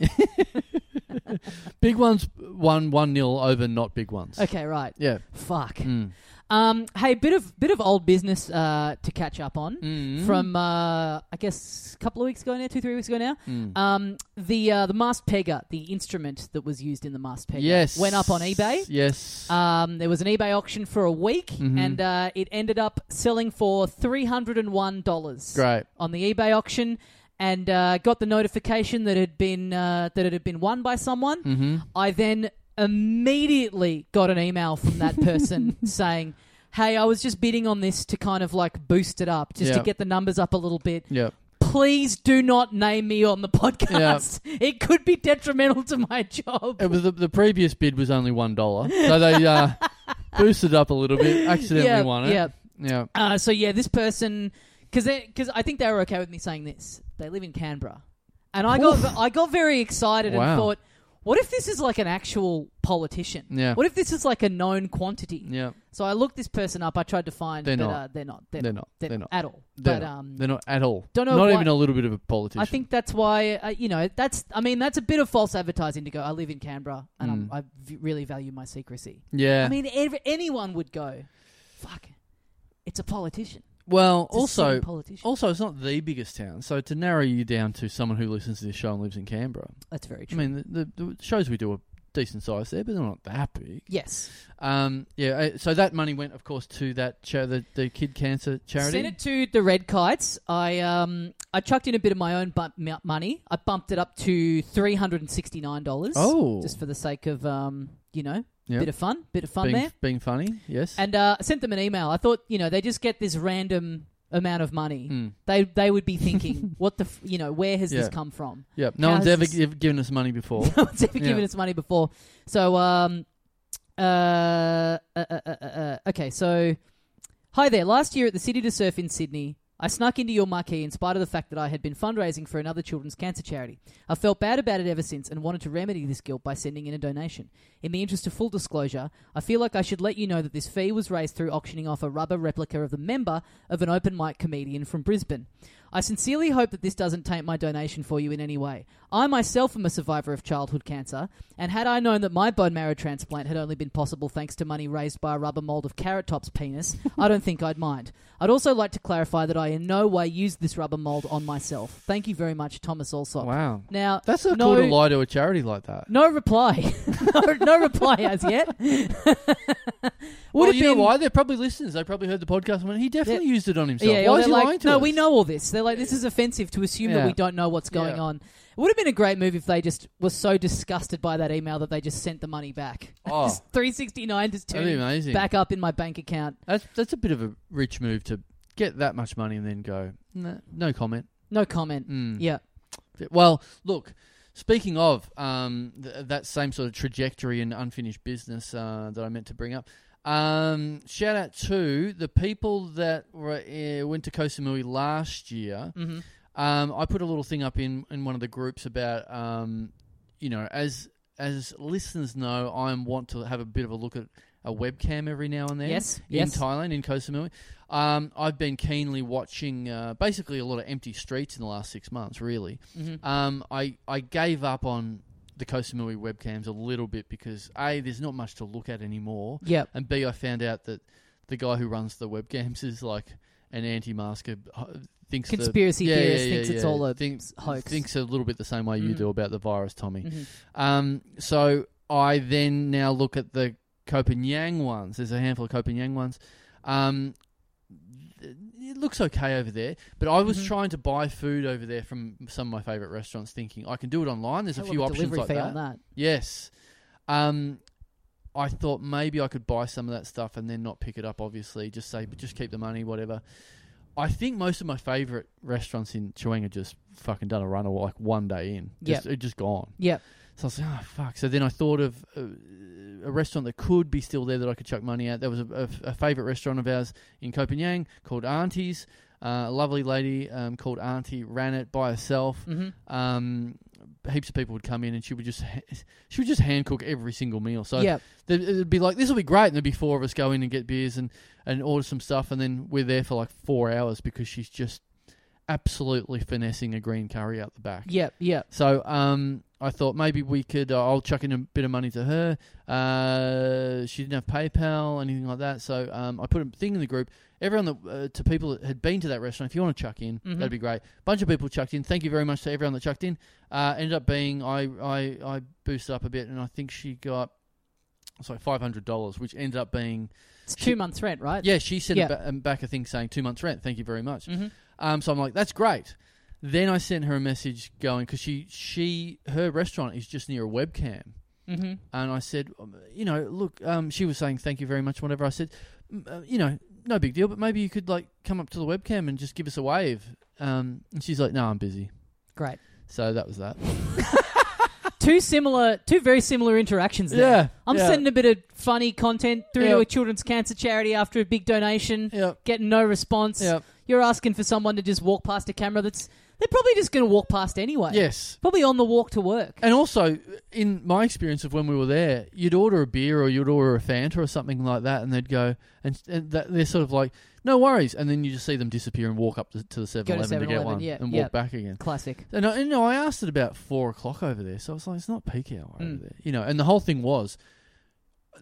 Speaker 4: big ones won one 0 over not big ones.
Speaker 1: okay, right.
Speaker 4: Yeah.
Speaker 1: Fuck.
Speaker 4: Mm.
Speaker 1: Um, hey, bit of bit of old business uh, to catch up on
Speaker 4: Mm.
Speaker 1: from uh, I guess a couple of weeks ago now, two three weeks ago now.
Speaker 4: Mm.
Speaker 1: Um, the uh, the mast pegger, the instrument that was used in the mast pegger,
Speaker 4: yes
Speaker 1: went up on eBay.
Speaker 4: Yes.
Speaker 1: Um, there was an eBay auction for a week,
Speaker 4: Mhm.
Speaker 1: and uh, it ended up selling for three hundred and one dollars
Speaker 4: Great.
Speaker 1: on the eBay auction, and uh, got the notification that it had been uh, that it had been won by someone.
Speaker 4: Mm-hmm.
Speaker 1: I then immediately got an email from that person saying, "Hey, I was just bidding on this to kind of like boost it up, just to
Speaker 4: Yeah.
Speaker 1: get the numbers up a little bit.
Speaker 4: Yeah.
Speaker 1: Please do not name me on the podcast. It could be detrimental to my job."
Speaker 4: It was the, the previous bid was only one dollar, so they uh, boosted up a little bit. Accidentally
Speaker 1: Yeah,
Speaker 4: won it.
Speaker 1: yeah.
Speaker 4: Yeah.
Speaker 1: Uh, so yeah, this person, because because I think they were okay with me saying this. They live in Canberra, and I got I got very excited
Speaker 4: Wow.
Speaker 1: and thought, what if this is like an actual politician?
Speaker 4: Yeah.
Speaker 1: What if this is like a known quantity?
Speaker 4: Yeah.
Speaker 1: So I looked this person up. I tried to find,
Speaker 4: They're
Speaker 1: but
Speaker 4: not.
Speaker 1: Uh, they're not. They're,
Speaker 4: They're
Speaker 1: not.
Speaker 4: not. They're not.
Speaker 1: at all.
Speaker 4: They're,
Speaker 1: but
Speaker 4: not,
Speaker 1: um,
Speaker 4: they're not at all.
Speaker 1: don't know
Speaker 4: Not
Speaker 1: why-
Speaker 4: even a little bit of a politician.
Speaker 1: I think that's why uh, you know that's. I mean, that's a bit of false advertising to go. I live in Canberra, and I'm, I v- really value my secrecy.
Speaker 4: Mm. Yeah.
Speaker 1: I mean, ev- anyone would go, fuck. It's a politician.
Speaker 4: well,
Speaker 1: It's a sitting
Speaker 4: also,
Speaker 1: politician.
Speaker 4: also, it's not the biggest town. So to narrow you down to someone who listens to this show and lives in Canberra,
Speaker 1: That's very true.
Speaker 4: I mean, the, the, the shows we do are decent size there, but they're not that big.
Speaker 1: Yes.
Speaker 4: Um, yeah. uh, So that money went, of course, to that cha- the, the kid cancer charity.
Speaker 1: Sent it to the Red Kites. I um I chucked in a bit of my own bump, m- money. I bumped it up to three hundred and sixty nine dollars.
Speaker 4: Oh.
Speaker 1: just for the sake of um you know
Speaker 4: Yeah.
Speaker 1: bit of fun, bit of fun
Speaker 4: being,
Speaker 1: there.
Speaker 4: being funny, yes.
Speaker 1: And uh, I sent them an email. I thought you know they just get this random amount of money. They they would be thinking what the f- you know where has
Speaker 4: Hmm. Yeah.
Speaker 1: this come from?
Speaker 4: yep. No
Speaker 1: How
Speaker 4: one's
Speaker 1: is
Speaker 4: ever
Speaker 1: this-
Speaker 4: giv given us money before.
Speaker 1: no one's ever given
Speaker 4: Yeah.
Speaker 1: us money before. So, um, uh, uh, uh, uh, uh, okay, so, hi there. Last year at the City to Surf in Sydney, I snuck into your marquee in spite of the fact that I had been fundraising for another children's cancer charity. I felt bad about it ever since and wanted to remedy this guilt by sending in a donation. In the interest of full disclosure, I feel like I should let you know that this fee was raised through auctioning off a rubber replica of the member of an open mic comedian from Brisbane. I sincerely hope that this doesn't taint my donation for you in any way. I myself am a survivor of childhood cancer, and had I known that my bone marrow transplant had only been possible thanks to money raised by a rubber mold of Carrot Top's penis, I don't think I'd mind. I'd also like to clarify that I in no way used this rubber mold on myself. Thank you very much, Thomas Allsop.
Speaker 4: Wow.
Speaker 1: Now
Speaker 4: That's not
Speaker 1: no,
Speaker 4: cool to lie to a charity like that.
Speaker 1: No reply. no, no reply as yet. Would
Speaker 4: well,
Speaker 1: have
Speaker 4: you know
Speaker 1: been-
Speaker 4: why? They're probably listeners. They probably heard the podcast and went, he definitely used it on himself.
Speaker 1: Yeah,
Speaker 4: why
Speaker 1: or
Speaker 4: is
Speaker 1: they're
Speaker 4: he
Speaker 1: like,
Speaker 4: lying to
Speaker 1: no,
Speaker 4: us?
Speaker 1: we know all this. They're like, this is offensive to assume
Speaker 4: Yeah.
Speaker 1: that we don't know what's going
Speaker 4: Yeah.
Speaker 1: on. It would have been a great move if they just were so disgusted by that email that they just sent the money back.
Speaker 4: Oh.
Speaker 1: three sixty nine just
Speaker 4: That'd be amazing.
Speaker 1: turned back up in my bank account.
Speaker 4: That's, that's a bit of a rich move to get that much money and then go, nah, no comment.
Speaker 1: No comment.
Speaker 4: Mm.
Speaker 1: Yeah,
Speaker 4: Well, look, speaking of um, th- that same sort of trajectory and unfinished business uh, that I meant to bring up, um, shout out to the people that were, uh, went to Koh Samui last year.
Speaker 1: Mm-hmm.
Speaker 4: Um, I put a little thing up in, in one of the groups about, um, you know, as as listeners know, I want to have a bit of a look at a webcam every now and then.
Speaker 1: Yes,
Speaker 4: in
Speaker 1: yes.
Speaker 4: Thailand, in Koh Samui. Um, I've been keenly watching uh, basically a lot of empty streets in the last six months, really.
Speaker 1: Mm-hmm.
Speaker 4: Um, I, I gave up on the Koh Samui webcams a little bit because, A, there's not much to look at anymore.
Speaker 1: Yep.
Speaker 4: And B, I found out that the guy who runs the webcams is like an anti masker. Thinks the-
Speaker 1: Conspiracy
Speaker 4: yeah,
Speaker 1: theorist
Speaker 4: yeah, yeah,
Speaker 1: thinks it's
Speaker 4: yeah.
Speaker 1: all a
Speaker 4: Think-
Speaker 1: hoax. Mm-hmm.
Speaker 4: Thinks a little bit the same way you do about the virus, Tommy. Um, so I then now look at the Copenhagen ones. There's a handful of Copenhagen ones. Um, it looks okay over there, but I
Speaker 1: Mm-hmm.
Speaker 4: was trying to buy food over there from some of my favorite restaurants, thinking I can do it online. There's a
Speaker 1: How
Speaker 4: few
Speaker 1: about the
Speaker 4: options
Speaker 1: delivery
Speaker 4: like
Speaker 1: fee
Speaker 4: that.
Speaker 1: on that.
Speaker 4: Yes. Um, I thought maybe I could buy some of that stuff and then not pick it up. Obviously, just say, but just keep the money, whatever. I think most of my favorite restaurants in Chewing are just fucking done a runner like one day in.
Speaker 1: Yep.
Speaker 4: Just, it just gone.
Speaker 1: Yep.
Speaker 4: So I was like, oh fuck. So then I thought of a, a restaurant that could be still there that I could chuck money at. There was a, a, a favorite restaurant of ours in Copenhagen called Auntie's. Uh, a lovely lady um, called Auntie ran it by herself.
Speaker 1: Mm-hmm.
Speaker 4: Um, heaps of people would come in and she would just ha- she would just hand cook every single meal. So
Speaker 1: Yep.
Speaker 4: there'd- it'd be like this will be great, and there'd be four of us go in and get beers and and order some stuff, and then we're there for like four hours because she's just absolutely finessing a green curry out the back.
Speaker 1: Yep. Yep.
Speaker 4: So um, I thought maybe we could. Uh, I'll chuck in a bit of money to her. Uh, she didn't have PayPal, anything like that. So um, I put a thing in the group. Everyone that uh, to people that had been to that restaurant, if you want to chuck in, that'd be great. Bunch of people chucked in. Thank you very much to everyone that chucked in. Uh, ended up being I, I I boosted up a bit, and I think she got sorry five hundred dollars, which ended up being
Speaker 1: It's two months rent, right?
Speaker 4: yeah, she sent
Speaker 1: Yeah.
Speaker 4: ba- um, back a thing saying two months rent. Thank you very much. Um, so I'm like, that's great. Then I sent her a message going because she she her restaurant is just near a webcam, mm-hmm. and I said, um, you know, look, um, she was saying thank you very much, whatever. I said, "M- uh, you know, no big deal, but maybe you could like come up to the webcam and just give us a wave. Um, and she's like, no, I'm busy.
Speaker 1: Great.
Speaker 4: So that was that.
Speaker 1: Two similar, two very similar interactions. There.
Speaker 4: Yeah,
Speaker 1: I'm
Speaker 4: yeah.
Speaker 1: sending a bit of funny content through
Speaker 4: Yeah.
Speaker 1: to a children's cancer charity after a big donation.
Speaker 4: Yeah.
Speaker 1: Getting no response.
Speaker 4: Yep.
Speaker 1: You're asking for someone to just walk past a camera that's they're probably just going to walk past anyway.
Speaker 4: Yes.
Speaker 1: Probably on the walk to work.
Speaker 4: And also, in my experience of when we were there, you'd order a beer or you'd order a Fanta or something like that, and they'd go, and, and that, they're sort of like, no worries. And then you just see them disappear and walk up to, to the 7 Eleven to get
Speaker 1: 7-Eleven,
Speaker 4: one
Speaker 1: yeah,
Speaker 4: and
Speaker 1: yeah.
Speaker 4: walk back again.
Speaker 1: Classic.
Speaker 4: And I, and no, I asked at about four o'clock over there, so I was like, it's not peak hour over there. You know, and the whole thing was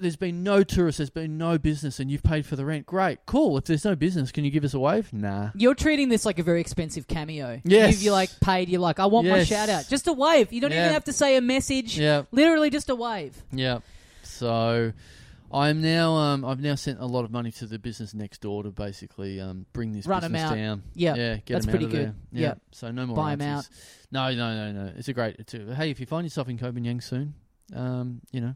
Speaker 4: there's been no tourists, there's been no business, and you've paid for the rent. Great, cool. If there's no business, can you give us a wave? Nah.
Speaker 1: You're treating this like a very expensive cameo.
Speaker 4: Yes.
Speaker 1: You've, you're like paid. You're like, I want my
Speaker 4: Yes.
Speaker 1: shout out. Just a wave. You don't
Speaker 4: Yeah.
Speaker 1: even have to say a message.
Speaker 4: Yeah.
Speaker 1: Literally just a wave.
Speaker 4: Yeah. So I'm now um, I've now sent a lot of money to the business next door to basically um, bring this
Speaker 1: Run 'em
Speaker 4: business
Speaker 1: out.
Speaker 4: down.
Speaker 1: Yeah,
Speaker 4: Yeah, get
Speaker 1: that's
Speaker 4: 'em
Speaker 1: pretty
Speaker 4: out of there.
Speaker 1: good.
Speaker 4: Yeah.
Speaker 1: Yeah.
Speaker 4: So no more
Speaker 1: Buy 'em
Speaker 4: answers. No, no, no, no. It's a great it's a, hey, if you find yourself in Copenhagen soon, um, you know,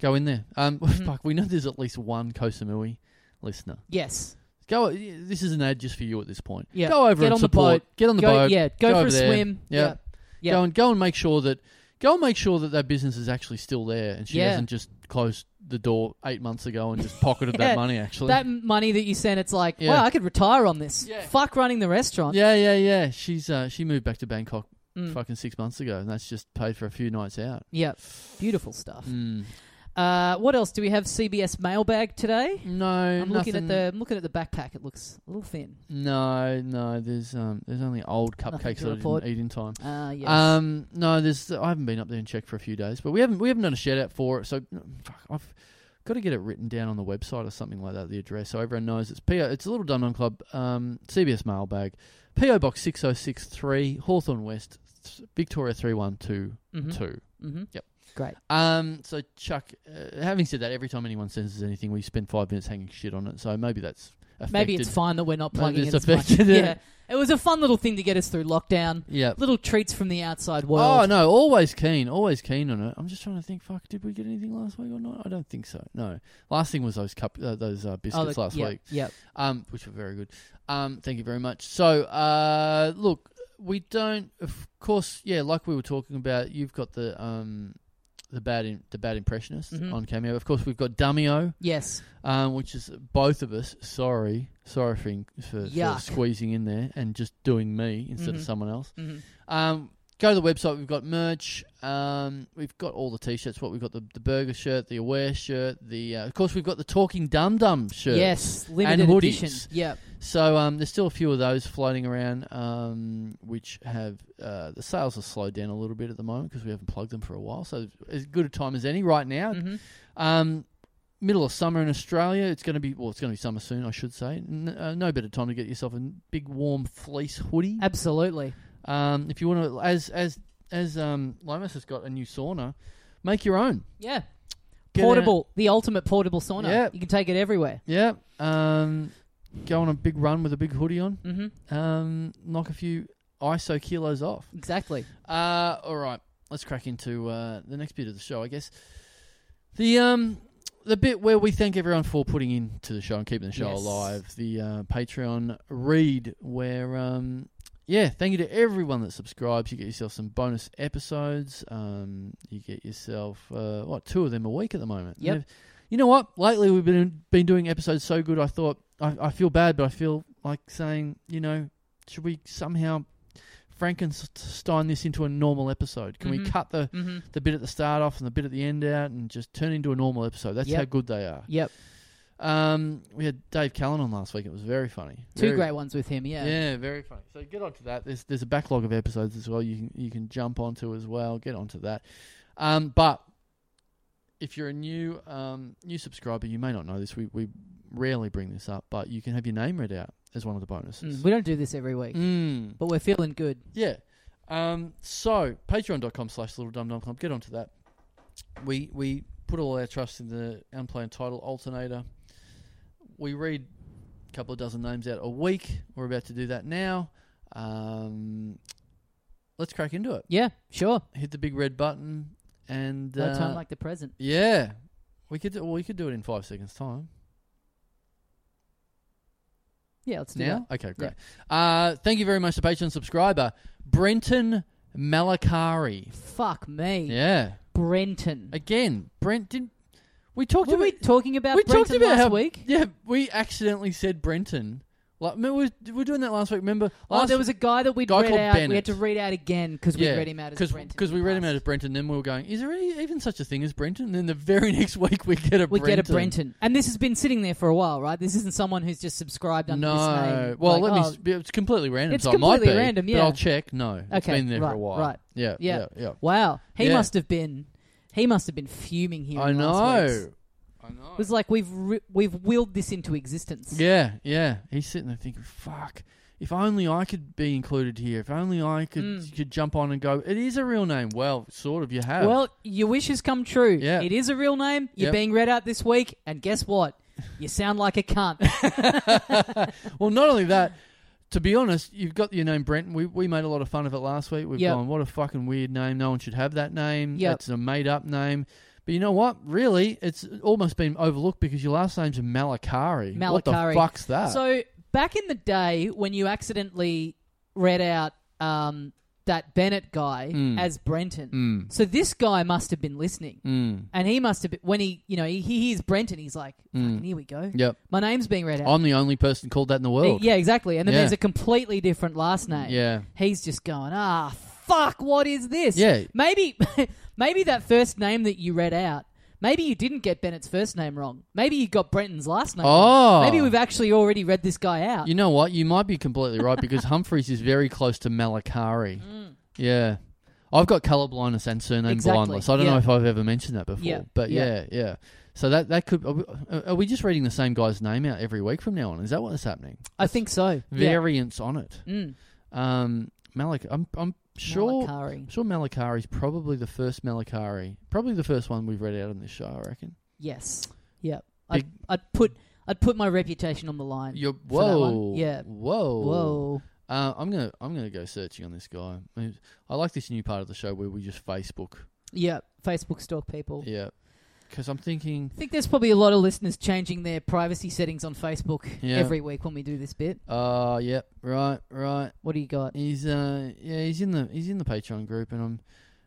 Speaker 4: go in there. Um
Speaker 1: Mm-hmm.
Speaker 4: fuck, we know there's at least one Kosamui listener.
Speaker 1: Yes.
Speaker 4: Go this is an ad just for you at this point.
Speaker 1: Yeah.
Speaker 4: Go over
Speaker 1: Get
Speaker 4: and
Speaker 1: on the
Speaker 4: support.
Speaker 1: boat.
Speaker 4: Get on the
Speaker 1: Go-
Speaker 4: boat.
Speaker 1: yeah, go for
Speaker 4: over
Speaker 1: a
Speaker 4: there.
Speaker 1: swim.
Speaker 4: Yeah.
Speaker 1: Yeah. Yeah.
Speaker 4: Go and go and make sure that go and make sure that that business is actually still there, and she
Speaker 1: Yeah.
Speaker 4: hasn't just closed the door eight months ago and just pocketed
Speaker 1: Yeah.
Speaker 4: that money. Actually,
Speaker 1: That m- money that you sent, it's like,
Speaker 4: Yeah.
Speaker 1: wow, I could retire on this.
Speaker 4: Yeah.
Speaker 1: Fuck running the restaurant.
Speaker 4: yeah, yeah, yeah. She's uh, she moved back to Bangkok
Speaker 1: Mm.
Speaker 4: fucking six months ago, and that's just paid for a few nights out.
Speaker 1: Yeah. Beautiful stuff.
Speaker 4: Mm.
Speaker 1: Uh, what else? Do we have CBS mailbag today?
Speaker 4: No,
Speaker 1: I'm looking at
Speaker 4: nothing-
Speaker 1: the I'm looking at the backpack. It looks a little thin.
Speaker 4: no, no. There's um, there's only old
Speaker 1: Nothing
Speaker 4: cupcakes
Speaker 1: to
Speaker 4: that I
Speaker 1: report.
Speaker 4: didn't eat in time.
Speaker 1: Uh, yes.
Speaker 4: Um, no, there's. I haven't been up there and checked for a few days, but we haven't we haven't done a shout out for it. So fuck, I've got to get it written down on the website or something like that. The address, so everyone knows it's PO. It's a little Dundon Club, um, CBS mailbag, PO Box six zero six three Hawthorn West, th- Victoria three one two two.
Speaker 1: hmm
Speaker 4: yep.
Speaker 1: Great.
Speaker 4: Um, so Chuck, uh, having said that, every time anyone sends us anything, we spend five minutes hanging shit on it. So maybe that's affected.
Speaker 1: Maybe it's fine that we're not
Speaker 4: Maybe
Speaker 1: plugging
Speaker 4: it's
Speaker 1: it. as much.
Speaker 4: affected it.
Speaker 1: Yeah. It was a fun little thing to get us through lockdown.
Speaker 4: Yeah.
Speaker 1: Little treats from the outside world.
Speaker 4: Oh no, always keen, always keen on it. I'm just trying to think. Fuck, did we get anything last week or not? I don't think so. No, last thing was those cup, uh, those uh,
Speaker 1: Oh,
Speaker 4: biscuits
Speaker 1: the-
Speaker 4: last
Speaker 1: yeah,
Speaker 4: week,
Speaker 1: Yeah.
Speaker 4: um, which were very good. Um, thank you very much. So, uh, look, we don't, of course, yeah, like we were talking about. You've got the um, the bad, in, the bad impressionist
Speaker 1: Mhm.
Speaker 4: on cameo. Of course, we've got Dummyo,
Speaker 1: Yes.
Speaker 4: um, which is both of us. Sorry, sorry for, for, for
Speaker 1: Yuck.
Speaker 4: squeezing in there and just doing me instead
Speaker 1: Mhm.
Speaker 4: of someone else.
Speaker 1: hmm
Speaker 4: Um, go to the website. We've got merch. Um, we've got all the t-shirts. What we've got the, the burger shirt, the aware shirt, the uh, of course we've got the talking dum dum shirt.
Speaker 1: Yes. Limited
Speaker 4: And hoodies.
Speaker 1: edition. Yeah.
Speaker 4: So um, there's still a few of those floating around, um, which have uh, the sales have slowed down a little bit at the moment because we haven't plugged them for a while. So as good a time as any right now.
Speaker 1: Mhm.
Speaker 4: Um, middle of summer in Australia. It's going to be well. It's going to be summer soon, I should say. N- uh, no better time to get yourself a big warm fleece hoodie.
Speaker 1: Absolutely.
Speaker 4: Um, if you want to, as as as um, Lomas has got a new sauna, make your own.
Speaker 1: Yeah.
Speaker 4: Get
Speaker 1: portable. The ultimate portable sauna.
Speaker 4: Yeah.
Speaker 1: You can take it everywhere.
Speaker 4: Yeah. Um, go on a big run with a big hoodie on.
Speaker 1: Mm-hmm.
Speaker 4: Um, knock a few ISO kilos off.
Speaker 1: Exactly.
Speaker 4: Uh, all right. Let's crack into uh, the next bit of the show, I guess. The um the bit where we thank everyone for putting into the show and keeping the show
Speaker 1: Yes.
Speaker 4: alive. The uh, Patreon read where um yeah, thank you to everyone that subscribes. You get yourself some bonus episodes. Um, you get yourself uh, what two of them a week at the moment.
Speaker 1: Yep.
Speaker 4: And if- You know what? Lately we've been been doing episodes so good. I thought I, I feel bad, but I feel like saying you know should we somehow Frankenstein this into a normal episode? Can
Speaker 1: Mhm.
Speaker 4: we cut the
Speaker 1: Mm-hmm.
Speaker 4: the bit at the start off and the bit at the end out and just turn into a normal episode. That's
Speaker 1: Yep.
Speaker 4: how good they are.
Speaker 1: Yep.
Speaker 4: Um, we had Dave Callan on last week. It was very funny.
Speaker 1: Two
Speaker 4: Very-
Speaker 1: great ones with him.
Speaker 4: Yeah.
Speaker 1: Yeah.
Speaker 4: very funny. So get onto that. There's there's a backlog of episodes as well. You can you can jump onto as well. Get onto that. Um, but if you're a new um new subscriber, you may not know this. We we rarely bring this up, but you can have your name read out as one of the bonuses.
Speaker 1: Mm, we don't do this every week,
Speaker 4: Mm.
Speaker 1: but we're feeling good.
Speaker 4: Yeah. Um, so patreon.com slash little dum dum club, get onto that. We we put all our trust in the unplanned title alternator. We read a couple of dozen names out a week. We're about to do that now. Um, let's crack into it.
Speaker 1: Yeah. Sure.
Speaker 4: Hit the big red button and
Speaker 1: No
Speaker 4: uh,
Speaker 1: time like the present.
Speaker 4: Yeah. We could do, well, we could do it in five seconds time.
Speaker 1: Yeah. Let's do that.
Speaker 4: Now? Okay, great. Uh, thank you very much to Patreon subscriber, Brenton Malakari.
Speaker 1: Fuck me.
Speaker 4: Yeah.
Speaker 1: Brenton.
Speaker 4: Again, Brent did. We talked
Speaker 1: Were
Speaker 4: about
Speaker 1: we talking about
Speaker 4: we
Speaker 1: Brenton
Speaker 4: talked about
Speaker 1: last
Speaker 4: how,
Speaker 1: week?
Speaker 4: Yeah, we accidentally said Brenton. Like, remember, we, we were doing that last week. Remember,
Speaker 1: Oh,
Speaker 4: last
Speaker 1: there was a guy that we'd
Speaker 4: guy
Speaker 1: read
Speaker 4: called
Speaker 1: out. We had
Speaker 4: Bennett.
Speaker 1: to read out again because we
Speaker 4: yeah,
Speaker 1: read him out as Brenton.
Speaker 4: because we read him out as Brenton. Then we were going, is there any, even such a thing as Brenton? And then the very next week we get a
Speaker 1: We
Speaker 4: Brenton.
Speaker 1: get a Brenton, and this has been sitting there for a while, right? This isn't someone who's just subscribed under
Speaker 4: No,
Speaker 1: this name.
Speaker 4: well,
Speaker 1: Like,
Speaker 4: let me.
Speaker 1: oh,
Speaker 4: s- It's completely random.
Speaker 1: It's
Speaker 4: so it might
Speaker 1: completely
Speaker 4: be,
Speaker 1: random,
Speaker 4: But
Speaker 1: yeah.
Speaker 4: I'll check. No, it's
Speaker 1: Okay,
Speaker 4: been there for
Speaker 1: right,
Speaker 4: a while.
Speaker 1: right.
Speaker 4: Yeah,
Speaker 1: Yeah.
Speaker 4: yeah, yeah.
Speaker 1: Wow, he
Speaker 4: Yeah.
Speaker 1: must have been. He must have been fuming here.
Speaker 4: I
Speaker 1: in last week's.
Speaker 4: know. I know.
Speaker 1: It was like we've ri we've willed this into existence.
Speaker 4: Yeah, yeah. He's sitting there thinking, "Fuck! If only I could be included here. If only I could
Speaker 1: Mm.
Speaker 4: could jump on and go. It is a real name. Well, sort of. You have.
Speaker 1: Well, your wish has come true.
Speaker 4: Yeah.
Speaker 1: It is a real name. You're
Speaker 4: Yep.
Speaker 1: being read out this week, and guess what? You sound like a cunt.
Speaker 4: Well, not only that, to be honest, you've got your name Brent. We we made a lot of fun of it last week. We've
Speaker 1: Yep.
Speaker 4: gone, what a fucking weird name. No one should have that name.
Speaker 1: Yep.
Speaker 4: It's a made up name. But you know what? Really, it's almost been overlooked because your last name's Malakari. What the
Speaker 1: Malakari.
Speaker 4: fuck's that?
Speaker 1: So back in the day when you accidentally read out um, that Bennett guy
Speaker 4: Mm.
Speaker 1: as Brenton, so this guy must have been listening, mm. and he must have been, when he you know he, he hears Brenton, he's like, Fucking, here we go.
Speaker 4: Mm. Yep.
Speaker 1: my name's being read out.
Speaker 4: I'm the only person called that in the world.
Speaker 1: Yeah, exactly. And then
Speaker 4: Yeah.
Speaker 1: there's a completely different last name.
Speaker 4: Yeah.
Speaker 1: He's just going, ah, fuck, what is this?
Speaker 4: Yeah.
Speaker 1: Maybe, maybe that first name that you read out, maybe you didn't get Bennett's first name wrong. Maybe you got Brenton's last name wrong.
Speaker 4: Oh.
Speaker 1: Maybe we've actually already read this guy out.
Speaker 4: You know what? You might be completely right because Humphreys is very close to Malakari. Yeah. I've got colour blindness and surname
Speaker 1: Mm. Exactly,
Speaker 4: blindness. I don't
Speaker 1: yeah.
Speaker 4: know if I've ever mentioned that before,
Speaker 1: Yeah,
Speaker 4: but
Speaker 1: yeah.
Speaker 4: yeah, yeah. So that that could are we, uh, are we just reading the same guy's name out every week from now on? Is that what's happening?
Speaker 1: I think so.
Speaker 4: Variants on it.
Speaker 1: Mm.
Speaker 4: Um, Malak. I'm I'm sure.
Speaker 1: Malakari.
Speaker 4: I'm sure Malakari's probably the first Malakari. Probably the first one we've read out on this show. I reckon.
Speaker 1: Yes. Yeah. I'd,
Speaker 4: Big-
Speaker 1: I'd put I'd put my reputation on the line.
Speaker 4: You're,
Speaker 1: for that one.
Speaker 4: whoa.
Speaker 1: Yeah.
Speaker 4: Whoa.
Speaker 1: Whoa.
Speaker 4: Uh, I'm gonna I'm gonna go searching on this guy. I mean, I like this new part of the show where we just Facebook.
Speaker 1: Yeah. Facebook stalk people.
Speaker 4: Yeah, because I'm thinking.
Speaker 1: I think there's probably a lot of listeners changing their privacy settings on Facebook
Speaker 4: Yeah.
Speaker 1: every week when we do this bit.
Speaker 4: Uh, yep, right, right.
Speaker 1: What do you got?
Speaker 4: He's uh, yeah, he's in the he's in the Patreon group, and I'm.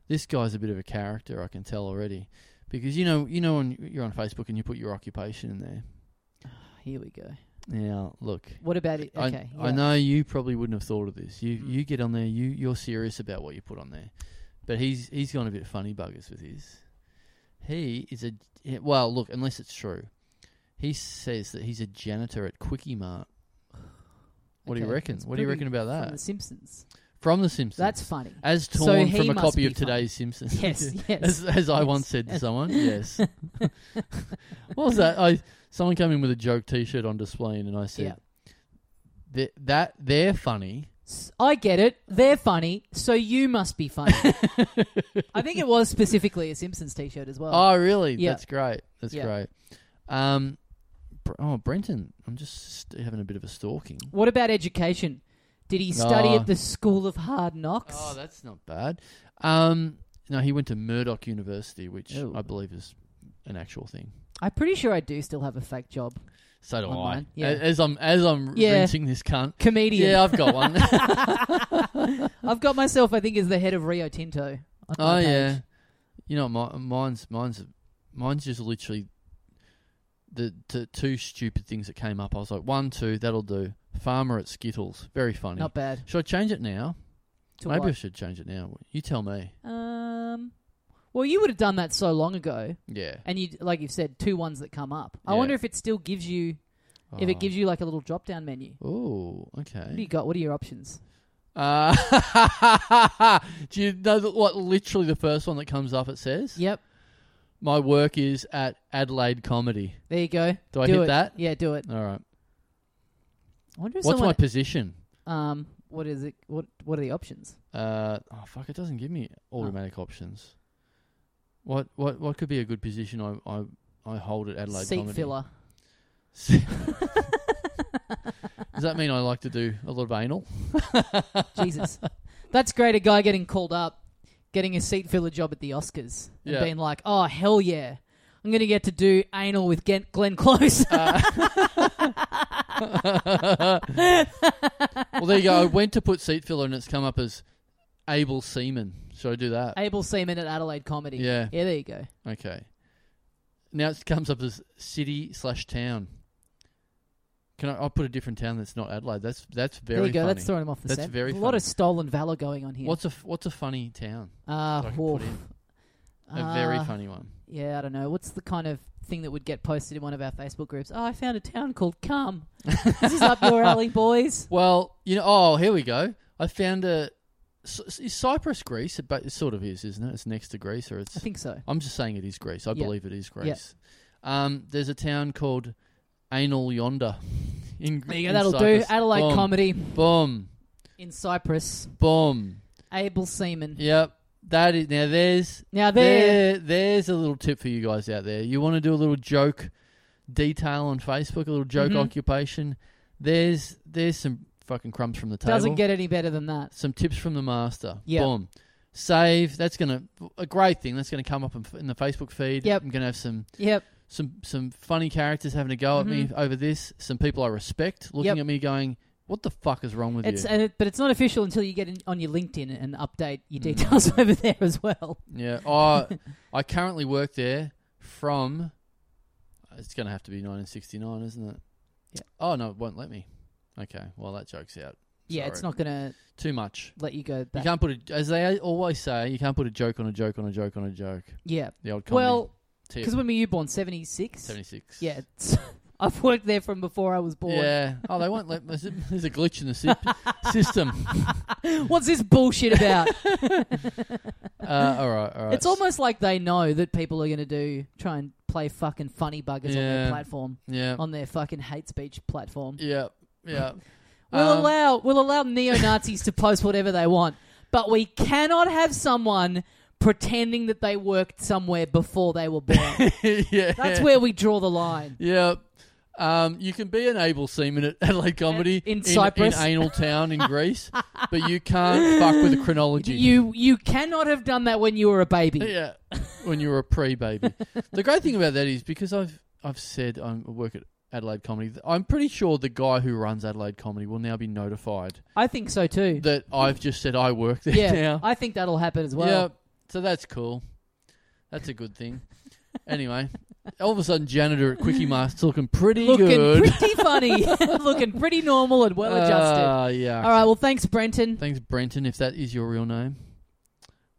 Speaker 4: This guy's a bit of a character, I can tell already, because you know you know when you're on Facebook and you put your occupation in there.
Speaker 1: Here we go.
Speaker 4: Now look,
Speaker 1: What about it?
Speaker 4: I-
Speaker 1: Okay.
Speaker 4: I,
Speaker 1: yeah. Mm.
Speaker 4: know you probably wouldn't have thought of this. You you get on there, you you're serious about what you put on there, but he's he's gone a bit funny buggers with his. He is a yeah, well, look, unless it's true, he says that he's a janitor at Quickie Mart. What do you
Speaker 1: Okay,
Speaker 4: reckon?
Speaker 1: that's
Speaker 4: What do you
Speaker 1: pretty
Speaker 4: reckon about
Speaker 1: From The
Speaker 4: that?
Speaker 1: Simpsons.
Speaker 4: From The Ah. Simpsons,
Speaker 1: That's funny.
Speaker 4: as
Speaker 1: So
Speaker 4: torn
Speaker 1: he
Speaker 4: from a
Speaker 1: must
Speaker 4: copy
Speaker 1: be
Speaker 4: of today's Simpsons.
Speaker 1: Yes, yes,
Speaker 4: as, as I
Speaker 1: yes.
Speaker 4: once said to someone. Yes. what was that? I someone came in with a joke T-shirt on display, and I said,
Speaker 1: Yeah.
Speaker 4: "Th- "That they're funny."
Speaker 1: S- I get it. They're funny, so you must be funny. I think it was specifically a Simpsons T-shirt as well.
Speaker 4: Oh, really?
Speaker 1: Yeah.
Speaker 4: That's great. That's
Speaker 1: Yeah.
Speaker 4: great. Um, Br- oh, Brenton, I'm just st- having a bit of a stalking.
Speaker 1: what about education? Did he study
Speaker 4: Oh.
Speaker 1: at the School of Hard Knocks?
Speaker 4: Oh, that's not bad. Um, no, he went to Murdoch University, which
Speaker 1: Ew.
Speaker 4: I believe is an actual thing.
Speaker 1: I'm pretty sure I do still have a fake job.
Speaker 4: So do
Speaker 1: On
Speaker 4: I.
Speaker 1: mine, yeah.
Speaker 4: A- As I'm as I'm
Speaker 1: Yeah.
Speaker 4: rinsing this cunt.
Speaker 1: Comedian.
Speaker 4: Yeah, I've got one.
Speaker 1: I've got myself. I think as the head of Rio Tinto. on my
Speaker 4: Oh
Speaker 1: page.
Speaker 4: yeah, you know my, mine's mine's mine's just literally the t- two stupid things that came up. I was like, one, two, that'll do. Farmer at Skittles, very funny.
Speaker 1: Not bad.
Speaker 4: Should I change it now?
Speaker 1: To
Speaker 4: Maybe I
Speaker 1: what?
Speaker 4: should change it now. You tell me.
Speaker 1: Um. Well, you would have done that so long ago,
Speaker 4: Yeah.
Speaker 1: and you, like you've said, two ones that come up. I
Speaker 4: Yeah.
Speaker 1: wonder if it still gives you, if it gives you like a little drop down menu.
Speaker 4: Oh,
Speaker 1: What do you
Speaker 4: okay.
Speaker 1: got? What are your options?
Speaker 4: Uh, do you know that what literally the first one that comes up? It says,
Speaker 1: Yep.
Speaker 4: "My work is at Adelaide Comedy."
Speaker 1: There you go.
Speaker 4: Do I
Speaker 1: do
Speaker 4: hit
Speaker 1: it.
Speaker 4: that?
Speaker 1: Yeah, do it.
Speaker 4: All right.
Speaker 1: I wonder if
Speaker 4: What's my
Speaker 1: someone.
Speaker 4: position?
Speaker 1: um. What is it? What What are the options?
Speaker 4: Uh, oh fuck! It doesn't give me automatic options. What what what could be a good position I I, I hold at Adelaide
Speaker 1: Seat
Speaker 4: Comedy?
Speaker 1: filler.
Speaker 4: Does that mean I like to do a lot of anal?
Speaker 1: Jesus, that's great. A guy getting called up, getting a seat filler job at the Oscars, and
Speaker 4: Yeah.
Speaker 1: being like, "Oh hell yeah, I'm gonna get to do anal with Gen- Glenn Close."
Speaker 4: Uh. Well, there you go. I went to put seat filler and it's come up as able seaman. Should I do that?
Speaker 1: Abel Seaman at Adelaide Comedy.
Speaker 4: Yeah.
Speaker 1: yeah. There you go.
Speaker 4: okay. Now it comes up as city slash town. Can I? I'll put a different town that's not Adelaide. That's that's very
Speaker 1: there you go.
Speaker 4: funny.
Speaker 1: That's throwing him off the
Speaker 4: That's
Speaker 1: set.
Speaker 4: very
Speaker 1: a lot
Speaker 4: funny.
Speaker 1: of stolen valor going on here.
Speaker 4: What's a f- what's a funny town?
Speaker 1: uh,
Speaker 4: that I can
Speaker 1: woof.
Speaker 4: put in? A very
Speaker 1: Uh,
Speaker 4: funny one.
Speaker 1: Yeah, I don't know. What's the kind of thing that would get posted in one of our Facebook groups? Oh, I found a town called Cum. this is up your alley, boys.
Speaker 4: Well, you know. Oh, here we go. I found a. Cy- Is Cyprus Greece? But it sort of is, isn't it? It's next to Greece, or it's.
Speaker 1: I think so.
Speaker 4: I'm just saying it is Greece. I
Speaker 1: Yeah.
Speaker 4: believe it is Greece. Um, there's a town called Anal Yonder. In,
Speaker 1: There you go.
Speaker 4: in
Speaker 1: That'll do.
Speaker 4: Cyprus.
Speaker 1: Adelaide
Speaker 4: Boom.
Speaker 1: comedy
Speaker 4: Boom.
Speaker 1: in Cyprus.
Speaker 4: Boom.
Speaker 1: Abel Seaman.
Speaker 4: Yep. That is now there's
Speaker 1: Now there-
Speaker 4: there- there's a little tip for you guys out there. You want to do a little joke detail on Facebook, a little joke
Speaker 1: Mm-hmm.
Speaker 4: occupation. There's there's some fucking crumbs from the table.
Speaker 1: Doesn't get any better than that.
Speaker 4: some tips from the master.
Speaker 1: Yep.
Speaker 4: Boom. Save. That's gonna a great thing. That's gonna come up in, f- in the Facebook feed.
Speaker 1: Yep.
Speaker 4: I'm gonna have some
Speaker 1: Yep.
Speaker 4: some some funny characters having a go at me over this. Some people I respect looking
Speaker 1: Mm-hmm. Yep.
Speaker 4: at me going, "What the fuck is wrong with
Speaker 1: It's
Speaker 4: you?"
Speaker 1: and it, but it's not official until you get in, on your LinkedIn and update your
Speaker 4: Mm.
Speaker 1: details over there as well.
Speaker 4: yeah. I I currently work there from. It's gonna have to be 1969, isn't it? Yeah. Oh no, it won't let me. Okay. Well, that joke's out.
Speaker 1: Yeah, it's
Speaker 4: Sorry.
Speaker 1: not gonna
Speaker 4: too much.
Speaker 1: let you go.
Speaker 4: You
Speaker 1: That.
Speaker 4: can't put a, as they always say, you can't put a joke on a joke on a joke on a joke.
Speaker 1: Yeah.
Speaker 4: The old comedy
Speaker 1: Well,
Speaker 4: tip.
Speaker 1: because when were you born? Seventy six.
Speaker 4: 76.
Speaker 1: Yeah. it's- I've worked there from before I was born.
Speaker 4: Yeah. Oh, they won't let. There's a there's a glitch in the sy- system.
Speaker 1: What's this bullshit about?
Speaker 4: Uh, all right. All right.
Speaker 1: it's almost like they know that people are going to do try and play fucking funny buggers on their
Speaker 4: Yeah.
Speaker 1: platform,
Speaker 4: Yeah.
Speaker 1: on their fucking hate speech platform.
Speaker 4: yeah. Yeah.
Speaker 1: We'll
Speaker 4: Um,
Speaker 1: allow we'll allow neo Nazis to post whatever they want, but we cannot have someone pretending that they worked somewhere before they were born.
Speaker 4: yeah.
Speaker 1: That's where we draw the line.
Speaker 4: Yeah. Um, you can be an able seaman at Adelaide Comedy
Speaker 1: Uh, In Cyprus.
Speaker 4: in Anal Town in Greece, but you can't fuck with the chronology.
Speaker 1: You you cannot have done that when you were a baby.
Speaker 4: yeah, when you were a pre-baby. the great thing about that is because I've I've said I'm, I work at Adelaide Comedy. th- I'm pretty sure the guy who runs Adelaide Comedy will now be notified
Speaker 1: I think so too.
Speaker 4: that I've just said I work there
Speaker 1: yeah,
Speaker 4: now.
Speaker 1: I think that'll happen as well.
Speaker 4: Yeah, so that's cool. That's a good thing. anyway, all of a sudden, janitor at Quickie Master's looking pretty
Speaker 1: Looking
Speaker 4: good.
Speaker 1: pretty funny, looking pretty normal and well adjusted.
Speaker 4: Ah, yeah.
Speaker 1: All right, well, thanks, Brenton.
Speaker 4: Thanks, Brenton, if that is your real name,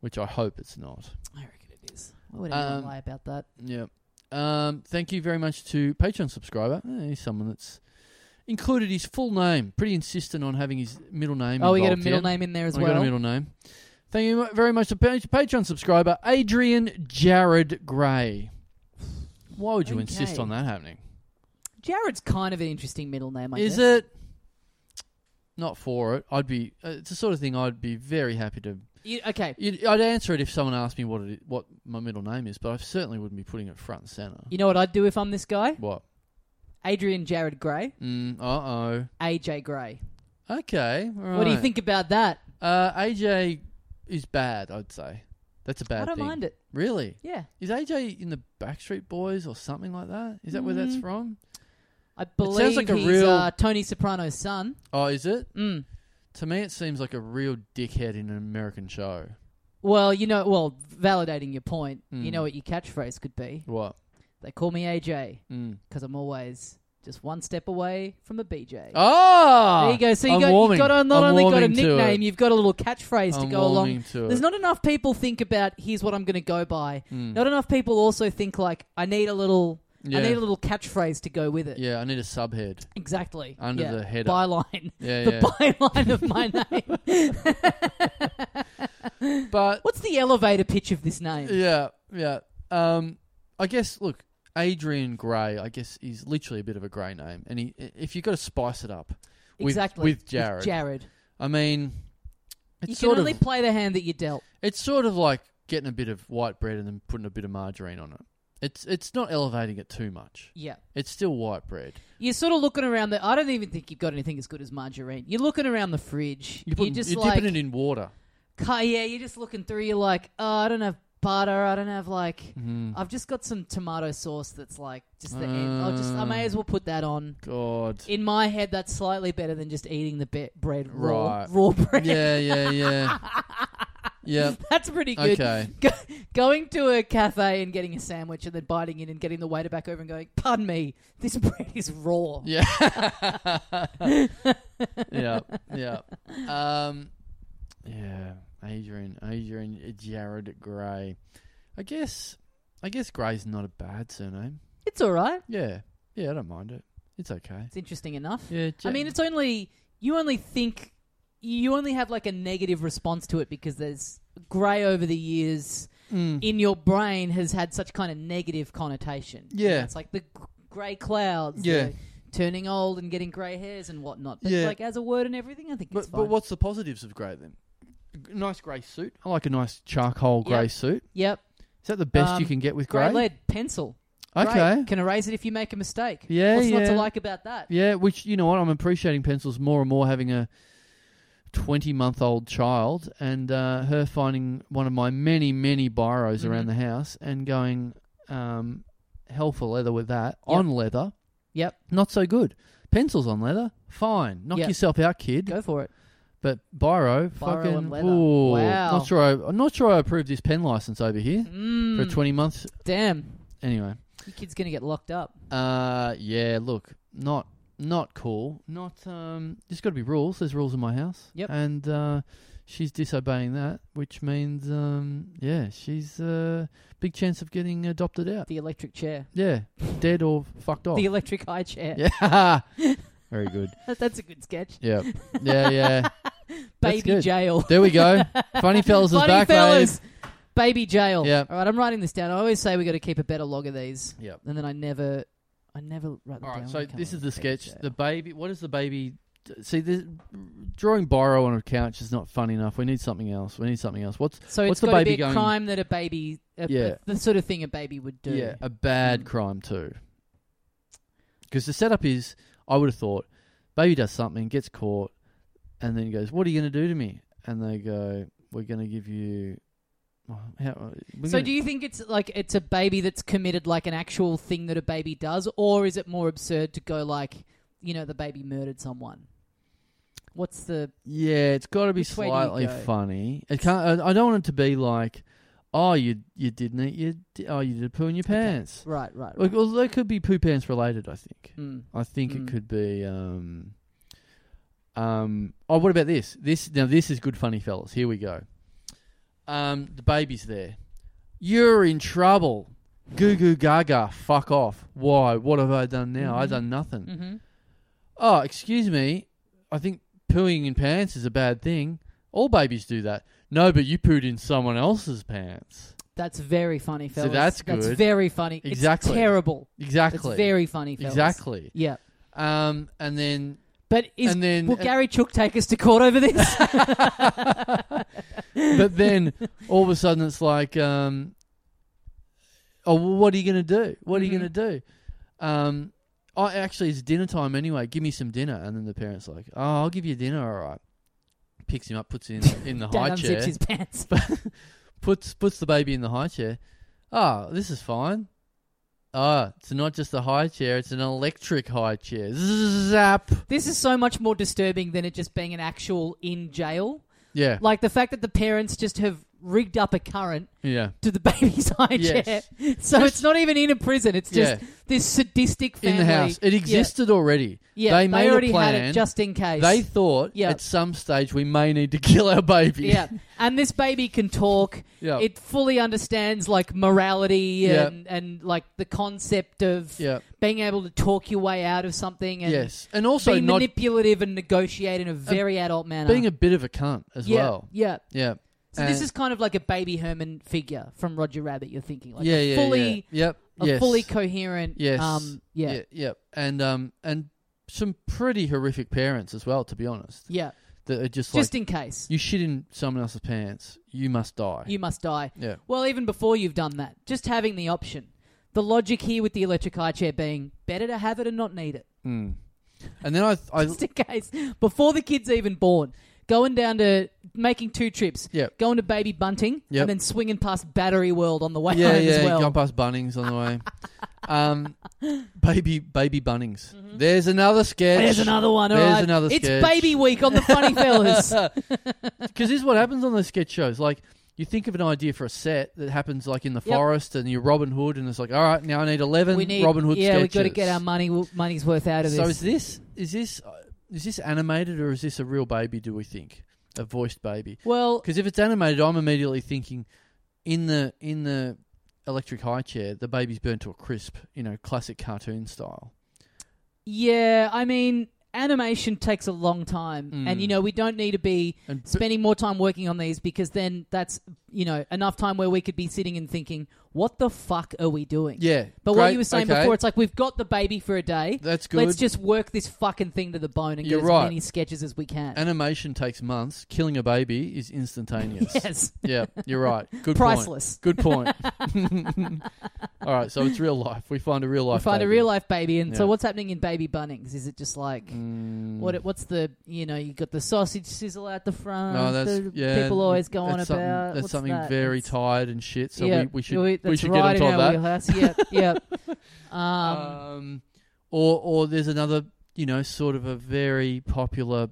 Speaker 4: which I hope it's not.
Speaker 1: I reckon it is. Why would anyone
Speaker 4: Um,
Speaker 1: lie about that?
Speaker 4: Yeah. Um, thank you very much to Patreon subscriber. Eh, He's someone that's included his full name. Pretty insistent on having his middle name.
Speaker 1: Oh, we got a
Speaker 4: involved
Speaker 1: middle
Speaker 4: here.
Speaker 1: name in there as
Speaker 4: we
Speaker 1: well.
Speaker 4: got a middle name. Thank you mu- very much to pa- Patreon subscriber Adrian Jared Gray. Why would you insist
Speaker 1: Okay.
Speaker 4: on that happening?
Speaker 1: Jared's kind of an interesting middle name, I
Speaker 4: Is
Speaker 1: guess.
Speaker 4: it not for it? I'd be. Uh, it's the sort of thing I'd be very happy to
Speaker 1: You, okay,
Speaker 4: You'd, I'd answer it if someone asked me what it, what my middle name is, but I certainly wouldn't be putting it front and center.
Speaker 1: you know what I'd do if I'm this guy?
Speaker 4: What?
Speaker 1: Adrian Jared Gray,
Speaker 4: Mm, uh oh.
Speaker 1: AJ Gray.
Speaker 4: Okay. all
Speaker 1: What do you
Speaker 4: right.
Speaker 1: think about that?
Speaker 4: Uh, AJ is bad. I'd say that's a bad.
Speaker 1: I don't
Speaker 4: thing.
Speaker 1: mind it.
Speaker 4: Really?
Speaker 1: Yeah,
Speaker 4: Is AJ in the Backstreet Boys or something like that? Is that where
Speaker 1: Mm-hmm.
Speaker 4: that's from?
Speaker 1: I
Speaker 4: sounds
Speaker 1: believe
Speaker 4: like a
Speaker 1: he's
Speaker 4: real-
Speaker 1: uh, Tony Soprano's son.
Speaker 4: Oh, is it?
Speaker 1: Mm.
Speaker 4: To me, it seems like a real dickhead in an American show.
Speaker 1: Well, you know, well, validating your point, you
Speaker 4: Mm.
Speaker 1: know what your catchphrase could be?
Speaker 4: What?
Speaker 1: They call me AJ
Speaker 4: Mm.
Speaker 1: because I'm always just one step away from a BJ.
Speaker 4: Oh,
Speaker 1: There you go. So you
Speaker 4: I'm
Speaker 1: got,
Speaker 4: warming.
Speaker 1: you've got a, not
Speaker 4: I'm
Speaker 1: only got a
Speaker 4: warming to it.
Speaker 1: nickname, you've got a little catchphrase to
Speaker 4: I'm
Speaker 1: go along.
Speaker 4: warming to
Speaker 1: There's
Speaker 4: it.
Speaker 1: not enough people think about here's what I'm going to go by. Not enough people also think like I need a little,
Speaker 4: Hmm. Yeah.
Speaker 1: I need a little catchphrase to go with it.
Speaker 4: Yeah, I need a subhead.
Speaker 1: Exactly.
Speaker 4: Under
Speaker 1: Yeah.
Speaker 4: the header.
Speaker 1: byline.
Speaker 4: Yeah,
Speaker 1: the
Speaker 4: yeah.
Speaker 1: byline of my name.
Speaker 4: But
Speaker 1: What's the elevator pitch of this name?
Speaker 4: Yeah, yeah. Um, I guess look, Adrian Gray. I guess is literally a bit of a grey name, and he, if you've got to spice it up, with,
Speaker 1: exactly.
Speaker 4: with Jared.
Speaker 1: Jared.
Speaker 4: I mean, it's
Speaker 1: You can
Speaker 4: sort
Speaker 1: only
Speaker 4: of
Speaker 1: play the hand that you dealt.
Speaker 4: it's sort of like getting a bit of white bread and then putting a bit of margarine on it. It's it's not elevating it too much.
Speaker 1: Yeah.
Speaker 4: It's still white bread.
Speaker 1: You're sort of looking around the. I don't even think you've got anything as good as margarine. You're looking around the fridge.
Speaker 4: You're, putting,
Speaker 1: you're just
Speaker 4: you're
Speaker 1: like,
Speaker 4: dipping it in water.
Speaker 1: Ca- yeah, you're just looking through. You're like, oh, I don't have butter. I don't have like.
Speaker 4: Mm-hmm.
Speaker 1: I've just got some tomato sauce that's like just the end. I'll just. I may
Speaker 4: Uh.
Speaker 1: as well put that on.
Speaker 4: God.
Speaker 1: In my head, that's slightly better than just eating the be- bread raw.
Speaker 4: Right.
Speaker 1: Raw bread.
Speaker 4: Yeah, yeah, yeah. yeah.
Speaker 1: That's pretty good.
Speaker 4: Okay.
Speaker 1: Go- going to a cafe and getting a sandwich and then biting in and getting the waiter back over and going, pardon me, this bread is raw.
Speaker 4: Yeah. yeah. Yeah. Um, yeah. Adrian, Adrian, Jared Gray. I guess, I guess Gray's not a bad surname.
Speaker 1: It's all right.
Speaker 4: Yeah. Yeah, I don't mind it. It's okay.
Speaker 1: It's interesting enough.
Speaker 4: Yeah.
Speaker 1: I mean, it's only. You only think. You only have like a negative response to it because there's grey over the years.
Speaker 4: hmm.
Speaker 1: in your brain has had such kind of negative connotation. You know,
Speaker 4: Yeah.
Speaker 1: it's like the grey clouds.
Speaker 4: Yeah.
Speaker 1: the Turning old and getting grey hairs and whatnot, but
Speaker 4: Yeah.
Speaker 1: like as a word and everything, I think it's
Speaker 4: But,
Speaker 1: fine.
Speaker 4: but what's the positives of grey then? G- Nice grey suit. I like a nice charcoal grey
Speaker 1: Yep.
Speaker 4: suit.
Speaker 1: Yep,
Speaker 4: Is that the best
Speaker 1: Um,
Speaker 4: you can get with
Speaker 1: grey
Speaker 4: grey?
Speaker 1: lead pencil. Great.
Speaker 4: Okay.
Speaker 1: Can erase it if you make a mistake.
Speaker 4: Yeah,
Speaker 1: What's not
Speaker 4: yeah.
Speaker 1: to like about that?
Speaker 4: Yeah, which you know what I'm appreciating pencils more and more having a 20 month old child and uh, her finding one of my many many biros
Speaker 1: Mm-hmm.
Speaker 4: around the house and going um, hell for leather with that
Speaker 1: Yep.
Speaker 4: on leather
Speaker 1: Yep.
Speaker 4: not so good pencils on leather fine knock
Speaker 1: Yep.
Speaker 4: yourself out kid
Speaker 1: Go for it.
Speaker 4: but biro, fucking
Speaker 1: and leather.
Speaker 4: ooh,
Speaker 1: Wow.
Speaker 4: not sure I, I'm not sure I approve this pen license over here for
Speaker 1: Mm,
Speaker 4: 20 months
Speaker 1: damn.
Speaker 4: anyway
Speaker 1: Your kid's going to get locked up.
Speaker 4: Uh, yeah. Look, not not cool. Not um. There's got to be rules. There's rules in my house.
Speaker 1: Yep.
Speaker 4: And uh, she's disobeying that, which means um. Yeah, she's uh big chance of getting adopted out.
Speaker 1: The electric chair.
Speaker 4: Yeah, dead or fucked off.
Speaker 1: The electric high chair.
Speaker 4: Oh. yeah. Very good.
Speaker 1: That- That's a good sketch.
Speaker 4: Yeah. Yeah. Yeah.
Speaker 1: Baby
Speaker 4: good.
Speaker 1: jail.
Speaker 4: There we go. Funny fellas is
Speaker 1: Funny
Speaker 4: back,
Speaker 1: fellas. Baby jail.
Speaker 4: Yeah.
Speaker 1: All right, I'm writing this down. I always say we got to keep a better log of these.
Speaker 4: babe. Yep.
Speaker 1: And then I never, I never write them down.
Speaker 4: All right.
Speaker 1: when
Speaker 4: So
Speaker 1: I come
Speaker 4: this
Speaker 1: up
Speaker 4: is the
Speaker 1: with baby
Speaker 4: sketch.
Speaker 1: jail.
Speaker 4: The baby. What is the baby? See, this, drawing borrow on a couch is not funny enough. We need something else. We need something else. What's
Speaker 1: so
Speaker 4: what's
Speaker 1: it's
Speaker 4: the
Speaker 1: got to
Speaker 4: baby
Speaker 1: be a
Speaker 4: going-
Speaker 1: crime that a baby, a, a-
Speaker 4: Yeah.
Speaker 1: the sort of thing a baby would do. Mm.
Speaker 4: Yeah, a bad crime too. Because the setup is, I would have thought, baby does something, gets caught, and then he goes, "What are you going to do to me?" And they go, "We're going to give you." oh, How, we're
Speaker 1: So
Speaker 4: gonna-
Speaker 1: do you think it's like it's a baby that's committed like an actual thing that a baby does, or is it more absurd to go like, you know, the baby murdered someone? What's the
Speaker 4: Yeah, it's got to be
Speaker 1: Which way do you
Speaker 4: slightly
Speaker 1: go?
Speaker 4: funny. It can't. I, I don't want it to be like, "Oh, you you didn't eat you oh you did poo in your pants."
Speaker 1: right, right,
Speaker 4: Well,
Speaker 1: right.
Speaker 4: Well, they could be poo pants related. I think.
Speaker 1: Mm.
Speaker 4: I think
Speaker 1: Mm.
Speaker 4: it could be. Um, um, oh, what about this? This now, this is good, funny fellas. Here we go. Um, the baby's there. You're in trouble. Goo goo gaga. Fuck off. Why? What have I done now?
Speaker 1: Mm-hmm.
Speaker 4: I've done nothing.
Speaker 1: Mm.
Speaker 4: Oh, excuse me. I think pooing in pants is a bad thing. All babies do that. No, but you pooed in someone else's pants.
Speaker 1: That's very funny, fellas.
Speaker 4: that's good.
Speaker 1: That's very funny.
Speaker 4: Exactly.
Speaker 1: It's terrible.
Speaker 4: Exactly.
Speaker 1: It's very funny, fellas.
Speaker 4: exactly.
Speaker 1: Yeah.
Speaker 4: Um, and then
Speaker 1: But is
Speaker 4: And then-
Speaker 1: will Gary Chook take us to court over this?
Speaker 4: but then all of a sudden it's like, um, oh, well, what are you going to do? What are you
Speaker 1: Mm-hmm.
Speaker 4: going to do? Um, I actually, it's dinner time anyway. Give me some dinner. And then the parents like, oh, I'll give you dinner. All right. Picks him up, puts him in, in the high
Speaker 1: Dad unzips
Speaker 4: chair,
Speaker 1: his pants.
Speaker 4: puts puts the baby in the high chair. Oh, this is fine. Ah, it's not just a high chair; it's an electric high chair. Zap.
Speaker 1: this is so much more disturbing than it just being an actual in jail.
Speaker 4: Yeah,
Speaker 1: Like the fact that the parents just have rigged up a current
Speaker 4: yeah.
Speaker 1: to the baby's high
Speaker 4: Yes.
Speaker 1: chair. So it's not even in a prison. It's just
Speaker 4: Yeah.
Speaker 1: this sadistic
Speaker 4: In
Speaker 1: family
Speaker 4: the house, it
Speaker 1: Yeah.
Speaker 4: existed already.
Speaker 1: Yeah,
Speaker 4: they made
Speaker 1: already
Speaker 4: a plan.
Speaker 1: had it just in case.
Speaker 4: They thought
Speaker 1: Yeah.
Speaker 4: at some stage we may need to kill our baby.
Speaker 1: yeah, and this baby can talk.
Speaker 4: Yeah.
Speaker 1: It fully understands like morality
Speaker 4: Yeah.
Speaker 1: and and like the concept of
Speaker 4: Yeah.
Speaker 1: being able to talk your way out of something and
Speaker 4: yes. And also
Speaker 1: be
Speaker 4: not
Speaker 1: manipulative and negotiate in a very adult manner.
Speaker 4: being a bit of a cunt as
Speaker 1: yeah,
Speaker 4: well.
Speaker 1: yeah.
Speaker 4: Yeah.
Speaker 1: So this
Speaker 4: And-
Speaker 1: is kind of like a baby Herman figure from Roger Rabbit. You're thinking like
Speaker 4: yeah,
Speaker 1: a
Speaker 4: yeah,
Speaker 1: fully
Speaker 4: yeah. Yep.
Speaker 1: a
Speaker 4: yes.
Speaker 1: fully coherent
Speaker 4: Yes.
Speaker 1: um yeah yeah,
Speaker 4: Yeah, yeah. And um and some pretty horrific parents as well, to be honest. That are just,
Speaker 1: just
Speaker 4: like
Speaker 1: in case
Speaker 4: you shit in someone else's pants, you must die.
Speaker 1: you must die.
Speaker 4: yeah.
Speaker 1: Well, even before you've done that, just having the option. The logic here with the electric high chair being better to have it and not need it.
Speaker 4: Mm. And then I, I
Speaker 1: Just in case. Before the kid's even born, going down to making two trips.
Speaker 4: Yep.
Speaker 1: Going to Baby Bunting
Speaker 4: Yep.
Speaker 1: and then swinging past Battery World on the way
Speaker 4: yeah,
Speaker 1: home
Speaker 4: yeah,
Speaker 1: as well.
Speaker 4: gone past Bunnings on the way. um, baby, baby Bunnings. There's another sketch.
Speaker 1: Mm-hmm. There's another one. all
Speaker 4: There's
Speaker 1: right.
Speaker 4: another
Speaker 1: It's
Speaker 4: sketch.
Speaker 1: Baby Week on the Funny Fellas.
Speaker 4: Because this is what happens on those sketch shows. Like, you think of an idea for a set that happens, like, in the
Speaker 1: Yep.
Speaker 4: forest, and you're Robin Hood, and it's like, all right, now I need 11
Speaker 1: we need
Speaker 4: Robin Hood
Speaker 1: Yeah,
Speaker 4: sketches.
Speaker 1: we've got to get our money money's worth out of this.
Speaker 4: So is this, is this, uh, is this animated, or is this a real baby, do we think? A voiced baby?
Speaker 1: well,
Speaker 4: Because if it's animated, I'm immediately thinking, in the, in the electric high chair, the baby's burnt to a crisp, you know, classic cartoon style.
Speaker 1: yeah, I mean, animation takes a long time,
Speaker 4: Mm.
Speaker 1: and you know we don't need to be spending more time working on these because then that's you know enough time where we could be sitting and thinking, what the fuck are we doing?
Speaker 4: Yeah,
Speaker 1: But what
Speaker 4: great,
Speaker 1: you were saying
Speaker 4: okay.
Speaker 1: before, it's like we've got the baby for a day.
Speaker 4: That's
Speaker 1: Let's
Speaker 4: good.
Speaker 1: just work this fucking thing to the bone and
Speaker 4: You're
Speaker 1: get as
Speaker 4: right.
Speaker 1: many sketches as we can.
Speaker 4: Animation takes months. Killing a baby is instantaneous.
Speaker 1: yes.
Speaker 4: Yeah, you're right. Good
Speaker 1: Priceless.
Speaker 4: point. Good point. All right, so it's real life. We find a real life.
Speaker 1: We find a
Speaker 4: baby.
Speaker 1: real life baby, and so
Speaker 4: Yeah. Mm.
Speaker 1: what's happening in baby Bunnings? Is it just like what? it- What's the you know you got the sausage sizzle out the front?
Speaker 4: No, that's
Speaker 1: the
Speaker 4: yeah.
Speaker 1: people always go on
Speaker 4: that's something-
Speaker 1: about.
Speaker 4: that's
Speaker 1: what's
Speaker 4: something
Speaker 1: that?
Speaker 4: very
Speaker 1: It's-
Speaker 4: tired and shit. So
Speaker 1: yeah,
Speaker 4: we, we should
Speaker 1: we-
Speaker 4: we
Speaker 1: that's
Speaker 4: should
Speaker 1: right
Speaker 4: get on top
Speaker 1: in
Speaker 4: of
Speaker 1: our
Speaker 4: that. Uh,
Speaker 1: Wheelhouse. Yeah, yeah. Um,
Speaker 4: Um, or or there's another you know sort of a very popular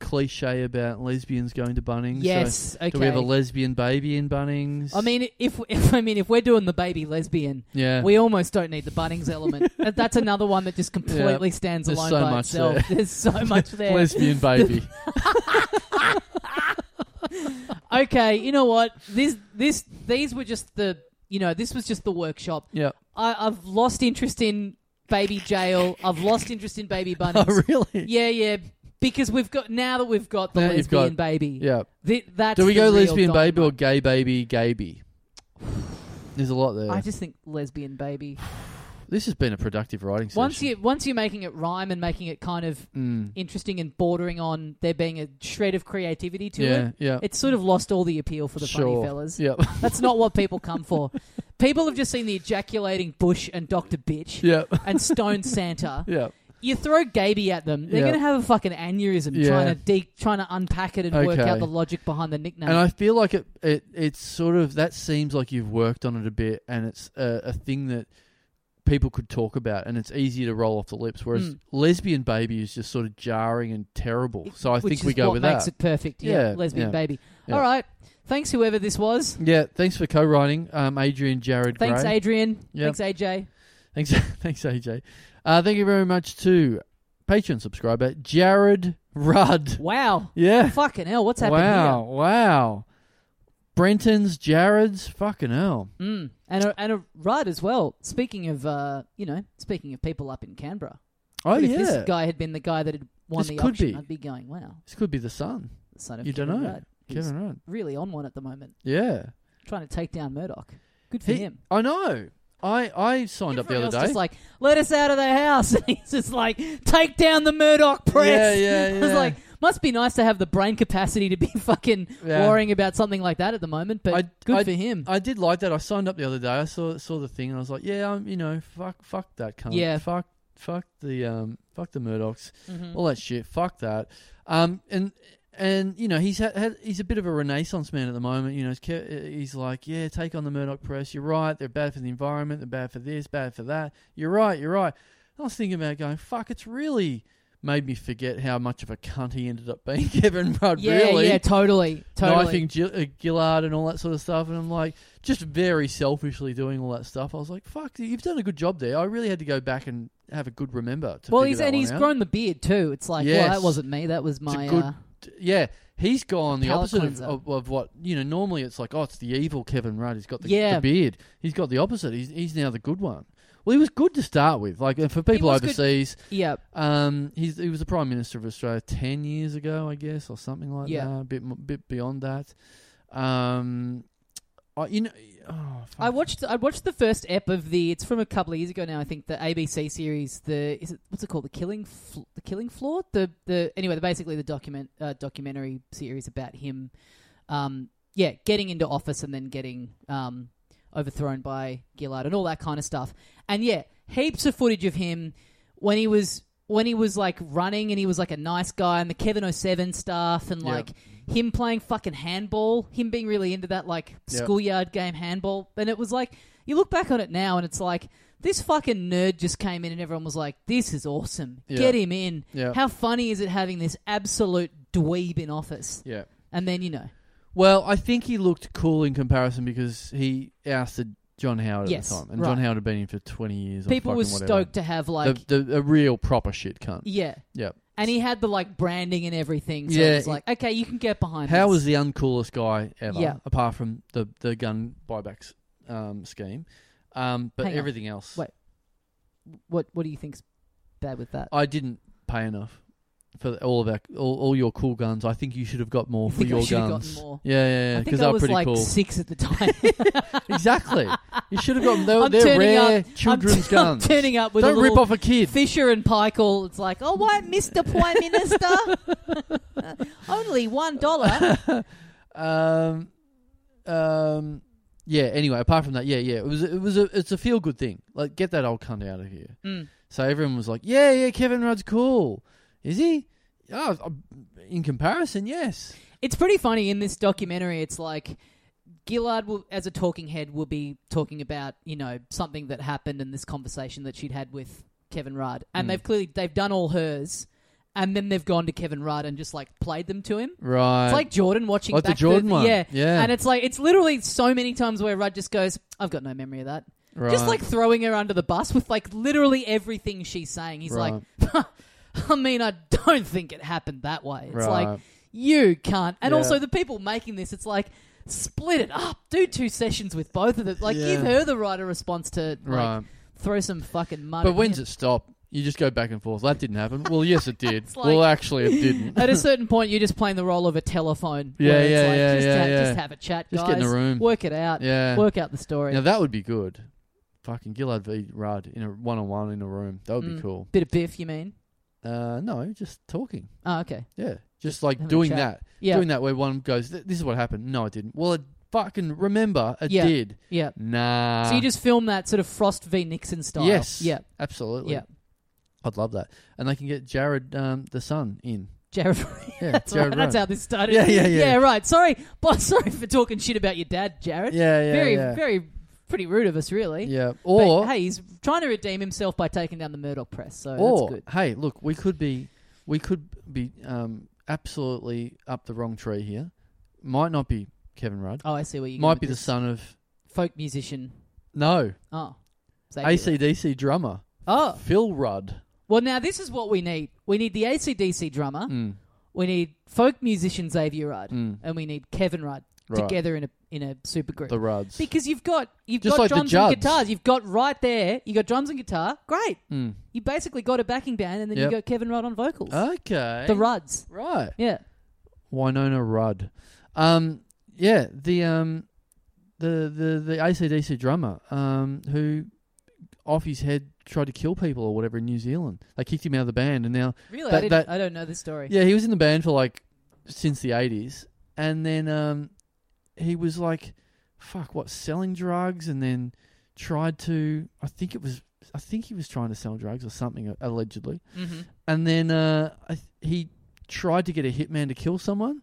Speaker 4: cliche about lesbians going to Bunnings. So
Speaker 1: yes. okay.
Speaker 4: Do we have a lesbian baby in Bunnings?
Speaker 1: I mean, if, if I mean, if we're doing the baby lesbian,
Speaker 4: yeah.
Speaker 1: we almost don't need the Bunnings element. That- That's another one that just completely stands
Speaker 4: There's
Speaker 1: alone
Speaker 4: so
Speaker 1: by
Speaker 4: much
Speaker 1: itself.
Speaker 4: there.
Speaker 1: There's so much there.
Speaker 4: lesbian baby.
Speaker 1: okay, you know what? This this these were just the you know this was just the workshop.
Speaker 4: yeah.
Speaker 1: I, I've lost interest in Baby Jail. I've lost interest in Baby Bunnies.
Speaker 4: Oh really?
Speaker 1: Yeah, yeah. Because we've got now that we've got the
Speaker 4: Now you've
Speaker 1: lesbian
Speaker 4: got-
Speaker 1: baby.
Speaker 4: Yeah.
Speaker 1: Th- that's
Speaker 4: Do we
Speaker 1: the
Speaker 4: go
Speaker 1: real
Speaker 4: lesbian baby or
Speaker 1: dynamite.
Speaker 4: gay baby, gayby? There's a lot there.
Speaker 1: I just think lesbian baby.
Speaker 4: this has been a Hmm. productive writing session.
Speaker 1: Once you once you're making it rhyme and making it kind of interesting and bordering on there being a shred of creativity to
Speaker 4: yeah,
Speaker 1: it,
Speaker 4: yeah,
Speaker 1: it's sort of lost all the appeal for the
Speaker 4: sure.
Speaker 1: funny fellas.
Speaker 4: Yeah,
Speaker 1: That's not what people come for. People have just seen the ejaculating Bush and Doctor Bitch
Speaker 4: yeah,
Speaker 1: and Stone Santa.
Speaker 4: yeah.
Speaker 1: You throw Gaby at them, they're
Speaker 4: Yeah.
Speaker 1: going to have a fucking aneurysm
Speaker 4: Yeah.
Speaker 1: trying to de- trying to unpack it and work
Speaker 4: Okay.
Speaker 1: out the logic behind the nickname.
Speaker 4: And I feel like it, it, it's sort of that seems like you've worked on it a bit, and it's a, a thing that people could talk about, and it's easier to roll off the lips. Whereas
Speaker 1: Mm.
Speaker 4: lesbian baby is just sort of jarring and terrible. So I
Speaker 1: which
Speaker 4: think we
Speaker 1: is
Speaker 4: go
Speaker 1: what
Speaker 4: with
Speaker 1: makes
Speaker 4: that.
Speaker 1: it perfect. Yeah,
Speaker 4: Yeah,
Speaker 1: lesbian
Speaker 4: yeah,
Speaker 1: baby.
Speaker 4: yeah.
Speaker 1: All right, thanks whoever this was.
Speaker 4: Yeah, thanks for co-writing, um, Adrian, Jared,
Speaker 1: Thanks,
Speaker 4: Gray.
Speaker 1: Adrian.
Speaker 4: Yep.
Speaker 1: Thanks, AJ.
Speaker 4: Thanks, thanks, AJ. Uh, thank you very much to Patreon subscriber Jared Rudd.
Speaker 1: Wow.
Speaker 4: Yeah.
Speaker 1: Fucking hell, what's happening
Speaker 4: Wow, wow. Brenton's, Jared's, fucking hell.
Speaker 1: here? Mm. And a, and a Rudd as well. Speaking of, uh, you know, speaking of people up in Canberra.
Speaker 4: Oh
Speaker 1: What if
Speaker 4: yeah,
Speaker 1: this guy had been the guy that had won
Speaker 4: This
Speaker 1: the
Speaker 4: could
Speaker 1: auction,
Speaker 4: be.
Speaker 1: I'd be going, wow,
Speaker 4: this could be the son.
Speaker 1: the son of
Speaker 4: You
Speaker 1: Kevin
Speaker 4: dunno.
Speaker 1: Rudd. He's
Speaker 4: Kevin Rudd.
Speaker 1: really on one at the moment,
Speaker 4: Yeah,
Speaker 1: trying to take down Murdoch. Good for
Speaker 4: He-
Speaker 1: him.
Speaker 4: I know. I I
Speaker 1: Everyone
Speaker 4: signed up
Speaker 1: else
Speaker 4: the other day.
Speaker 1: just like, let us out of the house. And he's just like, take down the Murdoch press.
Speaker 4: Yeah, yeah,
Speaker 1: I was
Speaker 4: yeah.
Speaker 1: like, must be nice to have the brain capacity to be fucking
Speaker 4: Yeah.
Speaker 1: worrying about something like that at the moment, but
Speaker 4: I-
Speaker 1: good
Speaker 4: I-
Speaker 1: for him.
Speaker 4: I did like that. I signed up the other day. I saw saw the thing and I was like, yeah, I'm you know, fuck fuck that cunt.
Speaker 1: Yeah. Mm-hmm.
Speaker 4: fuck fuck the um fuck the Murdochs, all that shit. Fuck that. Um and. And you know he's had, had he's a bit of a renaissance man at the moment. You know he's, ca- he's like, yeah, take on the Murdoch press. You're right. They're bad for the environment. They're bad for this. Bad for that. You're right. You're right. I was thinking about going. Fuck. It's really made me forget how much of a cunt he ended up being, Kevin Rudd.
Speaker 1: yeah,
Speaker 4: really.
Speaker 1: yeah, totally. Totally.
Speaker 4: knifing Gil- uh, Gillard and all that sort of stuff. And I'm like, just very selfishly doing all that stuff. I was like, fuck, you've done a good job there. I really had to go back and have a good remember. To
Speaker 1: well,
Speaker 4: figure
Speaker 1: he's
Speaker 4: that
Speaker 1: and
Speaker 4: one
Speaker 1: he's
Speaker 4: out.
Speaker 1: grown the beard too. It's like, well,
Speaker 4: Yes.
Speaker 1: that wasn't me. That was
Speaker 4: It's a
Speaker 1: my.
Speaker 4: good-
Speaker 1: uh,
Speaker 4: Yeah, he's gone the
Speaker 1: Palate
Speaker 4: opposite of,
Speaker 1: cleanser.
Speaker 4: of, of what you know. Normally, it's like, oh, it's the evil Kevin Rudd. He's got the,
Speaker 1: Yeah.
Speaker 4: the beard. He's got the opposite. He's he's now the good one. Well, he was good to start with. Like and for people
Speaker 1: was good.
Speaker 4: overseas,
Speaker 1: yeah,
Speaker 4: um, he's, he was the Prime Minister of Australia 10 years ago, I guess, or something like
Speaker 1: Yeah.
Speaker 4: that, a bit, mo- bit beyond that. Um, I, you know, oh, fuck.
Speaker 1: I watched. I watched the first ep of the. It's from a couple of years ago now. I think the ABC series. The is it what's it called? The Killing. Fl- the Killing Floor. The the anyway. The, basically the document uh, documentary series about him. Um, yeah, getting into office and then getting um, overthrown by Gillard and all that kind of stuff. And yeah, heaps of footage of him when he was when he was like running and he was like a nice guy and the Kevin 07 stuff and
Speaker 4: Yeah.
Speaker 1: like him playing fucking handball, him being really into that like
Speaker 4: Yeah.
Speaker 1: schoolyard game handball. And it was like you look back on it now and it's like this fucking nerd just came in and everyone was like, This is awesome.
Speaker 4: Yeah.
Speaker 1: Get him in.
Speaker 4: Yeah.
Speaker 1: How funny is it having this absolute dweeb in office?
Speaker 4: yeah.
Speaker 1: And then you know.
Speaker 4: Well, I think he looked cool in comparison because he ousted John Howard
Speaker 1: Yes,
Speaker 4: at the time, and
Speaker 1: right.
Speaker 4: John Howard had been in for 20 years.
Speaker 1: people
Speaker 4: or
Speaker 1: were
Speaker 4: fucking whatever.
Speaker 1: stoked to have like
Speaker 4: the, the, a real proper shit cunt.
Speaker 1: Yeah.
Speaker 4: Yeah.
Speaker 1: And he had the like branding and everything. So
Speaker 4: Yeah,
Speaker 1: it was like, okay, you can get behind
Speaker 4: How
Speaker 1: this.
Speaker 4: was the uncoolest guy ever?
Speaker 1: Yeah.
Speaker 4: Apart from the the gun buybacks um, scheme, um, but
Speaker 1: Hang on.
Speaker 4: everything else, Oh,
Speaker 1: Wait. what what do you think's bad with that?
Speaker 4: I didn't pay enough. for all of our all, all your cool guns. I think you should have got more for
Speaker 1: think I
Speaker 4: your
Speaker 1: should have gotten
Speaker 4: guns.
Speaker 1: more.
Speaker 4: Yeah, yeah, yeah.
Speaker 1: I
Speaker 4: Because
Speaker 1: think
Speaker 4: they
Speaker 1: I
Speaker 4: were
Speaker 1: was
Speaker 4: pretty
Speaker 1: like
Speaker 4: cool.
Speaker 1: six at the time.
Speaker 4: exactly. You should have gotten. They're,
Speaker 1: I'm
Speaker 4: they're
Speaker 1: turning
Speaker 4: rare
Speaker 1: up,
Speaker 4: children's
Speaker 1: I'm, t-
Speaker 4: guns.
Speaker 1: I'm turning up with
Speaker 4: Don't
Speaker 1: a
Speaker 4: rip
Speaker 1: little
Speaker 4: off a kid.
Speaker 1: Fisher and Paykel. It's like, oh, what, Mister Prime Minister? Uh, only one dollar.
Speaker 4: Um, um, yeah. Anyway, apart from that, yeah, yeah, it was it was a it's a feel good thing. Like, get that old cunt out of here.
Speaker 1: Mm.
Speaker 4: So everyone was like, yeah, yeah, Kevin Rudd's cool. Is he? Oh, uh, in comparison, yes.
Speaker 1: It's pretty funny in this documentary. It's like Gillard, will, as a talking head, will be talking about you know something that happened and this conversation that she'd had with Kevin Rudd,
Speaker 4: Mm.
Speaker 1: and they've clearly they've done all hers, and then they've gone to Kevin Rudd and just like played them to him.
Speaker 4: Right.
Speaker 1: It's like Jordan watching
Speaker 4: Uh, Like the
Speaker 1: back
Speaker 4: Jordan one.
Speaker 1: Yeah.
Speaker 4: Yeah.
Speaker 1: And it's like it's literally so many times where Rudd just goes, I've got no memory of that. Just
Speaker 4: Right.
Speaker 1: like throwing her under the bus with like literally everything she's saying. He's
Speaker 4: Right.
Speaker 1: like I mean, I don't think it happened that way. It's like
Speaker 4: Right.
Speaker 1: you can't and
Speaker 4: Yeah.
Speaker 1: also the people making this, it's like split it up. Do two sessions with both of them. Like
Speaker 4: Yeah.
Speaker 1: give her the right of response to like
Speaker 4: Right.
Speaker 1: throw some fucking money.
Speaker 4: But when's it stop? You just go back and forth. That didn't happen. Well, yes, it did.
Speaker 1: It's
Speaker 4: well,
Speaker 1: like-
Speaker 4: actually, it didn't.
Speaker 1: At a certain point, you're just playing the role of a telephone.
Speaker 4: Yeah,
Speaker 1: where it's
Speaker 4: yeah,
Speaker 1: like,
Speaker 4: yeah,
Speaker 1: just
Speaker 4: yeah,
Speaker 1: ha-
Speaker 4: yeah.
Speaker 1: Just have a chat,
Speaker 4: Just
Speaker 1: guys.
Speaker 4: get in the room.
Speaker 1: Work it out.
Speaker 4: Yeah.
Speaker 1: Work out the story.
Speaker 4: Now that would be good. Fucking Gillard v Rudd in a one on one in a room. That would
Speaker 1: Mm.
Speaker 4: be cool.
Speaker 1: Bit of biff, you mean?
Speaker 4: Uh, no, just talking.
Speaker 1: Oh, okay.
Speaker 4: Yeah, just like
Speaker 1: having a
Speaker 4: doing
Speaker 1: chat.
Speaker 4: that.
Speaker 1: Yeah.
Speaker 4: Doing that where one goes, "Th- "This is what happened." No, it didn't. Well, it fucking remember it
Speaker 1: Yeah.
Speaker 4: did.
Speaker 1: Yeah.
Speaker 4: Nah.
Speaker 1: so you just film that sort of Frost v Nixon style.
Speaker 4: Uh, yes.
Speaker 1: Yeah.
Speaker 4: Absolutely.
Speaker 1: Yeah.
Speaker 4: I'd love that, and they can get Jared um, the son in.
Speaker 1: Jared.
Speaker 4: Yeah,
Speaker 1: that's
Speaker 4: Jared
Speaker 1: right. That's
Speaker 4: Rowan.
Speaker 1: how this started.
Speaker 4: Yeah, yeah, yeah.
Speaker 1: Yeah, right. Sorry, but sorry for talking shit about your dad, Jared.
Speaker 4: Yeah, yeah,
Speaker 1: very,
Speaker 4: yeah.
Speaker 1: very, pretty rude of us, really.
Speaker 4: Yeah.
Speaker 1: But,
Speaker 4: Or
Speaker 1: hey, he's trying to redeem himself by taking down the Murdoch press. So
Speaker 4: or
Speaker 1: that's good.
Speaker 4: hey, look, we could be, we could be um, absolutely up the wrong tree here. Might not be Kevin Rudd.
Speaker 1: Oh, I see where you
Speaker 4: Might be the son of
Speaker 1: folk musician.
Speaker 4: no
Speaker 1: Oh, Xavier.
Speaker 4: ACDC drummer
Speaker 1: Oh,
Speaker 4: Phil Rudd.
Speaker 1: Well, now this is what we need. We need the ACDC drummer.
Speaker 4: Mm.
Speaker 1: We need folk musician Xavier Rudd,
Speaker 4: Mm.
Speaker 1: and we need Kevin Rudd
Speaker 4: Right.
Speaker 1: together in a in a super group.
Speaker 4: The Rudds.
Speaker 1: because you've got you've
Speaker 4: Just
Speaker 1: got
Speaker 4: like the
Speaker 1: drums and
Speaker 4: Judds.
Speaker 1: guitars. You've got right there. You got drums and guitar. Great.
Speaker 4: Mm.
Speaker 1: You basically got a backing band, and then
Speaker 4: Yep.
Speaker 1: you got Kevin Rudd on vocals.
Speaker 4: Okay.
Speaker 1: The Rudds.
Speaker 4: Right.
Speaker 1: Yeah.
Speaker 4: Winona Rudd. Um, yeah, the um, the the the ACDC drummer um, who off his head tried to kill people or whatever in New Zealand. They kicked him out of the band, and now
Speaker 1: Really, I,
Speaker 4: That-
Speaker 1: didn't,
Speaker 4: that-
Speaker 1: I don't know this story.
Speaker 4: yeah, he was in the band for like since the eighties, and then um, he was like, fuck, what selling drugs, and then tried to. I think it was. I think he was trying to sell drugs or something allegedly
Speaker 1: hmm
Speaker 4: and then uh, I th- he tried to get a hitman to kill someone,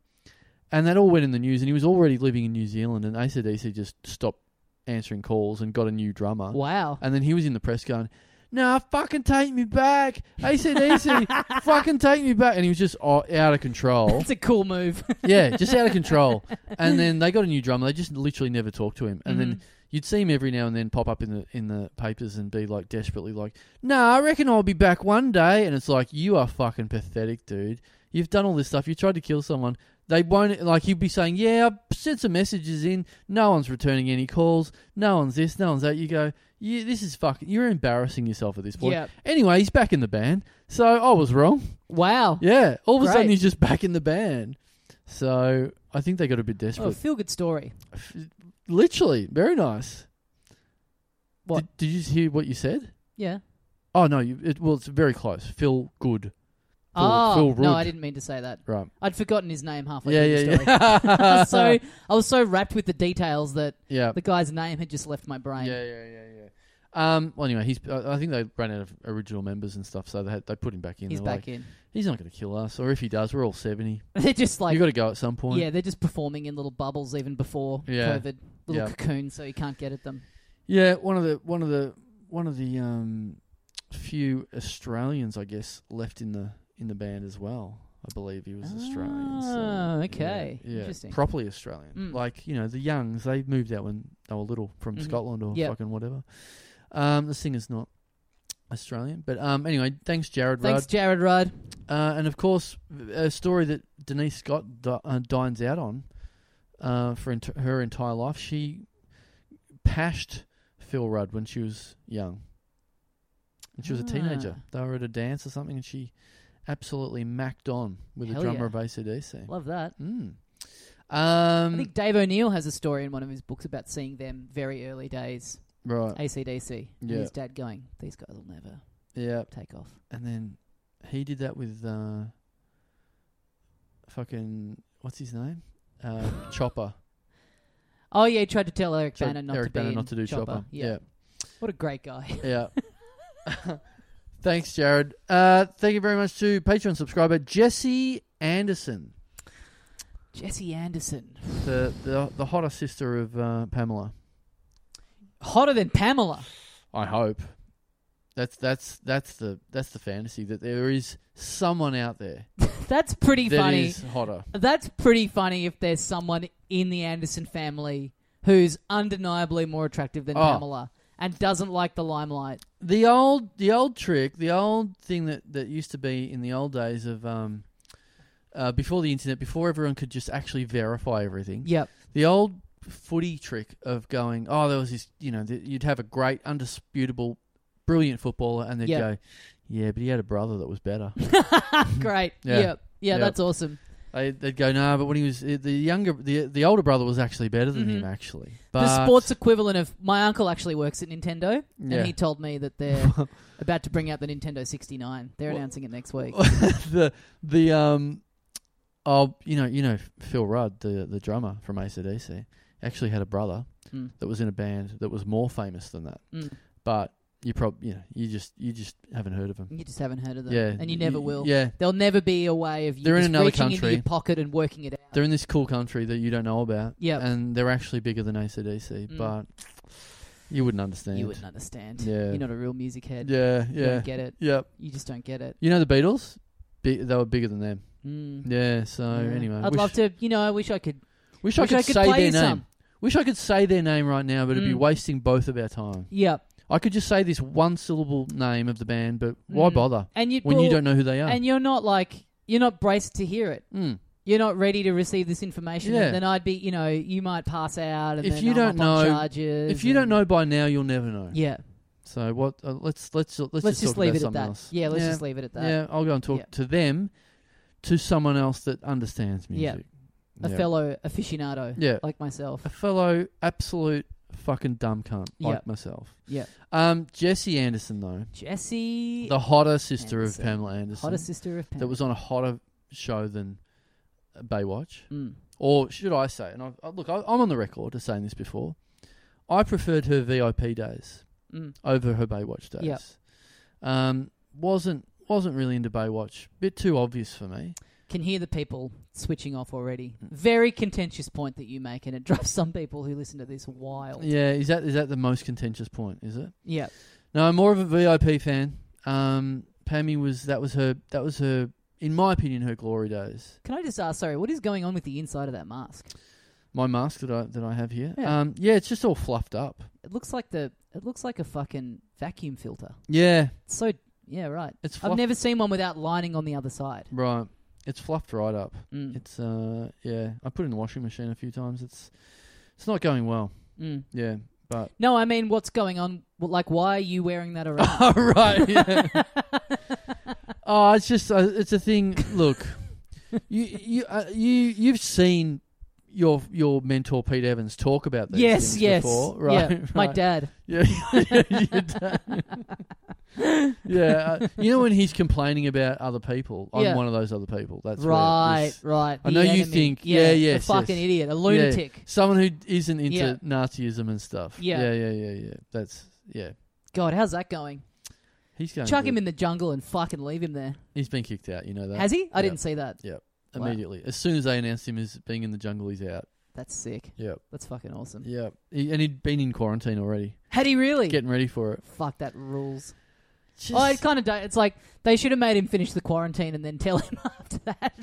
Speaker 4: and that all went in the news. And he was already living in New Zealand, and ACDC just stopped answering calls and got a new drummer.
Speaker 1: Wow.
Speaker 4: And then he was in the press going, "Nah, fucking take me back, ACDC, fucking take me back." And he was just o- out of control.
Speaker 1: That's a cool move.
Speaker 4: yeah, just out of control. And then they got a new drummer. They just literally never talked to him. And then you'd see him every now and then pop up in the in the papers and be like desperately like, "Nah, I reckon I'll be back one day." And it's like, "You are fucking pathetic, dude. You've done all this stuff. You tried to kill someone. They won't like he'd be saying, "Yeah, I've sent some messages in. No one's returning any calls. No one's this, no one's that." You go, "You this is fucking you're embarrassing yourself at this point."
Speaker 1: Yep.
Speaker 4: Anyway, he's back in the band. So, I was wrong.
Speaker 1: wow.
Speaker 4: Yeah, all of a sudden
Speaker 1: Great.
Speaker 4: he's just back in the band. So I think they got a bit
Speaker 1: Oh,
Speaker 4: desperate.
Speaker 1: feel good story.
Speaker 4: F- Literally, very nice.
Speaker 1: What?
Speaker 4: Did, did you hear what you said?
Speaker 1: Yeah.
Speaker 4: Oh no, you, it well, it's very close. Phil Good,
Speaker 1: oh
Speaker 4: Phil
Speaker 1: no,
Speaker 4: Rudd.
Speaker 1: I didn't mean to say that.
Speaker 4: right?
Speaker 1: I'd forgotten his name halfway
Speaker 4: Yeah,
Speaker 1: through
Speaker 4: yeah,
Speaker 1: the story. I
Speaker 4: yeah.
Speaker 1: was so I was so wrapped with the details that
Speaker 4: yeah,
Speaker 1: the guy's name had just left my brain.
Speaker 4: yeah, yeah, yeah, yeah. Um. Well, anyway, he's. I I think they ran out of original members and stuff, so they had, they put him back in.
Speaker 1: He's
Speaker 4: They're
Speaker 1: back
Speaker 4: like,
Speaker 1: in.
Speaker 4: He's not going to kill us, or if he does, we're all seventy.
Speaker 1: They're just like
Speaker 4: you got to go at some point.
Speaker 1: yeah, they're just performing in little bubbles even before
Speaker 4: Yeah.
Speaker 1: COVID, little
Speaker 4: Yeah.
Speaker 1: cocoon, so you can't get at them.
Speaker 4: Yeah, one of the one of the one of the um, few Australians, I guess, left in the in the band as well. I believe he was Australian. so,
Speaker 1: Oh,
Speaker 4: yeah,
Speaker 1: okay.
Speaker 4: yeah,
Speaker 1: Interesting.
Speaker 4: properly Australian.
Speaker 1: Mm.
Speaker 4: Like you know, the Youngs they moved out when they were little from
Speaker 1: Mhm.
Speaker 4: Scotland or
Speaker 1: Yep.
Speaker 4: fucking whatever. Um, the singer's not Australian, but um, anyway, thanks Jared
Speaker 1: Thanks, Jared Rudd.
Speaker 4: Rudd, uh, and of course a story that Denise Scott di- uh, dines out on uh, for ent- her entire life. She pashed Phil Rudd when she was young. And she was a teenager.
Speaker 1: Ah.
Speaker 4: They were at a dance or something, and she absolutely macked on with
Speaker 1: Hell
Speaker 4: the drummer
Speaker 1: yeah.
Speaker 4: of ACDC.
Speaker 1: Love that.
Speaker 4: Hmm.
Speaker 1: I
Speaker 4: Um,
Speaker 1: think Dave O'Neill has a story in one of his books about seeing them very early days,
Speaker 4: right,
Speaker 1: ACDC, and
Speaker 4: Uh, Yeah.
Speaker 1: his dad going, these guys will never
Speaker 4: yeah,
Speaker 1: take off.
Speaker 4: and then he did that with uh, fucking what's his name, uh, Chopper.
Speaker 1: Oh, yeah, he tried to tell Eric
Speaker 4: Sorry,
Speaker 1: Banner not
Speaker 4: Eric
Speaker 1: to be
Speaker 4: Banner
Speaker 1: in
Speaker 4: not to do Chopper.
Speaker 1: Yeah. What a great guy.
Speaker 4: Yeah. yeah. Thanks, Jared. Uh, thank you very much to Patreon subscriber Jesse Anderson,
Speaker 1: Jesse Anderson.
Speaker 4: the the, the hotter sister of uh, Pamela.
Speaker 1: Hotter than Pamela.
Speaker 4: I hope. That's that's that's the that's the fantasy that there is someone out there
Speaker 1: That's pretty
Speaker 4: that is
Speaker 1: funny.
Speaker 4: hotter.
Speaker 1: That's pretty funny if there's someone in the Anderson family who's undeniably more attractive than
Speaker 4: Oh.
Speaker 1: Pamela and doesn't like the limelight.
Speaker 4: The old the old trick, the old thing that, that used to be in the old days of um uh, before the internet, before everyone could just actually verify everything.
Speaker 1: Yep.
Speaker 4: The old footy trick of going, oh, there was this, you know, th you'd have a great, undisputable, brilliant footballer, and they'd
Speaker 1: Yeah.
Speaker 4: go, yeah, but he had a brother that was better.
Speaker 1: Great.
Speaker 4: Yeah.
Speaker 1: Yep. Yeah,
Speaker 4: Yep.
Speaker 1: that's awesome.
Speaker 4: they, they'd go, no, but when he was the younger, the the older brother was actually better than him, actually. But
Speaker 1: Mm-hmm. the sports equivalent of my uncle actually works at Nintendo,
Speaker 4: Yeah.
Speaker 1: and he told me that they're about to bring out the Nintendo 69. They're
Speaker 4: Well-
Speaker 1: announcing it next week.
Speaker 4: the the um oh you know you know Phil Rudd the the drummer from ACDC actually had a brother
Speaker 1: Mm.
Speaker 4: that was in a band that was more famous than that
Speaker 1: Mm.
Speaker 4: but you prob you know you just you just haven't heard of him
Speaker 1: You just haven't heard of them,
Speaker 4: yeah
Speaker 1: and you never will.
Speaker 4: yeah
Speaker 1: There'll never be a way of you
Speaker 4: They're in
Speaker 1: just
Speaker 4: another
Speaker 1: reaching into
Speaker 4: country.
Speaker 1: your pocket and working it out.
Speaker 4: they're in this cool country that you don't know about
Speaker 1: Yep.
Speaker 4: and they're actually bigger than ACDC
Speaker 1: Mm.
Speaker 4: but you wouldn't understand
Speaker 1: You wouldn't understand.
Speaker 4: Yeah.
Speaker 1: You're not a real music head.
Speaker 4: yeah
Speaker 1: You
Speaker 4: yeah
Speaker 1: don't get it.
Speaker 4: yep
Speaker 1: You just don't get it.
Speaker 4: you know the Beatles Bi they were bigger than them
Speaker 1: Mm.
Speaker 4: yeah so
Speaker 1: Yeah.
Speaker 4: anyway
Speaker 1: I'd
Speaker 4: wish-
Speaker 1: love to. You know, I wish I could.
Speaker 4: wish, I
Speaker 1: wish
Speaker 4: could,
Speaker 1: I could
Speaker 4: say
Speaker 1: play
Speaker 4: their
Speaker 1: you
Speaker 4: name
Speaker 1: some.
Speaker 4: Wish I could say their name right now, but it'd be
Speaker 1: Mm.
Speaker 4: wasting both of our time.
Speaker 1: Yeah,
Speaker 4: I could just say this one syllable name of the band, but why
Speaker 1: Mm.
Speaker 4: bother
Speaker 1: and you
Speaker 4: when you
Speaker 1: well,
Speaker 4: don't know who they are?
Speaker 1: and you're not like you're not braced to hear it.
Speaker 4: Mm.
Speaker 1: You're not ready to receive this information.
Speaker 4: Yeah.
Speaker 1: Then I'd be, you know, you might pass out. And
Speaker 4: If
Speaker 1: then
Speaker 4: you
Speaker 1: I'm up on
Speaker 4: don't know-
Speaker 1: charges
Speaker 4: If you don't
Speaker 1: and-
Speaker 4: know by now, you'll never know.
Speaker 1: yeah,
Speaker 4: So what? Uh, let's let's let's,
Speaker 1: let's,
Speaker 4: just,
Speaker 1: just
Speaker 4: talk
Speaker 1: leave it
Speaker 4: about
Speaker 1: at
Speaker 4: something
Speaker 1: that.
Speaker 4: else.
Speaker 1: Yeah, let's just leave it at that.
Speaker 4: Yeah, I'll go and talk
Speaker 1: Yeah.
Speaker 4: to them, to someone else that understands
Speaker 1: Yeah.
Speaker 4: music.
Speaker 1: A
Speaker 4: yeah.
Speaker 1: fellow aficionado,
Speaker 4: Yeah.
Speaker 1: like myself.
Speaker 4: a fellow absolute fucking dumb cunt like
Speaker 1: Yeah.
Speaker 4: myself.
Speaker 1: Yeah.
Speaker 4: Um, Jessie Anderson though,
Speaker 1: Jesse,
Speaker 4: the hotter sister
Speaker 1: Anderson.
Speaker 4: of Pamela Anderson,
Speaker 1: hottest sister of Pam.
Speaker 4: that was on a hotter show than uh, Baywatch.
Speaker 1: Mm.
Speaker 4: or should I say, and I, I, look, I, I'm on the record of saying this before, I preferred her VIP days
Speaker 1: Mm.
Speaker 4: over her Baywatch days.
Speaker 1: Yep.
Speaker 4: Um, wasn't wasn't really into Baywatch. Bit too obvious for me.
Speaker 1: Can hear the people switching off already.
Speaker 4: Mm.
Speaker 1: Very contentious point that you make, and it drives some people who listen to this wild.
Speaker 4: Yeah, is that is that the most contentious point? Is it?
Speaker 1: Yeah.
Speaker 4: No, I'm more of a VIP fan. Um, Pammy was that was her that was her in my opinion her glory days.
Speaker 1: Can I just ask? Sorry, what is going on with the inside of that mask?
Speaker 4: My mask that I that I have here.
Speaker 1: Yeah.
Speaker 4: Um, yeah, it's just all fluffed up.
Speaker 1: It looks like the. It looks like a fucking vacuum filter.
Speaker 4: Yeah,
Speaker 1: It's so yeah, right.
Speaker 4: it's fluffed,
Speaker 1: I've never seen one without lining on the other side.
Speaker 4: right. It's fluffed right up.
Speaker 1: Mm.
Speaker 4: It's uh yeah, I put it in the washing machine a few times. It's it's not going well.
Speaker 1: Mm.
Speaker 4: Yeah, but
Speaker 1: No, I mean, what's going on? Well, Like, why are you wearing that around?
Speaker 4: oh right, yeah. oh, it's just uh, it's a thing. Look, you you uh, you you've seen your your mentor Pete Evans talk about these
Speaker 1: yes,
Speaker 4: things
Speaker 1: yes,
Speaker 4: before,
Speaker 1: yeah.
Speaker 4: right?
Speaker 1: My
Speaker 4: right.
Speaker 1: dad.
Speaker 4: Yeah, your dad. yeah. uh, you know when he's complaining about other people, I'm
Speaker 1: Yeah.
Speaker 4: one of those other people. That's where
Speaker 1: right,
Speaker 4: this-
Speaker 1: right.
Speaker 4: I
Speaker 1: the
Speaker 4: know you
Speaker 1: enemy.
Speaker 4: think-
Speaker 1: yeah,
Speaker 4: yeah,
Speaker 1: a
Speaker 4: yes,
Speaker 1: fucking
Speaker 4: yes.
Speaker 1: idiot, a lunatic.
Speaker 4: Someone who isn't into
Speaker 1: Yeah.
Speaker 4: Nazism and stuff.
Speaker 1: Yeah.
Speaker 4: yeah, yeah, yeah, yeah. That's yeah.
Speaker 1: God, how's that going?
Speaker 4: He's going.
Speaker 1: Chuck
Speaker 4: good.
Speaker 1: him in the jungle and fucking leave him there.
Speaker 4: He's been kicked out. You know that.
Speaker 1: Has he? I
Speaker 4: yeah.
Speaker 1: didn't see that. Wow.
Speaker 4: Immediately, as soon as they announced him as being in the jungle, he's out.
Speaker 1: That's sick.
Speaker 4: Yep.
Speaker 1: That's fucking awesome.
Speaker 4: Yep. He, and he'd been in quarantine already,
Speaker 1: Had he really?
Speaker 4: getting ready for it.
Speaker 1: Fuck that rules.
Speaker 4: Just,
Speaker 1: Oh, it kind of. It's like they should have made him finish the quarantine and then tell him after that.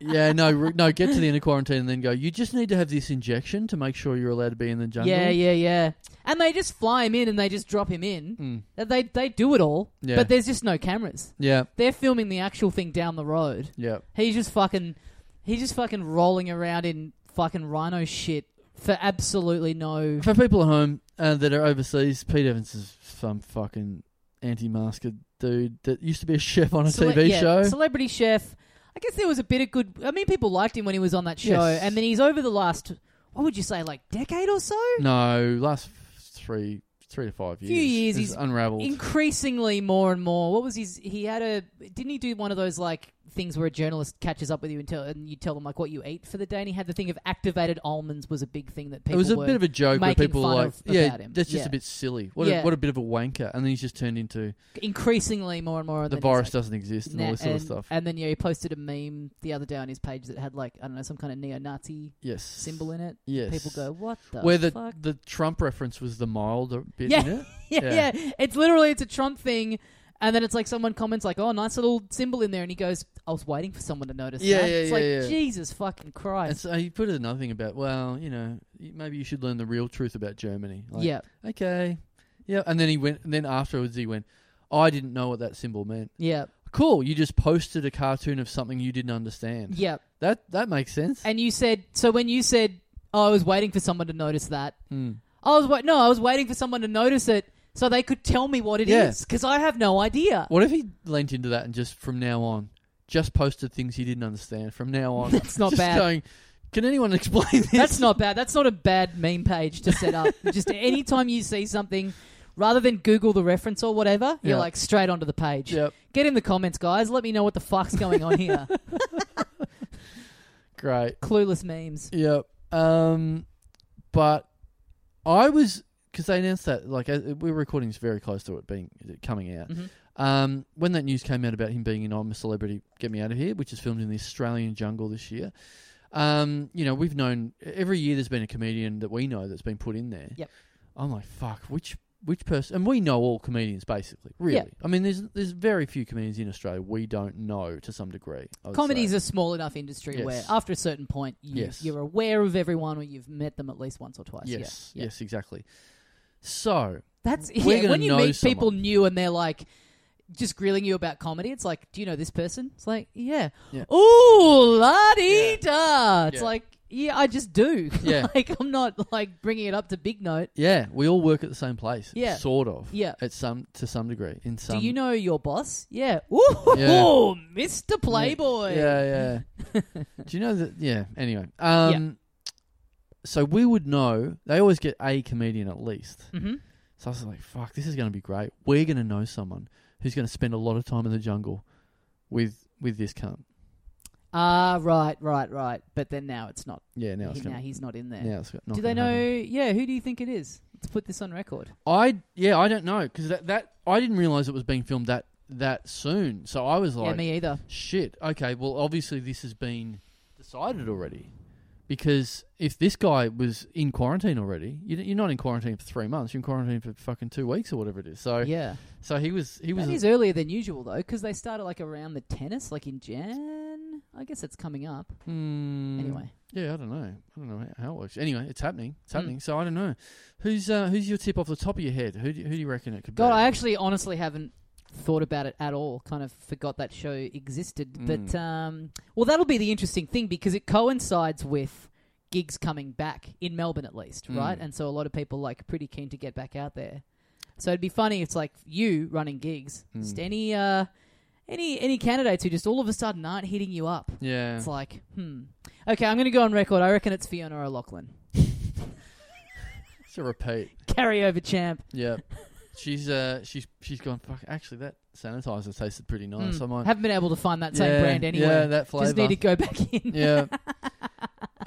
Speaker 4: yeah, no, re- no. Get to the end of quarantine and then go. You just need to have this injection to make sure you're allowed to be in the jungle.
Speaker 1: Yeah, yeah, yeah. And they just fly him in and they just drop him in.
Speaker 4: Mm.
Speaker 1: They they do it all,
Speaker 4: Yeah.
Speaker 1: but there's just no cameras.
Speaker 4: yeah,
Speaker 1: They're filming the actual thing down the road.
Speaker 4: yeah.
Speaker 1: He's just fucking, he's just fucking rolling around in fucking rhino shit for absolutely no.
Speaker 4: For people at home uh, that are overseas, Pete Evans is some fucking anti-masker dude that used to be a chef on a
Speaker 1: Cele-
Speaker 4: TV
Speaker 1: yeah,
Speaker 4: show.
Speaker 1: Celebrity Chef. I guess there was a bit of good. I mean, people liked him when he was on that show,
Speaker 4: Yes.
Speaker 1: and then he's over the last what would you say, like decade or so,
Speaker 4: no, last f- three three to five years.
Speaker 1: Few years,
Speaker 4: It's
Speaker 1: he's
Speaker 4: unraveled.
Speaker 1: increasingly more and more. What was his? He had a didn't he do one of those like things where a journalist catches up with you and tell and you tell them like what you ate for the day, and he had the thing of activated almonds was a big thing that people.
Speaker 4: it was a
Speaker 1: were
Speaker 4: bit of a joke where
Speaker 1: making
Speaker 4: people were
Speaker 1: fun
Speaker 4: like,
Speaker 1: of
Speaker 4: "Yeah,
Speaker 1: about him.
Speaker 4: that's just
Speaker 1: Yeah.
Speaker 4: a bit silly. What
Speaker 1: Yeah.
Speaker 4: a, what a bit of a wanker." And then he's just turned into
Speaker 1: increasingly more and more. And
Speaker 4: the
Speaker 1: then he's
Speaker 4: virus
Speaker 1: like,
Speaker 4: doesn't exist and all
Speaker 1: nah,
Speaker 4: this sort
Speaker 1: and,
Speaker 4: of stuff.
Speaker 1: And then yeah, he posted a meme the other day on his page that had like I don't know some kind of neo-Nazi
Speaker 4: yes,
Speaker 1: symbol in it.
Speaker 4: Yes,
Speaker 1: People go, what the
Speaker 4: where the
Speaker 1: fuck?
Speaker 4: the Trump reference was the milder bit
Speaker 1: Yeah.
Speaker 4: in it.
Speaker 1: yeah, yeah. It's literally it's a Trump thing, and then it's like someone comments like, "Oh, nice little symbol in there," and he goes, "I was waiting for someone to notice."
Speaker 4: Yeah,
Speaker 1: that.
Speaker 4: yeah,
Speaker 1: It's
Speaker 4: yeah,
Speaker 1: like
Speaker 4: yeah.
Speaker 1: Jesus fucking
Speaker 4: And
Speaker 1: Christ.
Speaker 4: so he put another thing about, well, you know, y- maybe you should learn the real truth about Germany. Like,
Speaker 1: yeah,
Speaker 4: Okay. Yeah. And then he went. And then afterwards, he went. I didn't know what that symbol meant.
Speaker 1: yeah,
Speaker 4: Cool. You just posted a cartoon of something you didn't understand.
Speaker 1: yeah.
Speaker 4: That that makes sense.
Speaker 1: And you said so when you said, "Oh, I was waiting for someone to notice that."
Speaker 4: Hmm.
Speaker 1: I was wait. No, I was waiting for someone to notice it so they could tell me what it is 'cause
Speaker 4: Yeah.
Speaker 1: because I have no idea.
Speaker 4: What if he leant into that and just from now on, just posted things he didn't understand from now on?
Speaker 1: That's not
Speaker 4: just
Speaker 1: bad.
Speaker 4: Going, Can anyone explain this?
Speaker 1: That's not bad. That's not a bad meme page to set up. Just anytime you see something, rather than Google the reference or whatever, you're
Speaker 4: Yeah.
Speaker 1: like straight onto the page.
Speaker 4: Yep.
Speaker 1: Get in the comments, guys. Let me know what the fuck's going on here.
Speaker 4: Great.
Speaker 1: Clueless memes.
Speaker 4: Yep. Um, but I was because they announced that like uh, we were recording this very close to it being it coming out.
Speaker 1: Mhm.
Speaker 4: Um, when that news came out about him being in I'm a Celebrity, Get Me Out of Here, which is filmed in the Australian jungle this year. Um, you know, we've known every year there's been a comedian that we know that's been put in there.
Speaker 1: Yep.
Speaker 4: I'm like, fuck, which which person? And we know all comedians basically, really. I mean, there's there's very few comedians in Australia we don't know to some degree. I would
Speaker 1: Comedy's
Speaker 4: say.
Speaker 1: a small enough industry
Speaker 4: Yes.
Speaker 1: where, after a certain point, you,
Speaker 4: Yes.
Speaker 1: you're aware of everyone or you've met them at least once or twice. Yeah,
Speaker 4: yes,
Speaker 1: yeah.
Speaker 4: yes, exactly. So
Speaker 1: That's
Speaker 4: We're
Speaker 1: yeah,
Speaker 4: gonna
Speaker 1: when you
Speaker 4: know
Speaker 1: meet
Speaker 4: someone.
Speaker 1: people new and they're like just grilling you about comedy. It's like, do you know this person? It's like, yeah.
Speaker 4: Yeah.
Speaker 1: Ooh, la di da. It's
Speaker 4: Yeah.
Speaker 1: like, yeah, I just do.
Speaker 4: Yeah.
Speaker 1: like I'm not like bringing it up to big note.
Speaker 4: Yeah, we all work at the same place.
Speaker 1: Yeah.
Speaker 4: sort of.
Speaker 1: Yeah.
Speaker 4: at some to some degree. In some,
Speaker 1: do you know your boss? Yeah. Ooh,
Speaker 4: Yeah.
Speaker 1: Mr. Playboy.
Speaker 4: Yeah, yeah. do you know that? Yeah. Anyway, um, so we would know. They always get a comedian at least.
Speaker 1: hmm
Speaker 4: So I was like, "Fuck, this is going to be great. We're going to know someone who's going to spend a lot of time in the jungle with with this cunt."
Speaker 1: Ah, right, right, right. But then now it's not.
Speaker 4: Yeah, now it's
Speaker 1: he- now
Speaker 4: going.
Speaker 1: he's not in there.
Speaker 4: Now it's not
Speaker 1: do they
Speaker 4: gonna
Speaker 1: know?
Speaker 4: happen.
Speaker 1: Yeah. Who do you think it is? Let's put this on record.
Speaker 4: I yeah, I don't know because that that I didn't realize it was being filmed that that soon. So I was like,
Speaker 1: yeah, me either.
Speaker 4: Shit. Okay. Well, obviously this has been decided already, because if this guy was in quarantine already, you- you're not in quarantine for three months. You're in quarantine for fucking two weeks or whatever it is. So
Speaker 1: Yeah.
Speaker 4: So he was. He was.
Speaker 1: That
Speaker 4: a-
Speaker 1: is earlier than usual though, because they started like around the tennis, like in Jan. I guess it's coming up
Speaker 4: Hmm.
Speaker 1: anyway. Hmm.
Speaker 4: Yeah, I don't know. I don't know how it works. Anyway, it's happening. It's happening. So I don't know. Who's uh, who's your tip off the top of your head? Who do, who do you reckon it could be?
Speaker 1: God, I actually honestly haven't thought about it at all. Kind of forgot that show existed.
Speaker 4: Mm.
Speaker 1: But um, well, that'll be the interesting thing because it coincides with gigs coming back in Melbourne at least,
Speaker 4: Mm.
Speaker 1: right? And so a lot of people like pretty keen to get back out there. So it'd be funny. It's like you running gigs.
Speaker 4: Mm.
Speaker 1: Just any uh, any any candidates who just all of a sudden aren't hitting you up.
Speaker 4: yeah.
Speaker 1: It's like, hmm. Okay, I'm going to go on record. I reckon it's Fiona O'Loughlin.
Speaker 4: It's a repeat.
Speaker 1: Carryover champ.
Speaker 4: Yeah. she's uh she's she's gone. Fuck. Actually, that sanitizer tasted pretty nice. I
Speaker 1: Hmm.
Speaker 4: might.
Speaker 1: Haven't been able to find that same
Speaker 4: Yeah,
Speaker 1: brand anywhere.
Speaker 4: Yeah, that flavor.
Speaker 1: Just need to go back in.
Speaker 4: Yeah.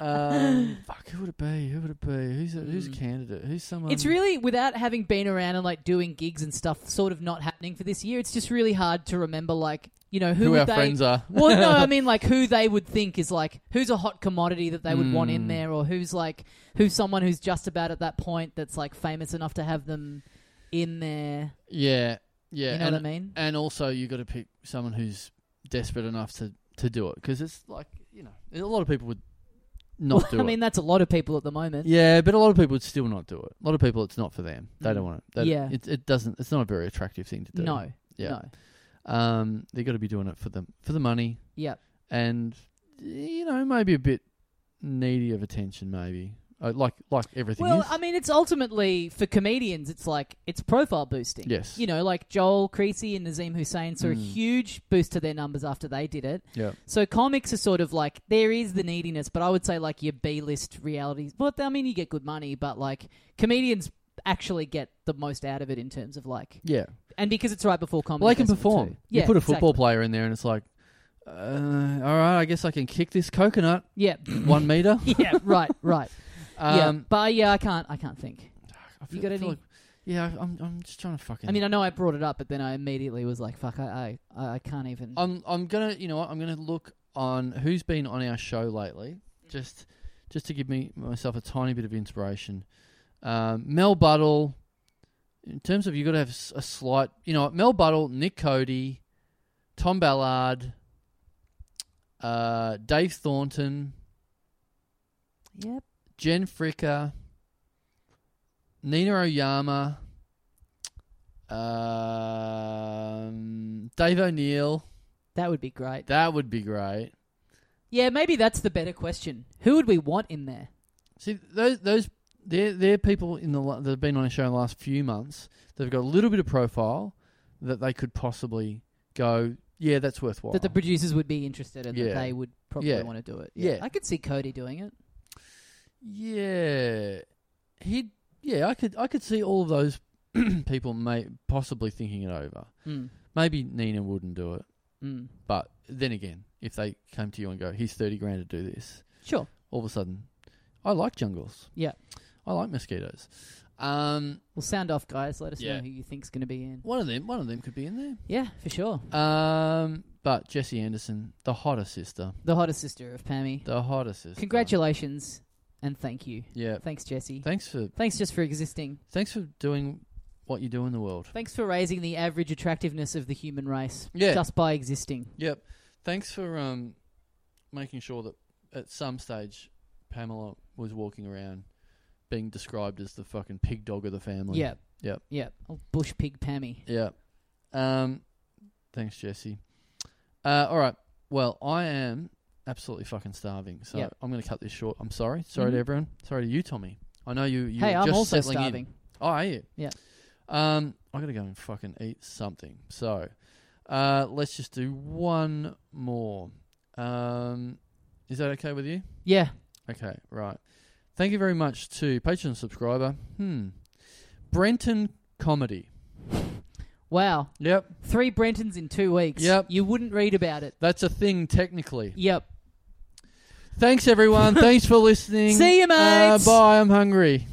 Speaker 4: um, fuck, who would it be? Who would it be? Who's a, who's a candidate? Who's someone?
Speaker 1: Hmm. It's really, without having been around and like doing gigs and stuff, sort of not happening for this year, it's just really hard to remember, like, you know, who,
Speaker 4: who
Speaker 1: would
Speaker 4: our
Speaker 1: they.
Speaker 4: friends are.
Speaker 1: well, no, I mean, like, who they would think is like, who's a hot commodity that they would want
Speaker 4: Hmm.
Speaker 1: in there, or who's like, who's someone who's just about at that point that's like famous enough to have them in there.
Speaker 4: Yeah, yeah.
Speaker 1: You know
Speaker 4: and,
Speaker 1: what I mean?
Speaker 4: And also, you got to pick someone who's desperate enough to to do it because it's like you know a lot of people would not
Speaker 1: Well,
Speaker 4: do
Speaker 1: I mean,
Speaker 4: it.
Speaker 1: that's a lot of people at the moment.
Speaker 4: Yeah, but a lot of people would still not do it. A lot of people, it's not for them. They don't want it. They,
Speaker 1: Mm. Yeah.
Speaker 4: it, it doesn't. It's not a very attractive thing to do.
Speaker 1: No.
Speaker 4: Yeah.
Speaker 1: No.
Speaker 4: Um, they got to be doing it for the for the money
Speaker 1: Yep.
Speaker 4: and you know maybe a bit needy of attention. Maybe Uh, like like everything
Speaker 1: Well,
Speaker 4: is.
Speaker 1: I mean, it's ultimately for comedians. It's like it's profile boosting.
Speaker 4: Yes. Mm.
Speaker 1: you know, like Joel Creasy and Nazim Hussain saw a huge boost to their numbers after they did it.
Speaker 4: Yeah.
Speaker 1: So comics are sort of like there is the neediness, but I would say like your B list reality. But I mean, you get good money, but like comedians actually get the most out of it in terms of like,
Speaker 4: yeah.
Speaker 1: and because it's right before comedy,
Speaker 4: Well, they can
Speaker 1: festival
Speaker 4: perform.
Speaker 1: too.
Speaker 4: You
Speaker 1: yeah,
Speaker 4: put a football
Speaker 1: exactly.
Speaker 4: player in there, and it's like, uh, all right, I guess I can kick this coconut
Speaker 1: Yeah.
Speaker 4: one meter.
Speaker 1: yeah. Right. Right. yeah.
Speaker 4: Um,
Speaker 1: But yeah, I can't. I can't think.
Speaker 4: I
Speaker 1: You got any-
Speaker 4: yeah, I- I'm, I'm just trying to fucking.
Speaker 1: I mean, I know I brought it up, but then I immediately was like, "Fuck, I, I, I can't even."
Speaker 4: I'm I'm gonna you know what I'm gonna look on who's been on our show lately, just just to give me myself a tiny bit of inspiration. Um, Mel Buddle, in terms of you got to have s- a slight you know what, Mel Buddle, Nick Cody, Tom Ballard, uh, Dave Thornton,
Speaker 1: Yep.
Speaker 4: Jen Fricker, Nina Oyama, um, Dave O'Neill.
Speaker 1: That would be great.
Speaker 4: That would be great.
Speaker 1: Yeah, maybe that's the better question. Who would we want in there?
Speaker 4: See those those they're they're people in the la- that have been on a show in the last few months. They've got a little bit of profile that they could possibly go. Yeah, that's worthwhile.
Speaker 1: That the producers would be interested in,
Speaker 4: Yeah.
Speaker 1: that they would probably
Speaker 4: Yeah.
Speaker 1: want to do it.
Speaker 4: Yeah.
Speaker 1: I could see Cody doing it.
Speaker 4: yeah, he yeah. I could I could see all of those people may possibly thinking it over.
Speaker 1: Mm.
Speaker 4: Maybe Nina wouldn't do it,
Speaker 1: Mm.
Speaker 4: but then again, if they came to you and go, "Here's thirty grand to do this,"
Speaker 1: Sure.
Speaker 4: all of a sudden, I like jungles.
Speaker 1: Yeah.
Speaker 4: I like mosquitoes. Um,
Speaker 1: Well, sound off, guys. Let us
Speaker 4: Yeah.
Speaker 1: know who you think's going to be in.
Speaker 4: one of them, one of them could be in there.
Speaker 1: Yeah, for sure.
Speaker 4: Um, but Jessie Anderson, the hotter sister,
Speaker 1: The hottest sister of Pammy.
Speaker 4: the hotter sister.
Speaker 1: Congratulations, and thank you.
Speaker 4: Yeah.
Speaker 1: Thanks, Jesse.
Speaker 4: Thanks for
Speaker 1: Thanks just for existing.
Speaker 4: thanks for doing what you do in the world.
Speaker 1: Thanks for raising the average attractiveness of the human race
Speaker 4: Yeah.
Speaker 1: just by existing.
Speaker 4: Yep. Thanks for um making sure that at some stage Pamela was walking around being described as the fucking pig dog of the family.
Speaker 1: Yep.
Speaker 4: Yep.
Speaker 1: Yep. Oh, bush pig Pammy.
Speaker 4: Yeah. Um thanks Jesse. Uh all right. Well, I am absolutely fucking starving. So
Speaker 1: Yep.
Speaker 4: I'm going to cut this short. I'm sorry. Sorry to
Speaker 1: Mhm.
Speaker 4: everyone. Sorry to you, Tommy. I know you you
Speaker 1: Hey,
Speaker 4: were
Speaker 1: I'm
Speaker 4: just
Speaker 1: also
Speaker 4: settling in.
Speaker 1: starving.
Speaker 4: Oh, are you?
Speaker 1: Yeah.
Speaker 4: Um, I gotta go and fucking eat something. So, uh, let's just do one more. Um, is that okay with you?
Speaker 1: Yeah.
Speaker 4: Okay, right. Thank you very much to Patreon subscriber. Hmm. Brenton Comedy.
Speaker 1: Wow.
Speaker 4: Yep,
Speaker 1: Three Brentons in two weeks.
Speaker 4: Yep.
Speaker 1: You wouldn't read about it.
Speaker 4: that's a thing technically.
Speaker 1: Yep.
Speaker 4: Thanks everyone. Thanks for listening.
Speaker 1: See you,
Speaker 4: Uh,
Speaker 1: mates.
Speaker 4: bye. I'm hungry.